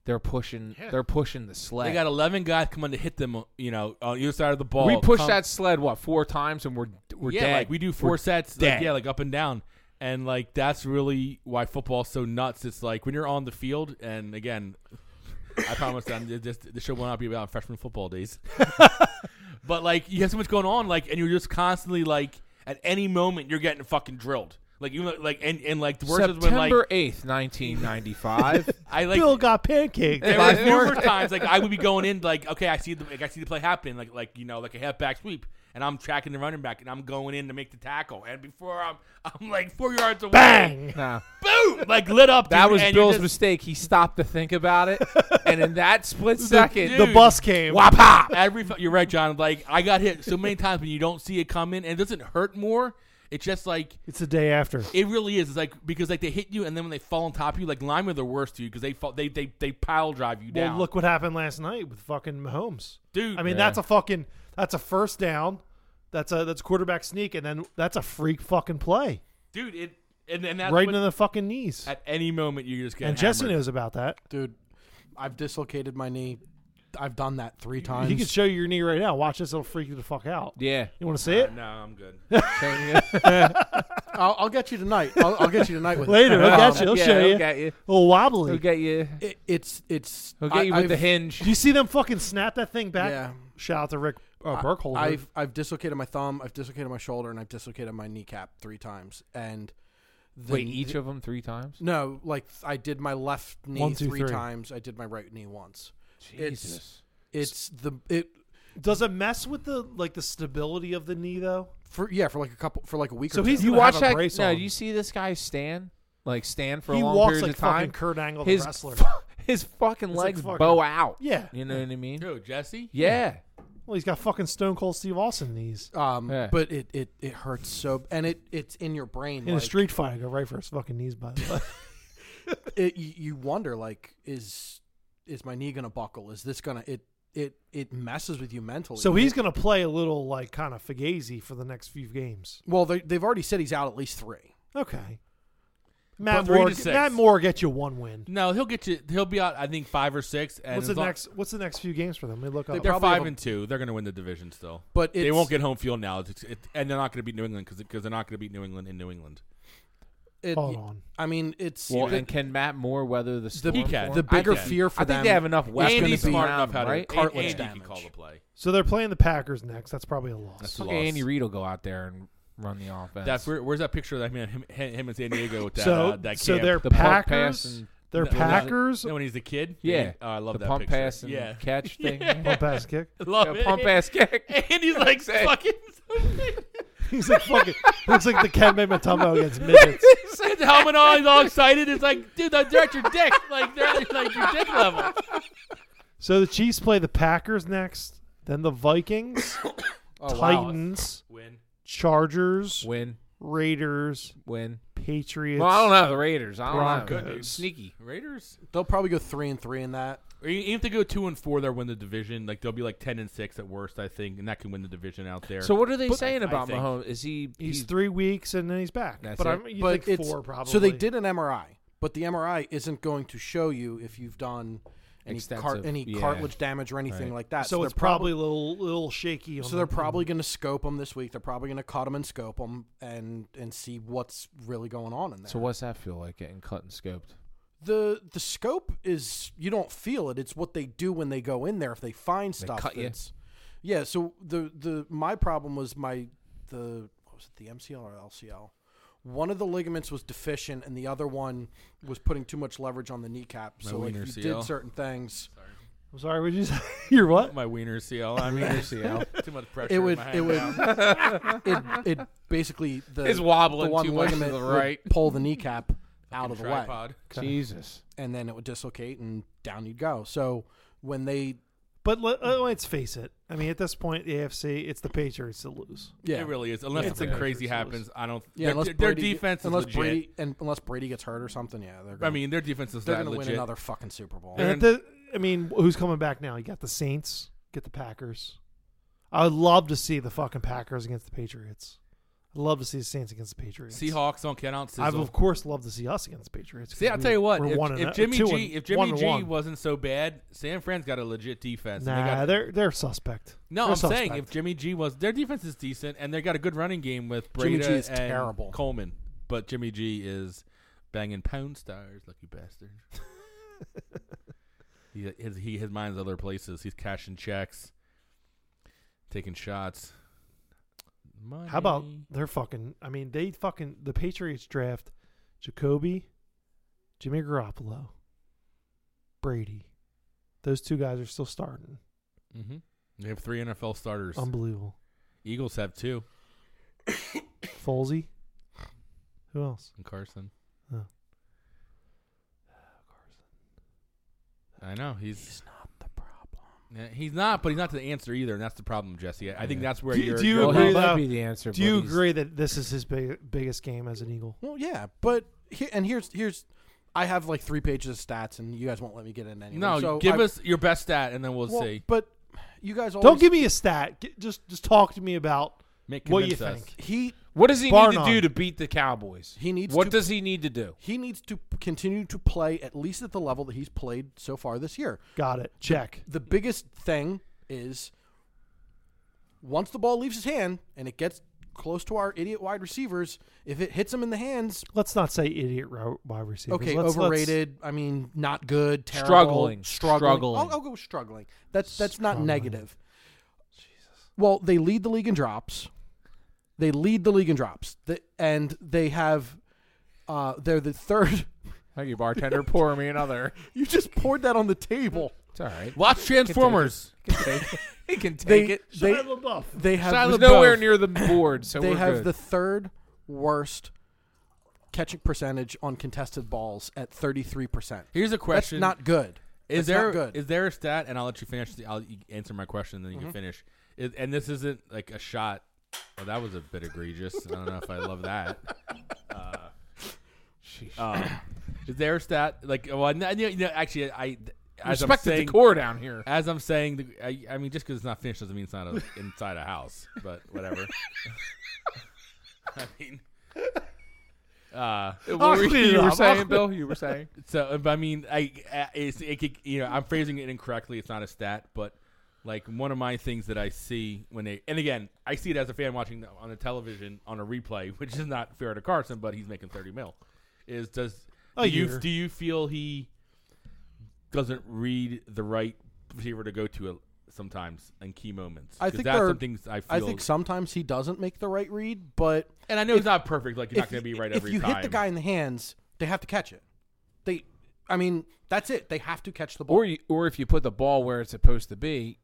[SPEAKER 1] They're pushing. They're pushing the sled.
[SPEAKER 2] They got 11 guys coming to hit them, you know, on either side of the ball.
[SPEAKER 1] we push
[SPEAKER 2] Come-
[SPEAKER 1] that sled what four times and we're we're
[SPEAKER 2] yeah,
[SPEAKER 1] dead.
[SPEAKER 2] like we do 4
[SPEAKER 1] We're
[SPEAKER 2] sets, like,
[SPEAKER 1] dead.
[SPEAKER 2] yeah, like up and down, and like that's really why football's so nuts. It's like when you're on the field, and again, I promise that this the show will not be about freshman football days, but like you have so much going on, like, and you're just constantly like at any moment you're getting fucking drilled. Like even though- like and and like the worst is when like
[SPEAKER 1] September eighth, nineteen ninety five.
[SPEAKER 2] I like
[SPEAKER 3] Bill got pancaked.
[SPEAKER 2] There were
[SPEAKER 1] Five
[SPEAKER 2] numerous times like I would be going in like okay I see the like, I see the play happening like like you know like a halfback sweep and I'm tracking the running back and I'm going in to make the tackle and before I'm I'm like four yards away
[SPEAKER 3] Bang!
[SPEAKER 1] nah,
[SPEAKER 2] boom like lit up
[SPEAKER 1] that
[SPEAKER 2] dude,
[SPEAKER 1] was
[SPEAKER 2] and you're
[SPEAKER 1] Bill's
[SPEAKER 2] just-
[SPEAKER 1] mistake. He stopped to think about it, and in that split second,
[SPEAKER 2] dude.
[SPEAKER 3] The bus came.
[SPEAKER 2] Wapa! Every fu- you're right John like I got hit so many times when you don't see it come in and it doesn't hurt more it's just like
[SPEAKER 3] It's the day after.
[SPEAKER 2] It really is. It's like because like they hit you, and then when they fall on top of you, like Lime are the worst to you because they fall, they they they pile drive you down.
[SPEAKER 3] Well, look what happened last night with fucking Mahomes.
[SPEAKER 2] dude.
[SPEAKER 3] I mean, that's a fucking that's a first down. That's a that's quarterback sneak, and then that's a freak fucking play
[SPEAKER 2] dude, it and, and that's
[SPEAKER 3] right
[SPEAKER 2] what-
[SPEAKER 3] in the fucking knees.
[SPEAKER 2] at any moment you just get
[SPEAKER 3] And Jesse
[SPEAKER 2] hammered.
[SPEAKER 3] knows about that.
[SPEAKER 4] dude. I've dislocated my knee. I've done that three times.
[SPEAKER 3] He could show you your knee right now. Watch this; it'll freak you the fuck out.
[SPEAKER 1] yeah.
[SPEAKER 3] You want to see it
[SPEAKER 2] No, I'm good.
[SPEAKER 4] I'll, I'll get you tonight. I'll, I'll get you tonight with it.
[SPEAKER 3] later? He'll
[SPEAKER 1] Um,
[SPEAKER 3] get you. He'll
[SPEAKER 1] yeah,
[SPEAKER 3] show
[SPEAKER 1] he'll
[SPEAKER 3] you.
[SPEAKER 1] get you.
[SPEAKER 3] A little wobbly.
[SPEAKER 1] He'll get you.
[SPEAKER 4] It, it's it's.
[SPEAKER 1] He'll get you
[SPEAKER 4] I,
[SPEAKER 1] with
[SPEAKER 4] I've,
[SPEAKER 1] the hinge.
[SPEAKER 3] Do you see them fucking snap that thing back?
[SPEAKER 4] Yeah.
[SPEAKER 3] Shout out to Rick uh,
[SPEAKER 4] I-
[SPEAKER 3] Burkholder.
[SPEAKER 4] I've I've dislocated my thumb. I've dislocated my shoulder, and I've dislocated my kneecap three times. And the,
[SPEAKER 1] Wait, each of them three times.
[SPEAKER 4] no, like I did my left knee
[SPEAKER 3] One, two,
[SPEAKER 4] three,
[SPEAKER 3] three.
[SPEAKER 4] times. I did my right knee once. It's-
[SPEAKER 1] Jesus.
[SPEAKER 4] It's the it
[SPEAKER 3] Does it mess with the like the stability of the knee though?
[SPEAKER 4] for yeah for like a couple for like a week.
[SPEAKER 3] So
[SPEAKER 4] or
[SPEAKER 3] he's
[SPEAKER 4] two.
[SPEAKER 1] You
[SPEAKER 3] gonna have
[SPEAKER 1] watch
[SPEAKER 3] a
[SPEAKER 1] that?
[SPEAKER 3] brace
[SPEAKER 1] No,
[SPEAKER 3] on.
[SPEAKER 1] do you see this guy stand like stand for
[SPEAKER 3] he
[SPEAKER 1] a long
[SPEAKER 3] walks
[SPEAKER 1] period
[SPEAKER 3] like
[SPEAKER 1] of time?
[SPEAKER 3] fucking Kurt Angle, the
[SPEAKER 1] his
[SPEAKER 3] wrestler.
[SPEAKER 1] his fucking
[SPEAKER 3] like
[SPEAKER 1] legs
[SPEAKER 3] fucking-
[SPEAKER 1] bow out.
[SPEAKER 3] Yeah.
[SPEAKER 1] You know what I mean?
[SPEAKER 2] Dude, Jesse.
[SPEAKER 1] Yeah.
[SPEAKER 3] Well, he's got fucking Stone Cold Steve Austin knees
[SPEAKER 4] Um,
[SPEAKER 1] Yeah.
[SPEAKER 4] but it, it it hurts so, and it it's in your brain.
[SPEAKER 3] in
[SPEAKER 4] like,
[SPEAKER 3] a street fight. I Go right for his fucking knees, by the way.
[SPEAKER 4] it, you, you wonder like is is my knee gonna buckle? Is this gonna it it it messes with you mentally?
[SPEAKER 3] so he's gonna play a little like kind of fugazi for the next few games.
[SPEAKER 4] well they they've already said he's out at least three.
[SPEAKER 3] Okay. Matt
[SPEAKER 2] But three
[SPEAKER 3] Moore,
[SPEAKER 2] to six.
[SPEAKER 3] Matt Moore get you one win.
[SPEAKER 2] No, he'll get you. He'll be out. I think five or six. And
[SPEAKER 3] What's the
[SPEAKER 2] as long-
[SPEAKER 3] next? What's the next few games for them? Let me look up.
[SPEAKER 2] They're
[SPEAKER 4] Probably
[SPEAKER 2] five
[SPEAKER 4] have a-
[SPEAKER 2] and two. They're going to win the division still.
[SPEAKER 4] But it's,
[SPEAKER 2] they won't get home field now, it's, it, and they're not going to beat New England because they're not going to beat New England in New England.
[SPEAKER 4] it,
[SPEAKER 3] Hold on.
[SPEAKER 4] I mean, it's
[SPEAKER 1] Well,
[SPEAKER 4] the,
[SPEAKER 1] and can Matt Moore weather the storm?
[SPEAKER 2] He can.
[SPEAKER 1] for
[SPEAKER 4] the
[SPEAKER 1] him?
[SPEAKER 4] bigger
[SPEAKER 1] I think,
[SPEAKER 4] fear for
[SPEAKER 1] I think
[SPEAKER 4] them
[SPEAKER 1] they have enough
[SPEAKER 4] Well,
[SPEAKER 1] weapons
[SPEAKER 4] gonna
[SPEAKER 2] Andy's
[SPEAKER 4] be
[SPEAKER 2] smart
[SPEAKER 1] around,
[SPEAKER 2] enough how to
[SPEAKER 1] right?
[SPEAKER 2] cartilage
[SPEAKER 4] Cartilage
[SPEAKER 2] Andy can
[SPEAKER 4] damage.
[SPEAKER 2] call the play.
[SPEAKER 3] So they're playing the Packers next. That's probably a loss.
[SPEAKER 2] That's a
[SPEAKER 1] Fucking
[SPEAKER 2] loss.
[SPEAKER 1] Andy Reid will go out there and run the offense.
[SPEAKER 2] That's where, where's that picture of that man, him, him and San Diego with that
[SPEAKER 3] so
[SPEAKER 2] uh, that
[SPEAKER 3] so
[SPEAKER 2] camp?
[SPEAKER 3] they're
[SPEAKER 1] the pump pass
[SPEAKER 3] Packers.
[SPEAKER 1] and
[SPEAKER 3] They're
[SPEAKER 2] No, no,
[SPEAKER 3] Packers.
[SPEAKER 2] No, when he's a kid.
[SPEAKER 1] yeah,
[SPEAKER 2] Oh, I love
[SPEAKER 1] the
[SPEAKER 2] that
[SPEAKER 1] pump
[SPEAKER 2] picture.
[SPEAKER 1] pass and
[SPEAKER 2] yeah.
[SPEAKER 1] catch thing.
[SPEAKER 3] Pump pass kick.
[SPEAKER 2] Love
[SPEAKER 1] Yeah,
[SPEAKER 2] it.
[SPEAKER 1] pump ass kick.
[SPEAKER 2] And he's like fucking.
[SPEAKER 3] He's like fucking. looks like the Ken Matumbo against midgets.
[SPEAKER 2] His helmet on, he's all excited. It's like, dude, they're at your dick. Like they're at like your dick level.
[SPEAKER 3] So the Chiefs play the Packers next, then the Vikings,
[SPEAKER 4] oh, wow.
[SPEAKER 3] Titans,
[SPEAKER 2] Win.
[SPEAKER 3] Chargers,
[SPEAKER 1] win,
[SPEAKER 3] Raiders,
[SPEAKER 1] win.
[SPEAKER 3] Patriots.
[SPEAKER 1] Well, I don't know the Raiders. I don't know.
[SPEAKER 3] Broncos.
[SPEAKER 1] Sneaky.
[SPEAKER 2] Raiders.
[SPEAKER 4] They'll probably go three and three in that.
[SPEAKER 2] Or even if they go two and four, they'll win the division. Like they'll be like ten and six at worst, I think, and that can win the division out there.
[SPEAKER 1] So what are they saying
[SPEAKER 2] I
[SPEAKER 1] about
[SPEAKER 2] think-
[SPEAKER 1] Mahomes? Is he?
[SPEAKER 3] He's
[SPEAKER 1] he's-
[SPEAKER 3] three weeks and then he's back.
[SPEAKER 1] That's
[SPEAKER 3] but
[SPEAKER 1] it.
[SPEAKER 3] I'm, you
[SPEAKER 4] but
[SPEAKER 3] think
[SPEAKER 4] it's
[SPEAKER 3] four probably.
[SPEAKER 4] so they did an MRI, but the MRI isn't going to show you if you've done any, car-
[SPEAKER 1] Extensive,
[SPEAKER 4] any
[SPEAKER 1] yeah.
[SPEAKER 4] cartilage damage or anything
[SPEAKER 1] Right.
[SPEAKER 4] like that.
[SPEAKER 3] So
[SPEAKER 4] they're
[SPEAKER 3] it's probably a little little shaky. On
[SPEAKER 4] So they're
[SPEAKER 3] the-
[SPEAKER 4] probably going to scope them this week. They're probably going to cut them and scope them and and see what's really going on in there.
[SPEAKER 1] So what's that feel like? Getting cut and scoped.
[SPEAKER 4] the the scope is you don't feel it. It's what they do when they go in there if they find stuff.
[SPEAKER 1] cut you.
[SPEAKER 4] that's- Yeah. So the the my problem was my the what was it the MCL or LCL. One of the ligaments was deficient, and the other one was putting too much leverage on the kneecap.
[SPEAKER 2] My
[SPEAKER 4] So like,
[SPEAKER 2] wiener
[SPEAKER 4] if you
[SPEAKER 2] CL.
[SPEAKER 4] did certain things,
[SPEAKER 3] I'm sorry. Would you say you're what?
[SPEAKER 2] My wiener CL. I mean, wiener CL. Too much pressure.
[SPEAKER 4] it
[SPEAKER 2] in
[SPEAKER 4] would
[SPEAKER 2] my
[SPEAKER 4] it
[SPEAKER 2] hand
[SPEAKER 4] would
[SPEAKER 2] now.
[SPEAKER 4] it, it basically the
[SPEAKER 1] It's
[SPEAKER 4] the
[SPEAKER 1] wobbling
[SPEAKER 4] one
[SPEAKER 1] too much to
[SPEAKER 4] ligament
[SPEAKER 1] the
[SPEAKER 4] would
[SPEAKER 1] right.
[SPEAKER 4] pull the kneecap out of the way.
[SPEAKER 2] Tripod.
[SPEAKER 1] Jesus.
[SPEAKER 4] and then it would dislocate and down you'd go. So when they
[SPEAKER 3] But let, uh, let's face it. I mean, at this point, the AFC, it's the Patriots that lose.
[SPEAKER 4] yeah
[SPEAKER 2] It really is. Unless
[SPEAKER 1] Yeah.
[SPEAKER 2] something
[SPEAKER 1] Yeah.
[SPEAKER 2] crazy
[SPEAKER 3] Yeah.
[SPEAKER 2] happens, I don't.
[SPEAKER 4] yeah
[SPEAKER 2] their,
[SPEAKER 4] unless
[SPEAKER 2] their
[SPEAKER 4] Brady,
[SPEAKER 2] defense is
[SPEAKER 4] unless
[SPEAKER 2] legit.
[SPEAKER 4] Brady and unless Brady gets hurt or something yeah they're gonna,
[SPEAKER 2] I mean, their defense is
[SPEAKER 4] they're
[SPEAKER 2] that
[SPEAKER 4] gonna
[SPEAKER 2] legit.
[SPEAKER 4] win another fucking Super Bowl.
[SPEAKER 3] And at the, I mean, who's coming back now? You got the Saints. Get the Packers. I would love to see the fucking Packers against the Patriots. I'd love to see the Saints against the Patriots.
[SPEAKER 2] Seahawks don't count out.
[SPEAKER 3] I'd
[SPEAKER 2] sizzle.
[SPEAKER 3] of course love to see us against the Patriots. 'cause
[SPEAKER 2] See, I'll
[SPEAKER 3] we-
[SPEAKER 2] tell you what.
[SPEAKER 3] we're
[SPEAKER 2] If,
[SPEAKER 3] one and
[SPEAKER 2] if
[SPEAKER 3] oh-
[SPEAKER 2] Jimmy
[SPEAKER 3] two
[SPEAKER 2] G,
[SPEAKER 3] and-
[SPEAKER 2] if
[SPEAKER 3] one
[SPEAKER 2] Jimmy
[SPEAKER 3] and
[SPEAKER 2] G
[SPEAKER 3] one.
[SPEAKER 2] wasn't so bad, San Fran's got a legit defense. and they
[SPEAKER 3] nah,
[SPEAKER 2] got-
[SPEAKER 3] they're they're suspect.
[SPEAKER 2] no,
[SPEAKER 3] They're
[SPEAKER 2] I'm
[SPEAKER 3] suspect.
[SPEAKER 2] saying if Jimmy G was, their defense is decent, and they got a good running game with
[SPEAKER 4] Jimmy
[SPEAKER 2] Brady
[SPEAKER 4] G is
[SPEAKER 2] and
[SPEAKER 4] terrible.
[SPEAKER 2] Coleman. But Jimmy G is banging pound stars, lucky bastard. he, his he his mind's other places. He's cashing checks, taking shots. money.
[SPEAKER 3] How about they're fucking? I mean, they fucking the Patriots draft Jacoby, Jimmy Garoppolo, Brady. Those two guys are still starting.
[SPEAKER 2] hmm They have three NFL starters.
[SPEAKER 4] Um,
[SPEAKER 3] Unbelievable.
[SPEAKER 2] Eagles have two.
[SPEAKER 3] Folsey. Who else?
[SPEAKER 2] And Carson.
[SPEAKER 3] Oh.
[SPEAKER 2] I know he's. He's not the problem. he's not, but he's not the answer either, and that's the problem, Jesse. I, I think
[SPEAKER 1] Yeah.
[SPEAKER 2] that's where
[SPEAKER 3] Do-
[SPEAKER 2] you're.
[SPEAKER 3] do you
[SPEAKER 2] you're-
[SPEAKER 1] Well,
[SPEAKER 3] agree
[SPEAKER 1] he
[SPEAKER 3] though?
[SPEAKER 1] might be the answer.
[SPEAKER 3] Do you
[SPEAKER 1] but he's-
[SPEAKER 3] agree that this is his big, biggest game as an Eagle?
[SPEAKER 4] Well, yeah, but he, and here's here's I have like three pages of stats, and you guys won't let me get in anyway.
[SPEAKER 2] no,
[SPEAKER 4] so
[SPEAKER 2] give
[SPEAKER 4] I-
[SPEAKER 2] us your best stat, and then we'll,
[SPEAKER 4] well,
[SPEAKER 2] see.
[SPEAKER 4] But you guys always,
[SPEAKER 3] Don't give me a stat. Get, just just talk to me about
[SPEAKER 2] Make
[SPEAKER 3] what you
[SPEAKER 2] convince us.
[SPEAKER 3] think.
[SPEAKER 4] he
[SPEAKER 1] What does he
[SPEAKER 3] Bar
[SPEAKER 1] need to
[SPEAKER 3] none.
[SPEAKER 1] do to beat the Cowboys?
[SPEAKER 4] He needs
[SPEAKER 1] What
[SPEAKER 4] to-
[SPEAKER 1] does he need to do?
[SPEAKER 4] he needs to continue to play at least at the level that he's played so far this year.
[SPEAKER 3] Got it. Check.
[SPEAKER 4] The biggest thing is once the ball leaves his hand and it gets close to our idiot wide receivers, if it hits him in the hands,
[SPEAKER 3] Let's not say idiot ro- wide receivers.
[SPEAKER 4] okay,
[SPEAKER 3] Let's- let's-
[SPEAKER 4] overrated. I mean, not good, terrible,
[SPEAKER 1] Struggling.
[SPEAKER 4] struggling.
[SPEAKER 1] Struggling.
[SPEAKER 4] I'll, I'll go with struggling. That's that's not
[SPEAKER 3] Struggling.
[SPEAKER 4] negative. Jesus. Well, they lead the league in drops. They lead the league in drops, the, and they have. Uh, they're the third.
[SPEAKER 1] Thank you, bartender. Pour me another.
[SPEAKER 4] You just poured that on the table.
[SPEAKER 1] It's all right.
[SPEAKER 2] Watch Transformers.
[SPEAKER 1] He can take it. He can
[SPEAKER 4] They
[SPEAKER 1] take it.
[SPEAKER 4] they
[SPEAKER 3] Shia LaBeouf.
[SPEAKER 4] they have
[SPEAKER 1] It was
[SPEAKER 4] the-
[SPEAKER 1] nowhere near the board, so
[SPEAKER 4] they
[SPEAKER 1] we're
[SPEAKER 4] have
[SPEAKER 1] good.
[SPEAKER 4] the third worst catching percentage on contested balls at thirty three percent.
[SPEAKER 2] Here's a question:
[SPEAKER 4] That's not good. That's
[SPEAKER 2] Is there
[SPEAKER 4] not
[SPEAKER 2] is
[SPEAKER 4] good?
[SPEAKER 2] there a stat? And I'll let you finish. The, I'll you answer my question, and then you can finish. Is- and this isn't like a shot. Well, that was a bit egregious. I don't know if I love that. Uh, um, is there a stat like? oh, Well, no, no, no, actually, I as I'm
[SPEAKER 1] respect the
[SPEAKER 2] saying,
[SPEAKER 1] decor down here.
[SPEAKER 2] as I'm saying, the- I, I mean, just because it's not finished doesn't mean it's not a, inside a house. But whatever. I mean, uh,
[SPEAKER 1] What were
[SPEAKER 3] clean it
[SPEAKER 1] you, you were
[SPEAKER 3] up. I'll
[SPEAKER 1] saying, Bill? You were saying.
[SPEAKER 2] so, but I mean, I, I it's, it could, you know, I'm phrasing it incorrectly. It's not a stat, but like one of my things that I see when they, and again, I see it as a fan watching the- on the television on a replay, which is not fair to Carson, but he's making thirty mil. Is does
[SPEAKER 3] A
[SPEAKER 2] do you
[SPEAKER 3] year.
[SPEAKER 2] do you feel he doesn't read the right receiver to go to a, sometimes in key moments?
[SPEAKER 4] I
[SPEAKER 2] 'Cause
[SPEAKER 4] think
[SPEAKER 2] that's
[SPEAKER 4] there are-
[SPEAKER 2] something I feel,
[SPEAKER 4] I think sometimes he doesn't make the right read, but
[SPEAKER 2] and I know it's not perfect. Like you're not going to be right
[SPEAKER 4] if
[SPEAKER 2] every
[SPEAKER 4] you
[SPEAKER 2] time.
[SPEAKER 4] hit the guy in the hands, they have to catch it. They, I mean, that's it. They have to catch the ball.
[SPEAKER 1] Or you, or if you put the ball where it's supposed to be,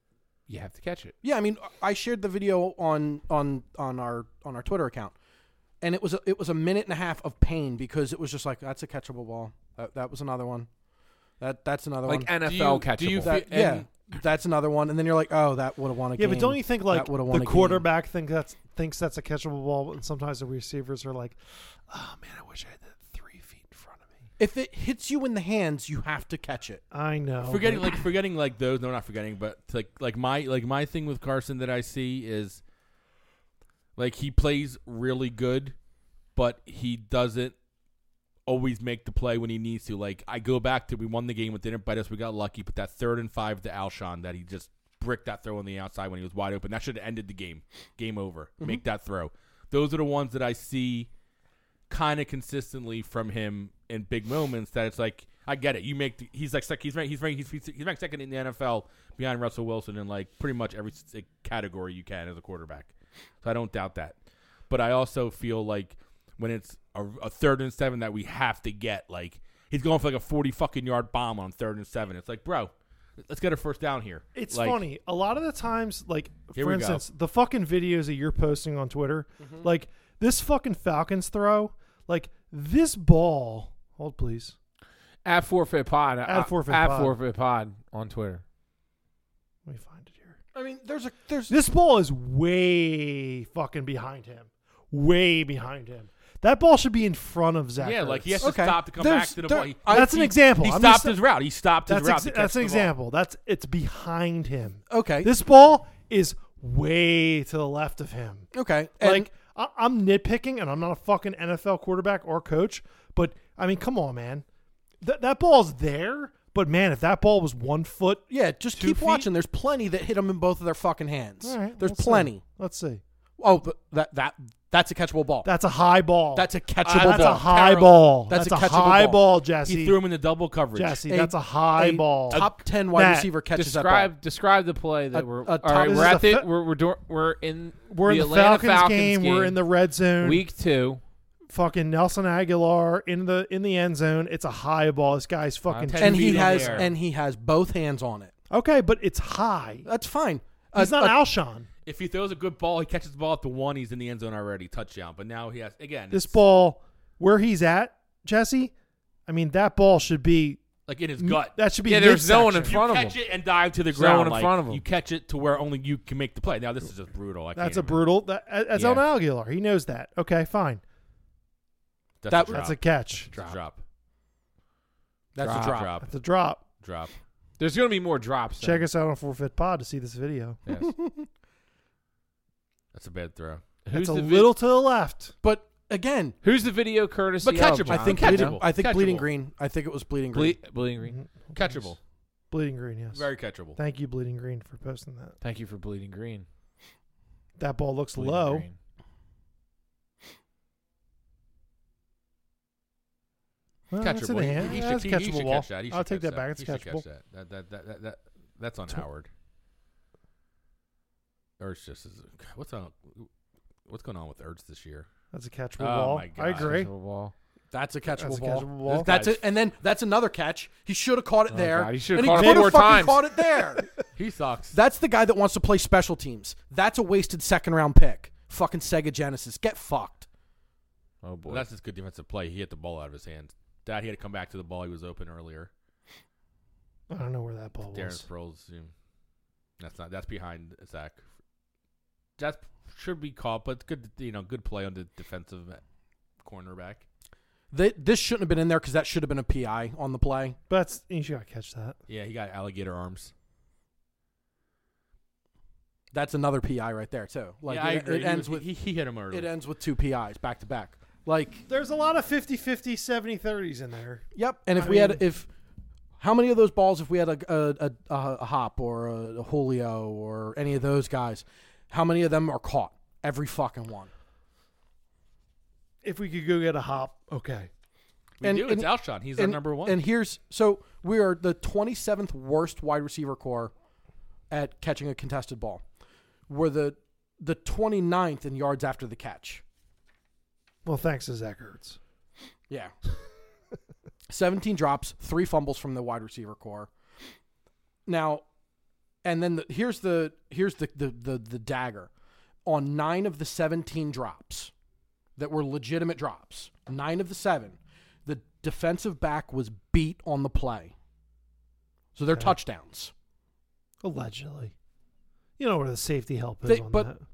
[SPEAKER 1] you have to catch it.
[SPEAKER 4] yeah, I mean, I shared the video on on on our on our Twitter account, and it was a, it was a minute and a half of pain because it was just like that's a catchable ball. That, that was another one. That that's another
[SPEAKER 1] Like
[SPEAKER 4] one.
[SPEAKER 1] NFL catchable.
[SPEAKER 2] do you feel-
[SPEAKER 4] That, yeah,
[SPEAKER 2] and-
[SPEAKER 4] that's another one. And then you're like, oh, that would have won a
[SPEAKER 3] Yeah,
[SPEAKER 4] game.
[SPEAKER 3] but don't you think like
[SPEAKER 4] That would've won a
[SPEAKER 3] the
[SPEAKER 4] game.
[SPEAKER 3] quarterback think that's thinks that's a catchable ball, and sometimes the receivers are like, "Oh man, I wish I had that three feet in front of me."
[SPEAKER 4] If it hits you in the hands, you have to catch it.
[SPEAKER 3] I know.
[SPEAKER 2] forgetting like forgetting like those no not forgetting but like like my like my thing with Carson that I see is like he plays really good but he doesn't always make the play when he needs to like I go back to we won the game with didn't bite us we got lucky but that third and five to Alshon that he just bricked that throw on the outside when he was wide open that should have ended the game game over make that throw those are the ones that I see kind of consistently from him in big moments that it's like I get it. You make the, he's like sec- he's ranked, he's ranked, he's he's he's ranked second in the NFL behind Russell Wilson in like pretty much every s- category you can as a quarterback. So I don't doubt that. But I also feel like when it's a, a third and seven that we have to get like he's going for like a forty fucking yard bomb on third and seven. It's like bro, let's get a first down here.
[SPEAKER 3] It's
[SPEAKER 2] Like,
[SPEAKER 3] funny. A lot of the times, like
[SPEAKER 2] Here
[SPEAKER 3] for
[SPEAKER 2] we go.
[SPEAKER 3] instance, the fucking videos that you're posting on Twitter, like this fucking Falcons throw, like this ball. Hold please.
[SPEAKER 1] At forfeit pod. uh,
[SPEAKER 3] forfeit
[SPEAKER 1] At
[SPEAKER 3] pod.
[SPEAKER 1] forfeit pod on Twitter.
[SPEAKER 3] Let me find it here.
[SPEAKER 4] I mean, there's a there's
[SPEAKER 3] This ball is way fucking behind him. Way behind him. That ball should be in front of Zach.
[SPEAKER 2] Yeah, like
[SPEAKER 3] Ertz.
[SPEAKER 2] he has to
[SPEAKER 4] Okay.
[SPEAKER 2] stop to come
[SPEAKER 4] There's-
[SPEAKER 2] back to the
[SPEAKER 4] there-
[SPEAKER 2] ball. He,
[SPEAKER 4] I-
[SPEAKER 3] That's an
[SPEAKER 2] he-
[SPEAKER 3] example.
[SPEAKER 2] He
[SPEAKER 3] I'm
[SPEAKER 2] stopped
[SPEAKER 3] just-
[SPEAKER 2] his route. He stopped his
[SPEAKER 3] That's
[SPEAKER 2] route.
[SPEAKER 3] ex-
[SPEAKER 2] to catch
[SPEAKER 3] that's an
[SPEAKER 2] the ball.
[SPEAKER 3] example. That's it's behind him.
[SPEAKER 4] okay.
[SPEAKER 3] This ball is way to the left of him.
[SPEAKER 4] okay. And
[SPEAKER 3] like I- I'm nitpicking, and I'm not a fucking NFL quarterback or coach, but I mean, come on, man. Th- that ball's there, but man, if that ball was one foot,
[SPEAKER 4] yeah, just
[SPEAKER 3] two
[SPEAKER 4] keep
[SPEAKER 3] feet?
[SPEAKER 4] watching. There's plenty that hit them in both of their fucking hands.
[SPEAKER 3] all right,
[SPEAKER 4] there's
[SPEAKER 3] let's see.
[SPEAKER 4] plenty.
[SPEAKER 3] Let's see.
[SPEAKER 4] Oh, but that that that's a catchable ball.
[SPEAKER 3] That's a high ball.
[SPEAKER 4] that's a catchable
[SPEAKER 3] Uh, that's
[SPEAKER 4] ball.
[SPEAKER 3] a high
[SPEAKER 4] Terrible.
[SPEAKER 3] ball.
[SPEAKER 4] That's
[SPEAKER 3] That's,
[SPEAKER 4] a
[SPEAKER 3] a,
[SPEAKER 4] catchable
[SPEAKER 3] high
[SPEAKER 4] ball.
[SPEAKER 3] ball,
[SPEAKER 2] He
[SPEAKER 3] Jesse.
[SPEAKER 2] threw him into double coverage.
[SPEAKER 3] Jesse,
[SPEAKER 4] A-
[SPEAKER 3] that's a high
[SPEAKER 4] a
[SPEAKER 3] ball.
[SPEAKER 4] Top ten wide
[SPEAKER 3] Matt,
[SPEAKER 4] receiver catches
[SPEAKER 1] Describe describe the play that
[SPEAKER 4] A-
[SPEAKER 1] we're
[SPEAKER 4] a
[SPEAKER 1] all
[SPEAKER 4] top-
[SPEAKER 1] right.
[SPEAKER 3] This
[SPEAKER 1] We're
[SPEAKER 3] is
[SPEAKER 1] at
[SPEAKER 3] a
[SPEAKER 1] the
[SPEAKER 3] fa-
[SPEAKER 1] we're we're, do, we're in
[SPEAKER 3] we're in
[SPEAKER 1] the
[SPEAKER 3] the,
[SPEAKER 1] Atlanta
[SPEAKER 3] Falcons, game, We're in the red zone.
[SPEAKER 1] week two.
[SPEAKER 3] fucking Nelson Aguilar in the in the end zone. It's a high ball. This guy's fucking.
[SPEAKER 1] ten-
[SPEAKER 4] and
[SPEAKER 1] feet in
[SPEAKER 4] he
[SPEAKER 1] the
[SPEAKER 4] has
[SPEAKER 1] air.
[SPEAKER 4] and he has both hands on it.
[SPEAKER 3] okay, but it's high.
[SPEAKER 4] That's fine.
[SPEAKER 3] He's
[SPEAKER 4] A-
[SPEAKER 3] not
[SPEAKER 4] a-
[SPEAKER 3] Alshon.
[SPEAKER 2] If he throws a good ball, he catches the ball at the one. He's in the end zone already. Touchdown. But now he has again
[SPEAKER 3] This
[SPEAKER 2] it's
[SPEAKER 3] ball, where he's at, Jesse. I mean, that ball should be
[SPEAKER 2] like in his gut.
[SPEAKER 3] That should be
[SPEAKER 1] Yeah, there's no one in
[SPEAKER 3] midsection.
[SPEAKER 1] front of him.
[SPEAKER 2] catch it and dive to the
[SPEAKER 1] There's no one
[SPEAKER 2] ground.
[SPEAKER 1] in
[SPEAKER 2] like,
[SPEAKER 1] front of him.
[SPEAKER 2] You catch it to where only you can make the play. Now this is just brutal. I
[SPEAKER 3] That's
[SPEAKER 2] can't
[SPEAKER 3] a
[SPEAKER 2] even-
[SPEAKER 3] brutal. That, that's
[SPEAKER 2] Yeah.
[SPEAKER 3] on Aguilar. He knows that. Okay, fine.
[SPEAKER 2] That's
[SPEAKER 4] That-
[SPEAKER 2] a drop.
[SPEAKER 3] That's a catch.
[SPEAKER 2] That's a drop.
[SPEAKER 4] That's
[SPEAKER 1] Drop,
[SPEAKER 4] a drop.
[SPEAKER 2] Drop.
[SPEAKER 3] That's a drop.
[SPEAKER 2] Drop.
[SPEAKER 1] There's gonna be more drops. then.
[SPEAKER 3] Check us out on Forfeit Pod to see this video.
[SPEAKER 2] Yes. That's a bad throw.
[SPEAKER 1] Who's
[SPEAKER 3] That's a
[SPEAKER 1] the vi-
[SPEAKER 3] little to the left.
[SPEAKER 4] But again,
[SPEAKER 1] Who's the video courtesy?
[SPEAKER 2] But catchable.
[SPEAKER 1] of,
[SPEAKER 4] I
[SPEAKER 1] John?
[SPEAKER 4] think
[SPEAKER 2] Catchable.
[SPEAKER 4] bleeding, I think bleeding
[SPEAKER 2] Catchable.
[SPEAKER 4] green. I think it was bleeding green.
[SPEAKER 1] Ble- Bleeding Green.
[SPEAKER 3] Mhm.
[SPEAKER 2] Catchable.
[SPEAKER 3] Mm-hmm. Bleeding Green, yes.
[SPEAKER 2] Very catchable.
[SPEAKER 3] Thank you, Bleeding Green, for posting that.
[SPEAKER 1] Thank you for bleeding green.
[SPEAKER 3] That ball looks
[SPEAKER 1] Bleeding
[SPEAKER 3] low.
[SPEAKER 1] Green.
[SPEAKER 3] Well, that's in
[SPEAKER 2] catchable.
[SPEAKER 3] the
[SPEAKER 2] He-
[SPEAKER 3] hand.
[SPEAKER 2] He,
[SPEAKER 3] that's
[SPEAKER 2] should,
[SPEAKER 3] a
[SPEAKER 2] he, he
[SPEAKER 3] catchable
[SPEAKER 2] should
[SPEAKER 3] ball.
[SPEAKER 2] catch that. He should
[SPEAKER 3] I'll take
[SPEAKER 2] catch
[SPEAKER 3] that back. It's
[SPEAKER 2] He should
[SPEAKER 3] catchable.
[SPEAKER 2] catch that. That, that, that, that, that- that's on
[SPEAKER 3] Tw-
[SPEAKER 2] Howard. Ertz just is. What's on? What's going on with Ertz this year?
[SPEAKER 3] That's a catchable
[SPEAKER 2] Oh,
[SPEAKER 3] ball.
[SPEAKER 2] my
[SPEAKER 3] I
[SPEAKER 2] God.
[SPEAKER 3] agree.
[SPEAKER 1] Catchable ball.
[SPEAKER 4] That's a catchable
[SPEAKER 3] That's a
[SPEAKER 4] ball.
[SPEAKER 3] catchable ball.
[SPEAKER 4] That's
[SPEAKER 2] Guys.
[SPEAKER 4] it. And then that's another catch. He should have caught it
[SPEAKER 1] Oh,
[SPEAKER 4] there.
[SPEAKER 1] God, he should've
[SPEAKER 4] and
[SPEAKER 1] caught it
[SPEAKER 4] coulda
[SPEAKER 1] four
[SPEAKER 4] fucking
[SPEAKER 1] times.
[SPEAKER 4] Caught it there.
[SPEAKER 2] He sucks.
[SPEAKER 4] that's the guy that wants to play special teams. That's a wasted second round pick. Fucking Sega Genesis. Get fucked.
[SPEAKER 1] Oh boy.
[SPEAKER 2] Well, that's just good defensive play. He hit the ball out of his hands. That he had to come back to the ball. He was open earlier.
[SPEAKER 3] I don't know where that ball
[SPEAKER 2] Darren
[SPEAKER 3] was.
[SPEAKER 2] Sproles. you know, That's not. That's behind Zach. That should be caught, but good. You know, good play on the defensive cornerback.
[SPEAKER 4] They, this shouldn't have been in there because that should have been a PI on the play.
[SPEAKER 3] But that's- you got to catch that.
[SPEAKER 2] Yeah, he got alligator arms.
[SPEAKER 4] That's another PI right there too. Like
[SPEAKER 2] yeah, I
[SPEAKER 4] it,
[SPEAKER 2] agree.
[SPEAKER 4] it
[SPEAKER 2] He
[SPEAKER 4] ends
[SPEAKER 2] was-
[SPEAKER 4] with
[SPEAKER 2] he, he hit him early.
[SPEAKER 4] it ends with two PIs back to back. Like
[SPEAKER 3] There's a lot of 50 50, 70 30s in there.
[SPEAKER 4] Yep. And if
[SPEAKER 3] I
[SPEAKER 4] we
[SPEAKER 3] mean-
[SPEAKER 4] had if how many of those balls if we had a a, a, a a hop or a Julio or any of those guys, how many of them are caught? Every fucking one.
[SPEAKER 3] If we could go get a hop, okay.
[SPEAKER 2] We
[SPEAKER 4] and-
[SPEAKER 2] do.
[SPEAKER 4] and-
[SPEAKER 2] it's Alshon. He's our
[SPEAKER 4] and,
[SPEAKER 2] number one.
[SPEAKER 4] And here's so we are the 27th worst wide receiver core at catching a contested ball. We're the the 29th in yards after the catch.
[SPEAKER 3] Well, thanks to Zach Ertz.
[SPEAKER 4] Yeah. 17 drops, three fumbles from the wide receiver core. Now, and then the, here's the here's the, the the the dagger. On 9 of the 17 drops that were legitimate drops, 9 of the 7, the defensive back was beat on the play. So they're
[SPEAKER 3] Okay.
[SPEAKER 4] touchdowns.
[SPEAKER 3] Allegedly. You know where the safety help is
[SPEAKER 4] They-
[SPEAKER 3] on
[SPEAKER 4] but-
[SPEAKER 3] that.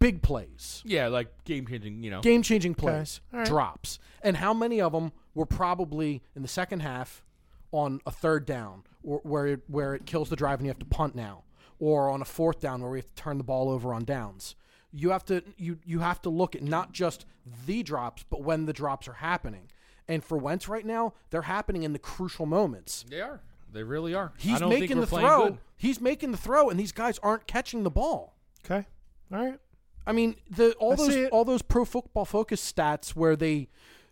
[SPEAKER 4] Big plays.
[SPEAKER 2] yeah, like game changing. You know,
[SPEAKER 4] Game changing
[SPEAKER 3] Okay.
[SPEAKER 4] plays,
[SPEAKER 3] All right.
[SPEAKER 4] drops. And how many of them were probably in the second half on a third down or where it, where it kills the drive and you have to punt now or on a fourth down where we have to turn the ball over on downs. You have to you you have to look at not just the drops but when the drops are happening. And for Wentz right now, they're happening in the crucial moments.
[SPEAKER 2] they are. They really are. I
[SPEAKER 4] He's
[SPEAKER 2] don't think
[SPEAKER 4] making
[SPEAKER 2] we're
[SPEAKER 4] the
[SPEAKER 2] playing
[SPEAKER 4] throw.
[SPEAKER 2] good.
[SPEAKER 4] He's making the throw and these guys aren't catching the ball.
[SPEAKER 3] Okay. All right.
[SPEAKER 4] I mean, the all
[SPEAKER 3] I see
[SPEAKER 4] those
[SPEAKER 3] it.
[SPEAKER 4] all those pro football focus stats where they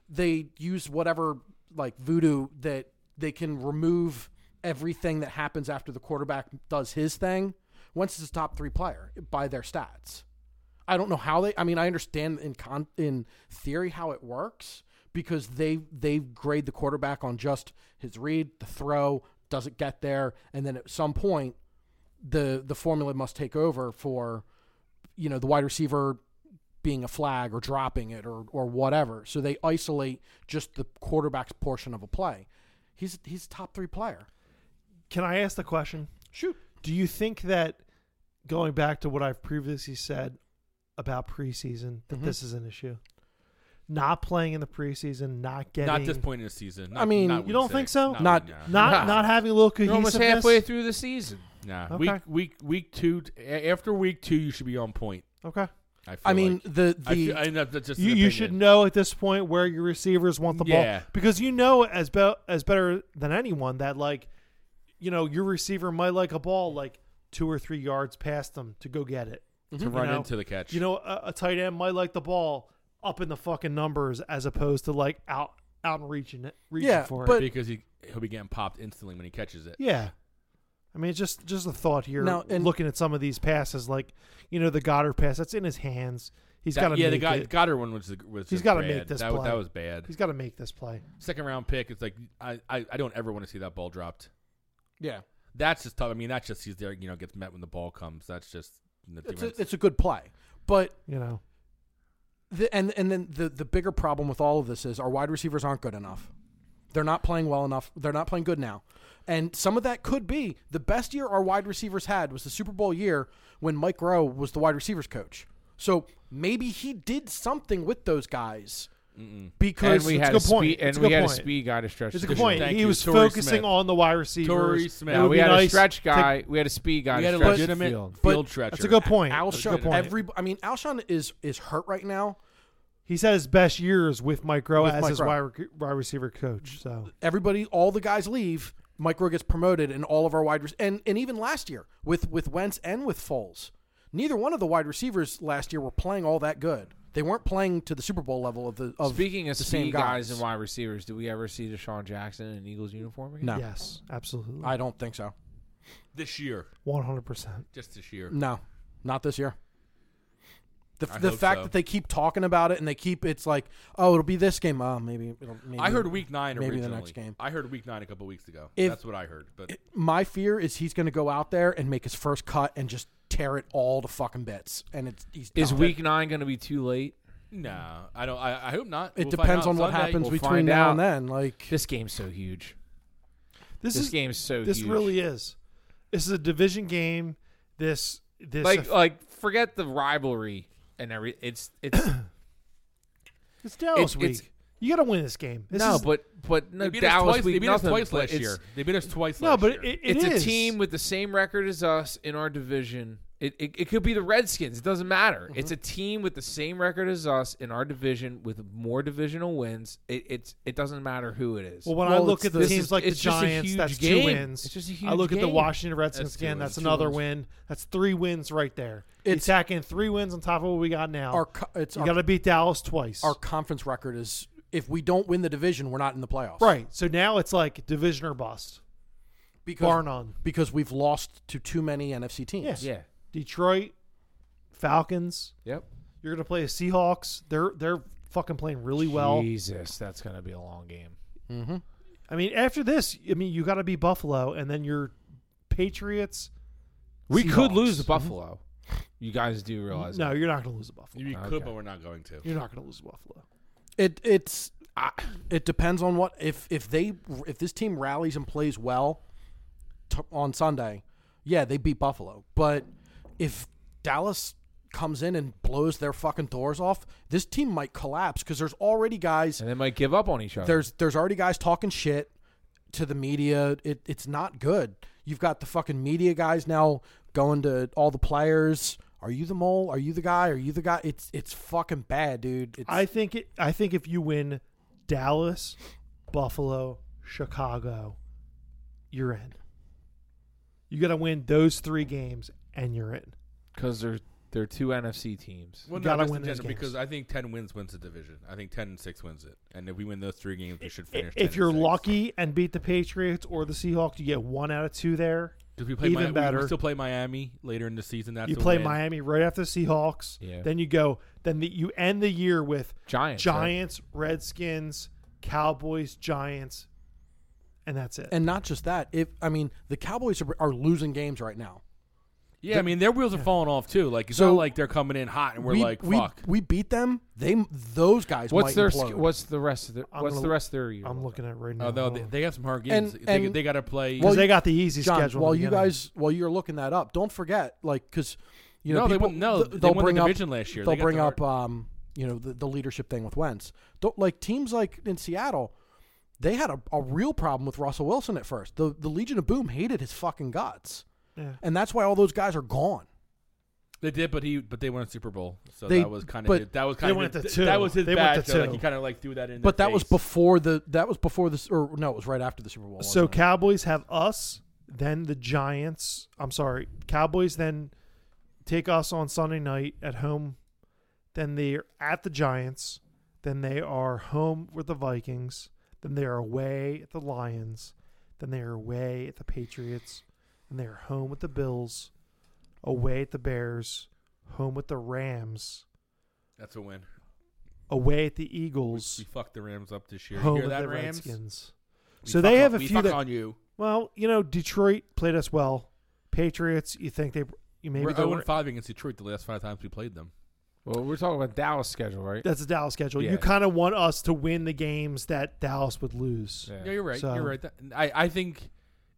[SPEAKER 4] they use whatever like voodoo that they can remove everything that happens after the quarterback does his thing. Once it's a top three player by their stats. I don't know how they. I mean, I understand in con, in theory how it works because they they grade the quarterback on just his read, the throw, does it get there, and then at some point, the the formula must take over for, you know, the wide receiver being a flag or dropping it or or whatever. So they isolate just the quarterback's portion of a play. He's he's a top three player.
[SPEAKER 3] Can I ask the question?
[SPEAKER 4] Shoot,
[SPEAKER 3] Do you think that going back to what I've previously said about preseason, that
[SPEAKER 4] Mhm.
[SPEAKER 3] this is an issue? Not playing in the preseason, not getting
[SPEAKER 2] Not this point in the season. Not,
[SPEAKER 4] I mean,
[SPEAKER 2] not
[SPEAKER 4] you
[SPEAKER 2] week
[SPEAKER 3] don't think
[SPEAKER 2] six.
[SPEAKER 3] so?
[SPEAKER 4] Not-
[SPEAKER 2] week nine.
[SPEAKER 3] not
[SPEAKER 1] Nah.
[SPEAKER 3] not having a little
[SPEAKER 1] You're almost
[SPEAKER 3] cohesiveness.
[SPEAKER 1] halfway through the season.
[SPEAKER 2] Nah.
[SPEAKER 3] Okay.
[SPEAKER 2] Week week week two. a- After week two, you should be on point.
[SPEAKER 3] Okay,
[SPEAKER 2] I, feel
[SPEAKER 4] I mean
[SPEAKER 2] like.
[SPEAKER 4] the the
[SPEAKER 2] I feel, I know that's just an
[SPEAKER 3] you, you
[SPEAKER 2] opinion.
[SPEAKER 3] should know at this point where your receivers want the
[SPEAKER 2] Yeah.
[SPEAKER 3] ball because you know as be- as better than anyone that like you know your receiver might like a ball like two or three yards past them to go get it.
[SPEAKER 2] to run
[SPEAKER 3] know,
[SPEAKER 2] into the catch.
[SPEAKER 3] You know, a, a tight end might like the ball up in the fucking numbers as opposed to like out out and reaching it, reaching
[SPEAKER 4] Yeah,
[SPEAKER 3] for
[SPEAKER 4] but-
[SPEAKER 3] it.
[SPEAKER 2] because he he'll be getting popped instantly when he catches it.
[SPEAKER 3] Yeah. I mean, it's just just a thought here.
[SPEAKER 4] Now, and-
[SPEAKER 3] looking at some of these passes, like you know the Goddard pass that's in his hands. He's
[SPEAKER 2] That-
[SPEAKER 3] got to
[SPEAKER 2] yeah,
[SPEAKER 3] make
[SPEAKER 2] the guy
[SPEAKER 3] it.
[SPEAKER 2] Goddard one was the, was
[SPEAKER 3] He's
[SPEAKER 2] just
[SPEAKER 3] gotta
[SPEAKER 2] bad.
[SPEAKER 3] make this
[SPEAKER 2] that, was-
[SPEAKER 3] play.
[SPEAKER 2] that was bad.
[SPEAKER 3] He's got to make this play.
[SPEAKER 2] Second round pick. It's like I, I, I don't ever want to see that ball dropped.
[SPEAKER 4] Yeah,
[SPEAKER 2] That's just tough. I mean, that's just he's there. You know, gets met when the ball comes. That's just the
[SPEAKER 4] it's a,
[SPEAKER 2] defense.
[SPEAKER 4] it's a good play, but
[SPEAKER 3] You know,
[SPEAKER 4] the, and and then the the bigger problem with all of this is our wide receivers aren't good enough. They're not playing well enough. They're not playing good now. And some of that could be the best year our wide receivers had was the Super Bowl year when Mike Rowe was the wide receivers coach. So maybe he did something with those guys
[SPEAKER 1] and
[SPEAKER 4] because
[SPEAKER 1] we
[SPEAKER 3] it's
[SPEAKER 1] had
[SPEAKER 3] a
[SPEAKER 1] a,
[SPEAKER 3] good point.
[SPEAKER 1] speed, and
[SPEAKER 3] It's a
[SPEAKER 1] we
[SPEAKER 3] good
[SPEAKER 1] had
[SPEAKER 3] point.
[SPEAKER 1] a speed guy to stretch.
[SPEAKER 3] it's a
[SPEAKER 1] the
[SPEAKER 3] good point.
[SPEAKER 1] field.
[SPEAKER 2] Thank
[SPEAKER 3] he
[SPEAKER 2] you,
[SPEAKER 3] was
[SPEAKER 2] Torrey
[SPEAKER 3] focusing
[SPEAKER 2] Smith.
[SPEAKER 3] on the wide receivers.
[SPEAKER 2] Torrey Smith.
[SPEAKER 3] It
[SPEAKER 1] Yeah,
[SPEAKER 3] would
[SPEAKER 1] we
[SPEAKER 3] be
[SPEAKER 1] had
[SPEAKER 3] nice
[SPEAKER 1] a stretch
[SPEAKER 3] to-
[SPEAKER 1] guy. we had a speed guy.
[SPEAKER 2] We
[SPEAKER 1] to
[SPEAKER 2] had a
[SPEAKER 1] stretch the
[SPEAKER 2] legitimate
[SPEAKER 1] field.
[SPEAKER 2] field stretcher.
[SPEAKER 3] That's a good point. That's a good
[SPEAKER 4] Alshon,
[SPEAKER 3] point.
[SPEAKER 4] every I mean Alshon is is hurt right now.
[SPEAKER 3] He's had his best years with Mike Rowe
[SPEAKER 4] With
[SPEAKER 3] as
[SPEAKER 4] Mike
[SPEAKER 3] his
[SPEAKER 4] Rowe.
[SPEAKER 3] wide, rec- wide receiver coach. So
[SPEAKER 4] Everybody, all the guys leave. Mike Rowe gets promoted, and all of our wide rec- and and even last year with with Wentz and with Foles, neither one of the wide receivers last year were playing all that good. They weren't playing to the Super Bowl level of the of
[SPEAKER 1] Speaking of
[SPEAKER 4] the
[SPEAKER 1] speed
[SPEAKER 4] same
[SPEAKER 1] guys. and wide receivers, do we ever see Deshaun Jackson in an Eagles uniform again?
[SPEAKER 4] No,
[SPEAKER 3] yes, absolutely,
[SPEAKER 4] I don't think so.
[SPEAKER 2] this year,
[SPEAKER 3] one hundred percent.
[SPEAKER 2] just this year.
[SPEAKER 4] No, not this year. The,
[SPEAKER 2] I
[SPEAKER 4] the
[SPEAKER 2] hope
[SPEAKER 4] fact
[SPEAKER 2] so.
[SPEAKER 4] that they keep talking about it and they keep it's like oh it'll be this game oh maybe it'll maybe
[SPEAKER 2] I heard week nine
[SPEAKER 4] maybe the
[SPEAKER 2] originally.
[SPEAKER 4] next game.
[SPEAKER 2] I heard week nine a couple weeks ago.
[SPEAKER 4] If-
[SPEAKER 2] That's what I heard. But
[SPEAKER 4] my fear is he's going to go out there and make his first cut and just tear it all to fucking bits. And it's he's
[SPEAKER 1] Is
[SPEAKER 4] done.
[SPEAKER 1] week nine going to be too late?
[SPEAKER 2] no, I don't. I, I hope not.
[SPEAKER 4] It
[SPEAKER 2] We'll find
[SPEAKER 4] depends
[SPEAKER 2] out
[SPEAKER 4] on what
[SPEAKER 2] Sunday.
[SPEAKER 4] happens
[SPEAKER 1] We'll
[SPEAKER 4] between
[SPEAKER 1] find
[SPEAKER 4] now and
[SPEAKER 1] out.
[SPEAKER 4] then. Like
[SPEAKER 1] This game's so huge.
[SPEAKER 3] This,
[SPEAKER 1] This
[SPEAKER 3] is
[SPEAKER 1] game's so
[SPEAKER 3] this
[SPEAKER 1] huge.
[SPEAKER 3] really is. This is a division game. This this
[SPEAKER 1] like like forget the rivalry and every. It's it's
[SPEAKER 3] it's Dallas
[SPEAKER 1] it's-
[SPEAKER 3] week.
[SPEAKER 1] it's-
[SPEAKER 3] you got to win this game. This
[SPEAKER 1] no,
[SPEAKER 3] is,
[SPEAKER 1] but but no
[SPEAKER 2] They beat
[SPEAKER 1] Dallas
[SPEAKER 2] us twice,
[SPEAKER 1] week
[SPEAKER 2] they beat
[SPEAKER 1] nothing,
[SPEAKER 2] us twice
[SPEAKER 1] but
[SPEAKER 2] last
[SPEAKER 1] it's-
[SPEAKER 2] year. They beat us twice.
[SPEAKER 3] no,
[SPEAKER 2] last
[SPEAKER 3] but
[SPEAKER 2] year.
[SPEAKER 3] it, it
[SPEAKER 1] it's
[SPEAKER 3] is.
[SPEAKER 1] a team with the same record as us in our division. It, it, it could be the Redskins. It doesn't matter.
[SPEAKER 3] Mm-hmm.
[SPEAKER 1] It's a team with the same record as us in our division with more divisional wins. It it's, it doesn't matter who it is.
[SPEAKER 3] Well, when I
[SPEAKER 4] Well,
[SPEAKER 3] look
[SPEAKER 4] it's
[SPEAKER 3] at the
[SPEAKER 4] this
[SPEAKER 3] teams
[SPEAKER 1] is-
[SPEAKER 3] like the
[SPEAKER 1] it's just a
[SPEAKER 3] Giants,
[SPEAKER 1] huge
[SPEAKER 3] that's two
[SPEAKER 1] game.
[SPEAKER 3] wins.
[SPEAKER 1] It's just a
[SPEAKER 3] I
[SPEAKER 1] huge
[SPEAKER 3] look at the
[SPEAKER 1] game.
[SPEAKER 3] Washington Redskins
[SPEAKER 2] That's two
[SPEAKER 3] again.
[SPEAKER 2] wins.
[SPEAKER 3] That's
[SPEAKER 2] Two
[SPEAKER 3] another
[SPEAKER 2] wins.
[SPEAKER 3] win. That's three wins right there.
[SPEAKER 4] It's-
[SPEAKER 3] It's hacking three wins on top of what we got now.
[SPEAKER 4] our co- it's
[SPEAKER 3] you
[SPEAKER 4] our,
[SPEAKER 3] got to beat Dallas twice.
[SPEAKER 4] our conference record is if we don't win the division, we're not in the playoffs.
[SPEAKER 3] right. So now it's like division or bust.
[SPEAKER 4] Because
[SPEAKER 3] Bar none.
[SPEAKER 4] because we've lost to too many NFC teams.
[SPEAKER 3] Yes.
[SPEAKER 1] yeah,
[SPEAKER 3] Detroit, Falcons.
[SPEAKER 1] yep.
[SPEAKER 3] You're gonna play a Seahawks. They're they're fucking playing really well.
[SPEAKER 1] Jesus, that's gonna be a long game.
[SPEAKER 3] I mean, after this, I mean, you got to be Buffalo, and then your Patriots.
[SPEAKER 1] We could
[SPEAKER 3] Seahawks. Mm-hmm.
[SPEAKER 1] lose to Buffalo. You guys do realize?
[SPEAKER 3] No,
[SPEAKER 1] that.
[SPEAKER 3] you're not gonna lose to Buffalo.
[SPEAKER 2] you could,
[SPEAKER 1] Okay.
[SPEAKER 2] but we're not going to.
[SPEAKER 3] You're not gonna lose to Buffalo.
[SPEAKER 4] It it's it depends on what if if they if this team rallies and plays well t- on Sunday, yeah, they beat Buffalo. But if Dallas comes in and blows their fucking doors off, this team might collapse because there's already guys
[SPEAKER 1] and they might give up on each other.
[SPEAKER 4] there's there's already guys talking shit to the media. It, it's not good. You've got the fucking media guys now going to all the players. Are you the mole? Are you the guy? Are you the guy? It's it's fucking bad, dude. It's,
[SPEAKER 3] I think it. I think if you win Dallas, Buffalo, Chicago, you're in. You got to win those three games, and you're in.
[SPEAKER 1] because they're they're two NFC teams.
[SPEAKER 2] Well,
[SPEAKER 3] Gotta
[SPEAKER 2] no, just
[SPEAKER 3] win
[SPEAKER 2] in
[SPEAKER 3] those
[SPEAKER 2] general,
[SPEAKER 3] games.
[SPEAKER 2] because I think ten wins wins the division. I think ten and six wins it. And if we win those three games, we should finish. 10
[SPEAKER 3] If
[SPEAKER 2] and
[SPEAKER 3] you're
[SPEAKER 2] six.
[SPEAKER 3] lucky and beat the Patriots or the Seahawks, you get one out of two there.
[SPEAKER 2] Because we play
[SPEAKER 3] Even
[SPEAKER 2] Mi- we-
[SPEAKER 3] better.
[SPEAKER 2] We still play Miami later in the season. That's
[SPEAKER 3] you
[SPEAKER 2] a
[SPEAKER 3] play
[SPEAKER 2] win.
[SPEAKER 3] Miami right after the Seahawks.
[SPEAKER 1] Yeah.
[SPEAKER 3] Then you go. Then the, you end the year with
[SPEAKER 1] Giants. right?
[SPEAKER 3] Giants, Redskins, Cowboys, Giants, and that's it.
[SPEAKER 4] And not just that, if I mean the Cowboys are, are losing games right now.
[SPEAKER 2] Yeah, I mean their wheels are falling off too. Like it's
[SPEAKER 4] So-
[SPEAKER 2] not like they're coming in hot and we're
[SPEAKER 4] we,
[SPEAKER 2] like
[SPEAKER 4] we,
[SPEAKER 2] fuck.
[SPEAKER 4] we beat them. They those guys.
[SPEAKER 1] What's
[SPEAKER 4] might
[SPEAKER 1] their
[SPEAKER 4] implode.
[SPEAKER 1] sch- What's the rest of their
[SPEAKER 3] I'm
[SPEAKER 1] What's
[SPEAKER 3] gonna-
[SPEAKER 1] the rest of their year?
[SPEAKER 3] I'm looking at it
[SPEAKER 4] Oh,
[SPEAKER 3] right now.
[SPEAKER 2] Although
[SPEAKER 3] Hold
[SPEAKER 2] they,
[SPEAKER 3] on.
[SPEAKER 2] they have some hard games.
[SPEAKER 4] And-
[SPEAKER 2] they
[SPEAKER 4] and-
[SPEAKER 2] got to play.
[SPEAKER 4] Well,
[SPEAKER 3] Because they got the easy
[SPEAKER 4] John,
[SPEAKER 3] schedule. in the
[SPEAKER 4] while you
[SPEAKER 3] beginning.
[SPEAKER 4] guys while you're looking that up, don't forget like because you know
[SPEAKER 2] no, they
[SPEAKER 4] people,
[SPEAKER 2] wouldn't. No,
[SPEAKER 4] th-
[SPEAKER 2] they
[SPEAKER 4] they'll
[SPEAKER 2] won
[SPEAKER 4] bring
[SPEAKER 2] the
[SPEAKER 4] up
[SPEAKER 2] division last year.
[SPEAKER 4] they'll
[SPEAKER 2] They got
[SPEAKER 4] bring
[SPEAKER 2] the
[SPEAKER 4] up
[SPEAKER 2] hard-
[SPEAKER 4] um you know the, the leadership thing with Wentz. Don't like teams like in Seattle. They had a, a real problem with Russell Wilson at first. The the Legion of Boom hated his fucking guts,
[SPEAKER 3] Yeah.
[SPEAKER 4] and that's why all those guys are gone.
[SPEAKER 2] They did, but he but they won a Super Bowl, so
[SPEAKER 4] They-
[SPEAKER 2] that was kind
[SPEAKER 4] but-
[SPEAKER 2] of that was
[SPEAKER 3] They
[SPEAKER 2] kind of
[SPEAKER 3] went to
[SPEAKER 2] his,
[SPEAKER 3] two.
[SPEAKER 2] that was his
[SPEAKER 3] They
[SPEAKER 2] bad.
[SPEAKER 3] went to
[SPEAKER 2] so, like,
[SPEAKER 3] two.
[SPEAKER 2] he kind of like threw that in.
[SPEAKER 4] But
[SPEAKER 2] their
[SPEAKER 4] that was
[SPEAKER 2] face.
[SPEAKER 4] before the that was before this or no, it was right after the Super Bowl.
[SPEAKER 3] So
[SPEAKER 4] wasn't it?
[SPEAKER 3] Cowboys have us, then the Giants. I'm sorry, Cowboys, then take us on Sunday night at home. Then they're at the Giants. Then they are home with the Vikings. Then they are away at the Lions. Then they are away at the Patriots. Then they are home with the Bills. Away at the Bears. Home with the Rams.
[SPEAKER 2] That's a win.
[SPEAKER 3] Away at the
[SPEAKER 2] We,
[SPEAKER 3] Eagles.
[SPEAKER 2] we fucked the Rams up this year. You
[SPEAKER 3] Home
[SPEAKER 2] hear
[SPEAKER 3] with
[SPEAKER 2] that,
[SPEAKER 3] Oh, the
[SPEAKER 2] Rams?
[SPEAKER 3] Redskins.
[SPEAKER 2] We
[SPEAKER 3] So they
[SPEAKER 2] fuck
[SPEAKER 3] have
[SPEAKER 2] on-
[SPEAKER 3] a
[SPEAKER 2] we
[SPEAKER 3] few
[SPEAKER 2] fuck
[SPEAKER 3] that-
[SPEAKER 2] on you.
[SPEAKER 3] Well, you know, Detroit played us well. Patriots, you think they you maybe
[SPEAKER 2] We're
[SPEAKER 3] they were-
[SPEAKER 2] 0 5 against Detroit the last five times we played them.
[SPEAKER 1] Well, we're talking about Dallas schedule, right?
[SPEAKER 3] that's a Dallas schedule.
[SPEAKER 2] Yeah.
[SPEAKER 3] You kind of want us to win the games that Dallas would lose.
[SPEAKER 2] Yeah, you're right.
[SPEAKER 3] So-
[SPEAKER 2] You're right. That- I, I think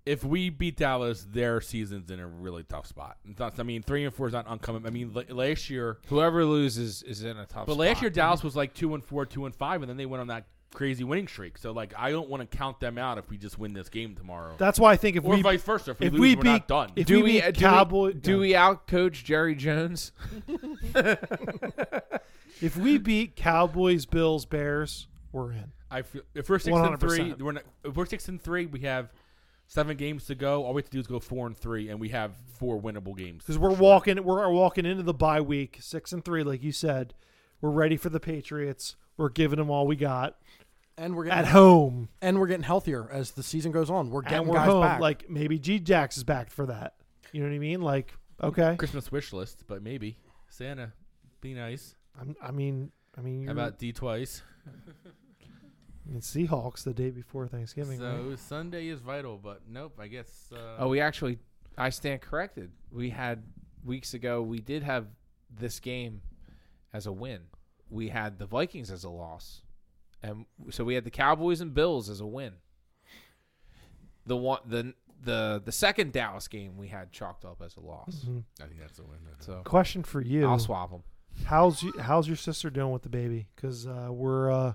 [SPEAKER 2] if we beat Dallas, their season's in a really tough spot. It's not- I mean, three and four is not uncommon. I mean, la- last year,
[SPEAKER 1] Whoever loses is in a top.
[SPEAKER 2] but last year Dallas was like two and four, two and five, and then they went on that crazy winning streak. So like, I don't want to count them out if we just win this game tomorrow,
[SPEAKER 3] That's why I think if
[SPEAKER 2] or
[SPEAKER 3] we
[SPEAKER 2] vice versa. If we
[SPEAKER 3] if
[SPEAKER 2] lose,
[SPEAKER 3] we
[SPEAKER 2] we are not
[SPEAKER 3] beat-
[SPEAKER 2] done.
[SPEAKER 3] if
[SPEAKER 1] do
[SPEAKER 3] we
[SPEAKER 1] we,
[SPEAKER 3] beat
[SPEAKER 1] uh, do
[SPEAKER 3] Cowboy-
[SPEAKER 1] we do
[SPEAKER 3] no.
[SPEAKER 1] we outcoach Jerry Jones?
[SPEAKER 3] if we beat Cowboys, Bills, Bears, we're in.
[SPEAKER 2] I feel if we're six and
[SPEAKER 3] 100%.
[SPEAKER 2] three, we're not, if we're six and three, we have seven games to go. All we have to do is go four and three, and we have four winnable games.
[SPEAKER 3] Because we're walking, we're walking into the bye week six and three, like you said. We're ready for the Patriots. We're giving them all we got
[SPEAKER 4] and we're
[SPEAKER 3] at
[SPEAKER 4] getting
[SPEAKER 3] home,
[SPEAKER 4] and we're getting healthier as the season goes on. We're getting
[SPEAKER 3] and we're
[SPEAKER 4] guys
[SPEAKER 3] home.
[SPEAKER 4] back.
[SPEAKER 3] Like maybe G Jax is back for that. You know what I mean? Like okay,
[SPEAKER 2] Christmas wish list, but maybe Santa, be nice.
[SPEAKER 3] I'm, I mean, I mean, you're,
[SPEAKER 2] How about D twice?
[SPEAKER 3] I mean, Seahawks the day before Thanksgiving. right?
[SPEAKER 2] So Sunday is vital, but nope. I guess. Uh,
[SPEAKER 1] Oh, we actually, I stand corrected. We had weeks ago. We did have this game as a win. We had the Vikings as a loss, and so we had the Cowboys and Bills as a win. The one, the the the second Dallas game we had chalked up as a loss.
[SPEAKER 3] Mhm.
[SPEAKER 2] I think that's a win.
[SPEAKER 1] So
[SPEAKER 3] Question for you:
[SPEAKER 1] I'll swap them.
[SPEAKER 3] How's you, how's your sister doing with the baby? Because uh, we're uh,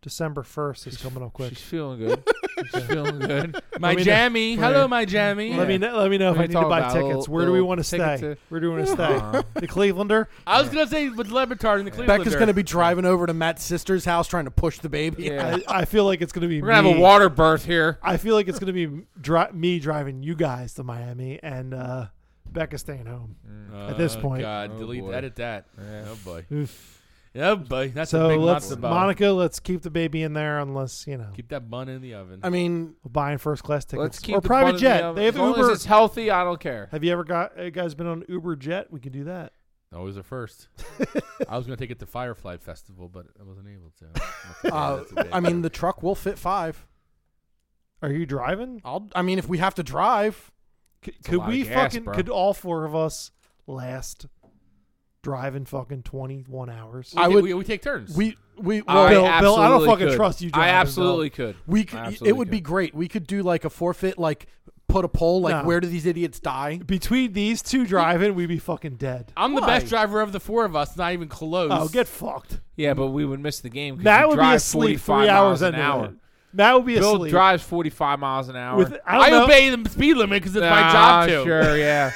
[SPEAKER 3] December first is coming up quick.
[SPEAKER 1] She's feeling good. She's feeling good.
[SPEAKER 2] My
[SPEAKER 3] Let me know-
[SPEAKER 2] jammy, hello, my jammy.
[SPEAKER 3] Let me know, let me know if
[SPEAKER 1] Let me
[SPEAKER 3] I need
[SPEAKER 1] talk
[SPEAKER 3] to buy
[SPEAKER 1] about
[SPEAKER 3] tickets.
[SPEAKER 1] a little-
[SPEAKER 3] Where do we
[SPEAKER 1] little
[SPEAKER 3] want to stay?
[SPEAKER 1] ticket to-
[SPEAKER 3] Where do we want to stay?
[SPEAKER 1] Uh,
[SPEAKER 3] the Clevelander.
[SPEAKER 2] I was gonna say with Levitard and the Cleveland.
[SPEAKER 4] Becca's going to be driving over to Matt's sister's house trying to push the baby.
[SPEAKER 1] yeah.
[SPEAKER 3] I, I feel like it's gonna be.
[SPEAKER 1] We're gonna
[SPEAKER 3] me.
[SPEAKER 1] have a water birth here.
[SPEAKER 3] I feel like it's gonna be dri- me driving you guys to Miami and uh, Becca staying home. at this point.
[SPEAKER 2] God,
[SPEAKER 1] Oh,
[SPEAKER 2] delete,
[SPEAKER 1] boy.
[SPEAKER 2] edit that.
[SPEAKER 1] Yeah.
[SPEAKER 2] Oh boy.
[SPEAKER 3] Oof.
[SPEAKER 2] Yeah, boy. That's a
[SPEAKER 3] So
[SPEAKER 2] big
[SPEAKER 3] let's
[SPEAKER 2] matzo ball.
[SPEAKER 3] Monica. Let's keep the baby in there unless you know
[SPEAKER 2] Keep that bun in the oven.
[SPEAKER 4] I mean,
[SPEAKER 3] we're buying first class tickets
[SPEAKER 1] Let's keep
[SPEAKER 3] or
[SPEAKER 1] the bun
[SPEAKER 3] private
[SPEAKER 1] in
[SPEAKER 3] jet.
[SPEAKER 1] the oven.
[SPEAKER 3] they have
[SPEAKER 1] as long
[SPEAKER 3] Uber.
[SPEAKER 1] As it's healthy. I don't care.
[SPEAKER 3] Have you ever got uh, guys been on Uber Jet? We could do that.
[SPEAKER 2] Always a first. I was gonna take it to Firefly Festival, but I wasn't able to.
[SPEAKER 4] uh, I mean, the truck will fit five.
[SPEAKER 3] Are you driving?
[SPEAKER 4] I'll. I mean, if we have to drive,
[SPEAKER 3] C-
[SPEAKER 1] a
[SPEAKER 3] could
[SPEAKER 1] lot of
[SPEAKER 3] we
[SPEAKER 1] gas,
[SPEAKER 3] fucking?
[SPEAKER 1] bro.
[SPEAKER 3] Could all four of us last driving fucking twenty one hours?
[SPEAKER 1] Uh,
[SPEAKER 2] I
[SPEAKER 4] I
[SPEAKER 2] would.
[SPEAKER 4] would-
[SPEAKER 2] We, we take turns.
[SPEAKER 4] we we
[SPEAKER 1] I
[SPEAKER 4] well,
[SPEAKER 3] Bill, Bill, I don't
[SPEAKER 1] absolutely
[SPEAKER 3] fucking
[SPEAKER 1] could.
[SPEAKER 3] trust you
[SPEAKER 1] I
[SPEAKER 3] driving, Bill.
[SPEAKER 1] absolutely could.
[SPEAKER 4] we could,
[SPEAKER 1] absolutely
[SPEAKER 4] it would be
[SPEAKER 1] could.
[SPEAKER 4] great. We could do like a forfeit, like put a poll, like
[SPEAKER 3] No.
[SPEAKER 4] where do these idiots die?
[SPEAKER 3] Between these two driving, we'd be fucking dead.
[SPEAKER 2] I'm the
[SPEAKER 4] Why?
[SPEAKER 2] best driver of the four of us. Not even close.
[SPEAKER 3] Oh, get fucked.
[SPEAKER 1] Yeah, but we would miss the game. 'cause
[SPEAKER 3] Matt
[SPEAKER 1] you
[SPEAKER 3] would be
[SPEAKER 1] drive
[SPEAKER 3] asleep
[SPEAKER 1] 45
[SPEAKER 3] three hours
[SPEAKER 1] miles an
[SPEAKER 3] into
[SPEAKER 1] hour.
[SPEAKER 3] it. Matt would be
[SPEAKER 1] Bill
[SPEAKER 3] asleep.
[SPEAKER 1] drives 45 miles an hour.
[SPEAKER 3] With- I
[SPEAKER 2] I,
[SPEAKER 3] don't know.
[SPEAKER 2] obey the speed limit because it's my
[SPEAKER 1] Ah,
[SPEAKER 2] job too.
[SPEAKER 1] Sure, yeah.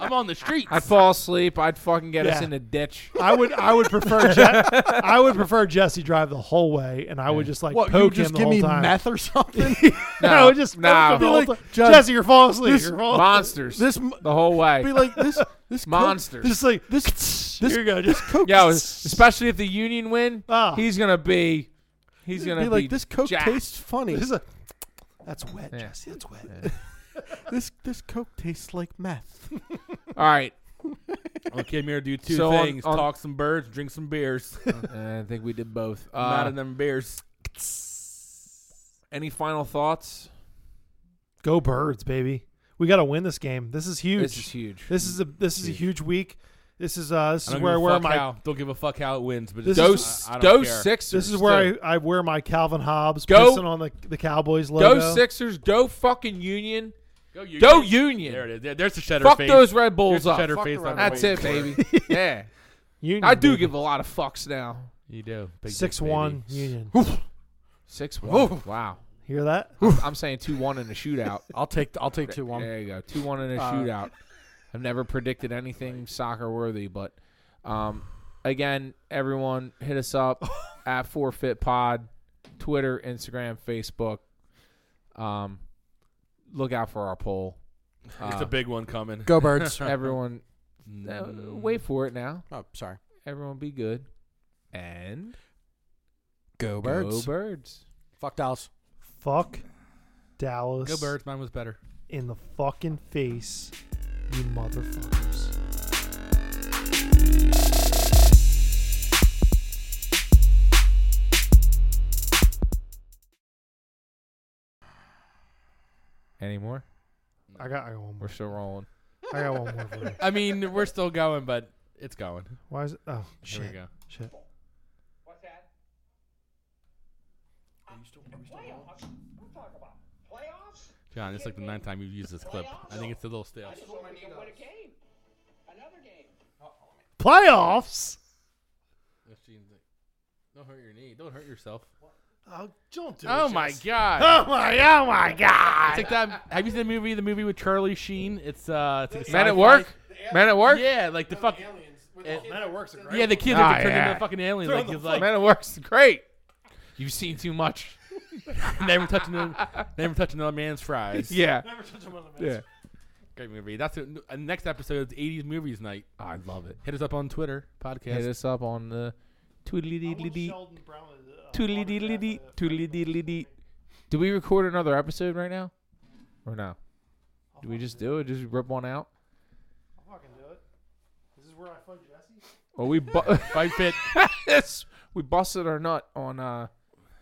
[SPEAKER 2] I'm on the streets.
[SPEAKER 1] I'd fall asleep. I'd fucking get us
[SPEAKER 3] Yeah.
[SPEAKER 1] in a ditch.
[SPEAKER 3] I would. I would prefer. Je- I would prefer Jesse drive the whole way, and I would just like
[SPEAKER 4] What you
[SPEAKER 3] poke
[SPEAKER 4] just
[SPEAKER 3] him the
[SPEAKER 4] give
[SPEAKER 3] whole
[SPEAKER 4] me
[SPEAKER 3] time.
[SPEAKER 4] meth or something?
[SPEAKER 3] I would just
[SPEAKER 1] Nah.
[SPEAKER 3] poke him the
[SPEAKER 1] Be
[SPEAKER 3] whole
[SPEAKER 4] like,
[SPEAKER 3] time.
[SPEAKER 4] Judge,
[SPEAKER 3] Jesse, you're falling asleep.
[SPEAKER 4] this-
[SPEAKER 3] you're falling
[SPEAKER 1] Monsters.
[SPEAKER 4] this m-
[SPEAKER 1] the whole way.
[SPEAKER 4] be like this. This coke-
[SPEAKER 1] Monsters.
[SPEAKER 3] Just like
[SPEAKER 4] This this
[SPEAKER 3] Here you go. Just
[SPEAKER 4] coke.
[SPEAKER 1] Yo, especially if the Union win,
[SPEAKER 3] Ah.
[SPEAKER 1] he's gonna be. He's
[SPEAKER 4] be
[SPEAKER 1] gonna be,
[SPEAKER 4] like this coke
[SPEAKER 1] jacked.
[SPEAKER 4] tastes funny.
[SPEAKER 3] This is a- that's wet,
[SPEAKER 1] Yeah.
[SPEAKER 3] Jesse. That's wet.
[SPEAKER 4] this this coke tastes like meth.
[SPEAKER 1] All right,
[SPEAKER 2] I came here to do two
[SPEAKER 1] So on-
[SPEAKER 2] things:
[SPEAKER 1] on-
[SPEAKER 2] talk some birds, drink some beers.
[SPEAKER 1] I think we did both.
[SPEAKER 2] Not
[SPEAKER 1] Uh,
[SPEAKER 2] in them beers.
[SPEAKER 1] any final thoughts?
[SPEAKER 3] Go birds, baby. We got to win this game. This is huge.
[SPEAKER 1] This is huge.
[SPEAKER 3] This is a this is a
[SPEAKER 2] Huge.
[SPEAKER 3] huge week. This is uh this is
[SPEAKER 2] I don't
[SPEAKER 3] where I
[SPEAKER 2] give a
[SPEAKER 3] wear
[SPEAKER 2] fuck
[SPEAKER 3] my
[SPEAKER 2] how. Don't give a fuck how it wins, but
[SPEAKER 3] This
[SPEAKER 2] it's-
[SPEAKER 1] Those
[SPEAKER 2] I, I don't
[SPEAKER 1] those
[SPEAKER 2] care.
[SPEAKER 1] Sixers.
[SPEAKER 3] this is where
[SPEAKER 1] too.
[SPEAKER 3] I, I wear my Calvin Hobbs
[SPEAKER 1] Go-
[SPEAKER 3] pissing on the the Cowboys
[SPEAKER 1] go
[SPEAKER 3] logo.
[SPEAKER 1] Sixers. Go fucking Union.
[SPEAKER 2] Go Union.
[SPEAKER 1] Go Union.
[SPEAKER 2] There it is. There- there's the cheddar
[SPEAKER 1] Fuck
[SPEAKER 2] face.
[SPEAKER 1] those Red Bulls
[SPEAKER 2] There's the
[SPEAKER 1] up.
[SPEAKER 2] cheddar
[SPEAKER 1] Fuck
[SPEAKER 2] face.
[SPEAKER 4] the
[SPEAKER 2] I've
[SPEAKER 4] Red
[SPEAKER 2] been
[SPEAKER 1] That's
[SPEAKER 2] waiting
[SPEAKER 1] it,
[SPEAKER 2] for.
[SPEAKER 1] baby. yeah,
[SPEAKER 3] Union,
[SPEAKER 1] I do
[SPEAKER 3] baby.
[SPEAKER 1] give a lot of fucks now.
[SPEAKER 2] You do. Big
[SPEAKER 3] six
[SPEAKER 2] dick, baby.
[SPEAKER 3] one Union.
[SPEAKER 1] Six one. Wow.
[SPEAKER 3] Hear that?
[SPEAKER 1] I'm, I'm saying two one in a shootout.
[SPEAKER 4] I'll take I'll take two one.
[SPEAKER 1] There you go. Two one in a
[SPEAKER 4] Uh,
[SPEAKER 1] shootout. I've never predicted anything soccer worthy, but um, again, everyone hit us up at Forfeit Pod, Twitter, Instagram, Facebook. Um, look out for our poll.
[SPEAKER 2] It's
[SPEAKER 1] Uh,
[SPEAKER 2] a big one coming.
[SPEAKER 4] Go birds.
[SPEAKER 1] everyone Uh, wait for it now.
[SPEAKER 4] Oh, sorry.
[SPEAKER 1] Everyone be good. And
[SPEAKER 4] Go birds.
[SPEAKER 1] go birds.
[SPEAKER 4] Fuck Dallas.
[SPEAKER 3] Fuck Dallas
[SPEAKER 1] Mm.
[SPEAKER 2] Go Birds. Mine was better.
[SPEAKER 3] in the fucking face, you motherfuckers.
[SPEAKER 1] Any more?
[SPEAKER 3] I got, I got one
[SPEAKER 1] We're
[SPEAKER 3] more.
[SPEAKER 1] still rolling.
[SPEAKER 3] I got one more. For you.
[SPEAKER 2] I mean, we're still going, but it's going.
[SPEAKER 3] Why is it? Oh
[SPEAKER 2] Here we
[SPEAKER 3] shit!
[SPEAKER 2] go.
[SPEAKER 3] Shit!
[SPEAKER 5] What's that? Playoffs? What are you talking about? Playoffs?
[SPEAKER 2] John, it's like the ninth time you've used this clip. I think it's a little stale.
[SPEAKER 5] I just want to win a game. Another game.
[SPEAKER 3] Playoffs.
[SPEAKER 2] Don't hurt your knee. Don't hurt yourself.
[SPEAKER 3] Oh, don't do it.
[SPEAKER 2] Oh my
[SPEAKER 3] Jess.
[SPEAKER 2] god.
[SPEAKER 3] Oh my! Oh my God!
[SPEAKER 2] It's like that. Have you seen the movie? The movie with Charlie Sheen. It's uh, it's like a
[SPEAKER 1] Men at
[SPEAKER 2] sci-fi-
[SPEAKER 1] work. Men at work.
[SPEAKER 2] Yeah, like the fuck. Eh,
[SPEAKER 4] Aliens. Man, it works.
[SPEAKER 2] Yeah, the kid
[SPEAKER 1] Ah,
[SPEAKER 2] that turned
[SPEAKER 1] yeah.
[SPEAKER 2] into a fucking alien. Like he's like
[SPEAKER 1] Men at work's great. You've seen too much.
[SPEAKER 2] never touching, another, never touching another man's fries.
[SPEAKER 1] Yeah.
[SPEAKER 3] Never touch him on the
[SPEAKER 1] Yeah.
[SPEAKER 2] great movie. That's a, uh, next episode. is '80s movies night.
[SPEAKER 1] Ah, I love it.
[SPEAKER 2] Hit us up on Twitter podcast.
[SPEAKER 1] Hit us up on the toodly
[SPEAKER 3] Sheldon Brown. uh,
[SPEAKER 1] Toodly-dee-dee-dee. Toodly-dee-dee-dee. Do we record another episode right now? Or no? Do we just do it? Just rip one out?
[SPEAKER 3] I'll fucking do it. This is where I fuck Jesse.
[SPEAKER 1] Well, we bu-
[SPEAKER 2] Fight fit.
[SPEAKER 1] yes, we busted our nut on uh,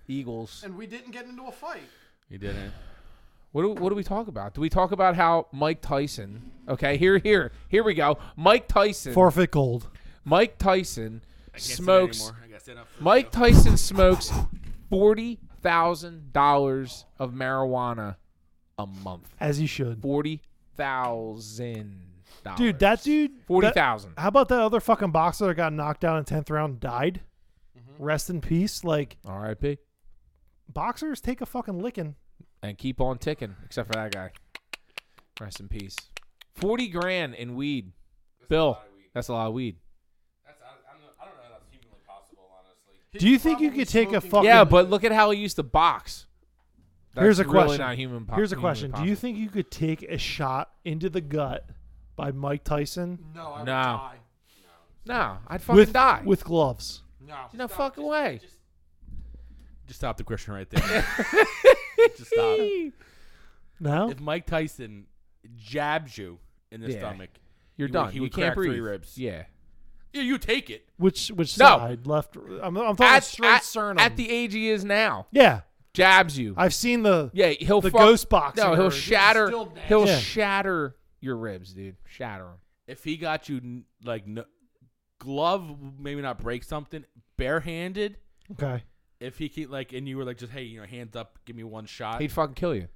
[SPEAKER 1] Eagles.
[SPEAKER 3] And we didn't get into a fight.
[SPEAKER 2] You didn't.
[SPEAKER 1] What do, what do we talk about? Do we talk about how Mike Tyson? Okay, here here here we go. Mike Tyson.
[SPEAKER 3] Forfeit gold.
[SPEAKER 1] Mike Tyson smokes.
[SPEAKER 2] I gotta stand up for
[SPEAKER 1] Mike
[SPEAKER 2] the
[SPEAKER 1] Tyson smokes forty thousand dollars of marijuana a month.
[SPEAKER 3] As you should.
[SPEAKER 1] Forty thousand dollars.
[SPEAKER 3] Dude, that dude.
[SPEAKER 1] forty
[SPEAKER 3] that-
[SPEAKER 1] thousand.
[SPEAKER 3] How about that other fucking boxer that got knocked out in tenth round and died? Rest in peace. Like
[SPEAKER 1] R.I.P.
[SPEAKER 3] boxers take a fucking licking.
[SPEAKER 1] and keep on ticking, except for that guy. Rest in peace. Forty grand in weed, Bill. That's a lot of weed.
[SPEAKER 2] That's, I, I'm, I don't know how that's humanly possible, honestly.
[SPEAKER 3] Do you think you could take a fucking?
[SPEAKER 1] Yeah, but look at how he used to box. That's
[SPEAKER 3] Here's a
[SPEAKER 1] really
[SPEAKER 3] question.
[SPEAKER 1] Not human. po-
[SPEAKER 3] Here's a
[SPEAKER 1] humanly
[SPEAKER 3] question: Do you think you could take a shot into the gut by Mike Tyson
[SPEAKER 4] No, I
[SPEAKER 1] would
[SPEAKER 2] Uh,
[SPEAKER 1] No. die. possible. No, I'd fucking
[SPEAKER 3] with
[SPEAKER 1] die.
[SPEAKER 3] with gloves?
[SPEAKER 4] No.
[SPEAKER 1] no fucking way.
[SPEAKER 2] Just stop the question right there. Just stop.
[SPEAKER 3] No.
[SPEAKER 2] If Mike Tyson jabs you in the
[SPEAKER 1] Yeah.
[SPEAKER 2] stomach,
[SPEAKER 1] You're
[SPEAKER 2] he would-
[SPEAKER 1] done.
[SPEAKER 2] he
[SPEAKER 1] you
[SPEAKER 2] would
[SPEAKER 1] can't
[SPEAKER 2] crack
[SPEAKER 1] breathe.
[SPEAKER 2] three ribs.
[SPEAKER 1] Yeah.
[SPEAKER 2] yeah, you take it.
[SPEAKER 3] Which which
[SPEAKER 1] No.
[SPEAKER 3] side? Left? I'm, I'm talking straight sternum.
[SPEAKER 1] at the age he is now,
[SPEAKER 3] yeah,
[SPEAKER 1] jabs you.
[SPEAKER 3] I've seen the
[SPEAKER 1] yeah, he'll
[SPEAKER 3] the
[SPEAKER 1] fuck-
[SPEAKER 3] ghost box.
[SPEAKER 1] No, he'll shatter. He'll
[SPEAKER 3] Yeah.
[SPEAKER 1] shatter your ribs, dude. Shatter them.
[SPEAKER 2] If he got you n- like no, glove, maybe not break something, barehanded.
[SPEAKER 3] Okay.
[SPEAKER 2] If he keep like, and you were like, just hey, you know, hands up, give me one shot.
[SPEAKER 1] He'd fucking kill you.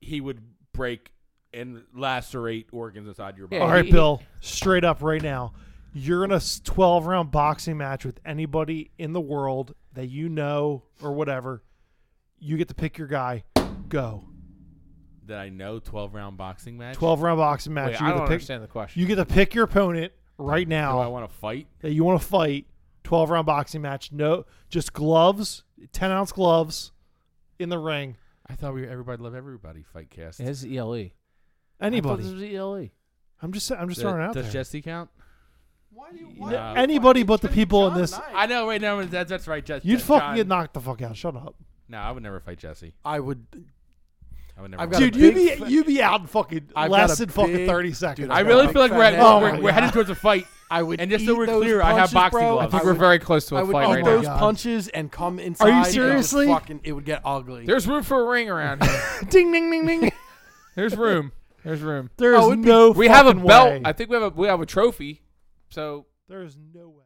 [SPEAKER 2] He would break and lacerate organs inside your body.
[SPEAKER 1] Yeah,
[SPEAKER 3] All right,
[SPEAKER 1] he-
[SPEAKER 3] Bill. Straight up, right now, you're in a 12 round boxing match with anybody in the world that you know or whatever. You get to pick your guy. Go.
[SPEAKER 2] That I know, twelve round boxing match.
[SPEAKER 3] 12 round boxing match.
[SPEAKER 1] Wait,
[SPEAKER 3] you
[SPEAKER 1] I
[SPEAKER 3] get
[SPEAKER 1] don't
[SPEAKER 3] to pick.
[SPEAKER 1] understand the question.
[SPEAKER 3] You get to pick your opponent right
[SPEAKER 2] Do I
[SPEAKER 3] now
[SPEAKER 2] want to fight?
[SPEAKER 3] that you want to fight. 12 round boxing match. No, just gloves, 10 ounce gloves, in the ring.
[SPEAKER 2] I thought we were everybody love everybody fight cast.
[SPEAKER 1] It's ELE. E.
[SPEAKER 3] Anybody.
[SPEAKER 1] This was E ELE.
[SPEAKER 3] I'm just I'm just throwing it out
[SPEAKER 2] does
[SPEAKER 3] there.
[SPEAKER 2] Jesse count?
[SPEAKER 5] Why do you
[SPEAKER 2] why
[SPEAKER 5] want
[SPEAKER 2] do you
[SPEAKER 3] Anybody but the people in this.
[SPEAKER 2] I know. Right now, that's that's right. Jesse.
[SPEAKER 3] You'd fucking
[SPEAKER 2] John-
[SPEAKER 3] get knocked the fuck out. Shut up.
[SPEAKER 2] No, I would never fight Jesse.
[SPEAKER 4] I would.
[SPEAKER 2] I would never.
[SPEAKER 4] I've
[SPEAKER 2] fight
[SPEAKER 4] got
[SPEAKER 3] Dude,
[SPEAKER 4] a
[SPEAKER 3] you
[SPEAKER 4] big
[SPEAKER 3] be
[SPEAKER 4] fa-
[SPEAKER 3] you be out in fucking
[SPEAKER 4] I've got
[SPEAKER 3] less
[SPEAKER 4] a
[SPEAKER 3] than fucking
[SPEAKER 4] big-
[SPEAKER 3] thirty seconds.
[SPEAKER 4] Dude,
[SPEAKER 2] I
[SPEAKER 4] I've
[SPEAKER 2] really
[SPEAKER 4] got a
[SPEAKER 2] feel like
[SPEAKER 4] big
[SPEAKER 2] we're, at,
[SPEAKER 4] fat
[SPEAKER 3] ass.
[SPEAKER 2] we're,
[SPEAKER 3] Oh
[SPEAKER 2] we're
[SPEAKER 3] my
[SPEAKER 2] headed
[SPEAKER 3] God.
[SPEAKER 2] towards a fight.
[SPEAKER 4] I would.
[SPEAKER 2] And just
[SPEAKER 4] eat
[SPEAKER 2] so we're
[SPEAKER 4] those
[SPEAKER 2] clear, I
[SPEAKER 4] punches,
[SPEAKER 2] have boxing
[SPEAKER 4] bro.
[SPEAKER 2] gloves.
[SPEAKER 1] I think
[SPEAKER 2] I
[SPEAKER 1] we're
[SPEAKER 2] would-
[SPEAKER 1] very close to a
[SPEAKER 4] I would
[SPEAKER 1] fight
[SPEAKER 4] eat
[SPEAKER 1] right
[SPEAKER 4] those
[SPEAKER 1] now.
[SPEAKER 3] Oh God.
[SPEAKER 4] punches and come inside.
[SPEAKER 3] you
[SPEAKER 4] and just
[SPEAKER 3] seriously?
[SPEAKER 4] Fucking, it would get ugly.
[SPEAKER 1] There's room for a ring around here.
[SPEAKER 3] ding ding ding ding.
[SPEAKER 1] There's room. There's room.
[SPEAKER 3] There is
[SPEAKER 4] Oh, it'd be-
[SPEAKER 3] no.
[SPEAKER 1] We have a
[SPEAKER 3] fucking
[SPEAKER 1] belt.
[SPEAKER 3] way.
[SPEAKER 1] I think we have a we have a trophy. So
[SPEAKER 3] There is no way.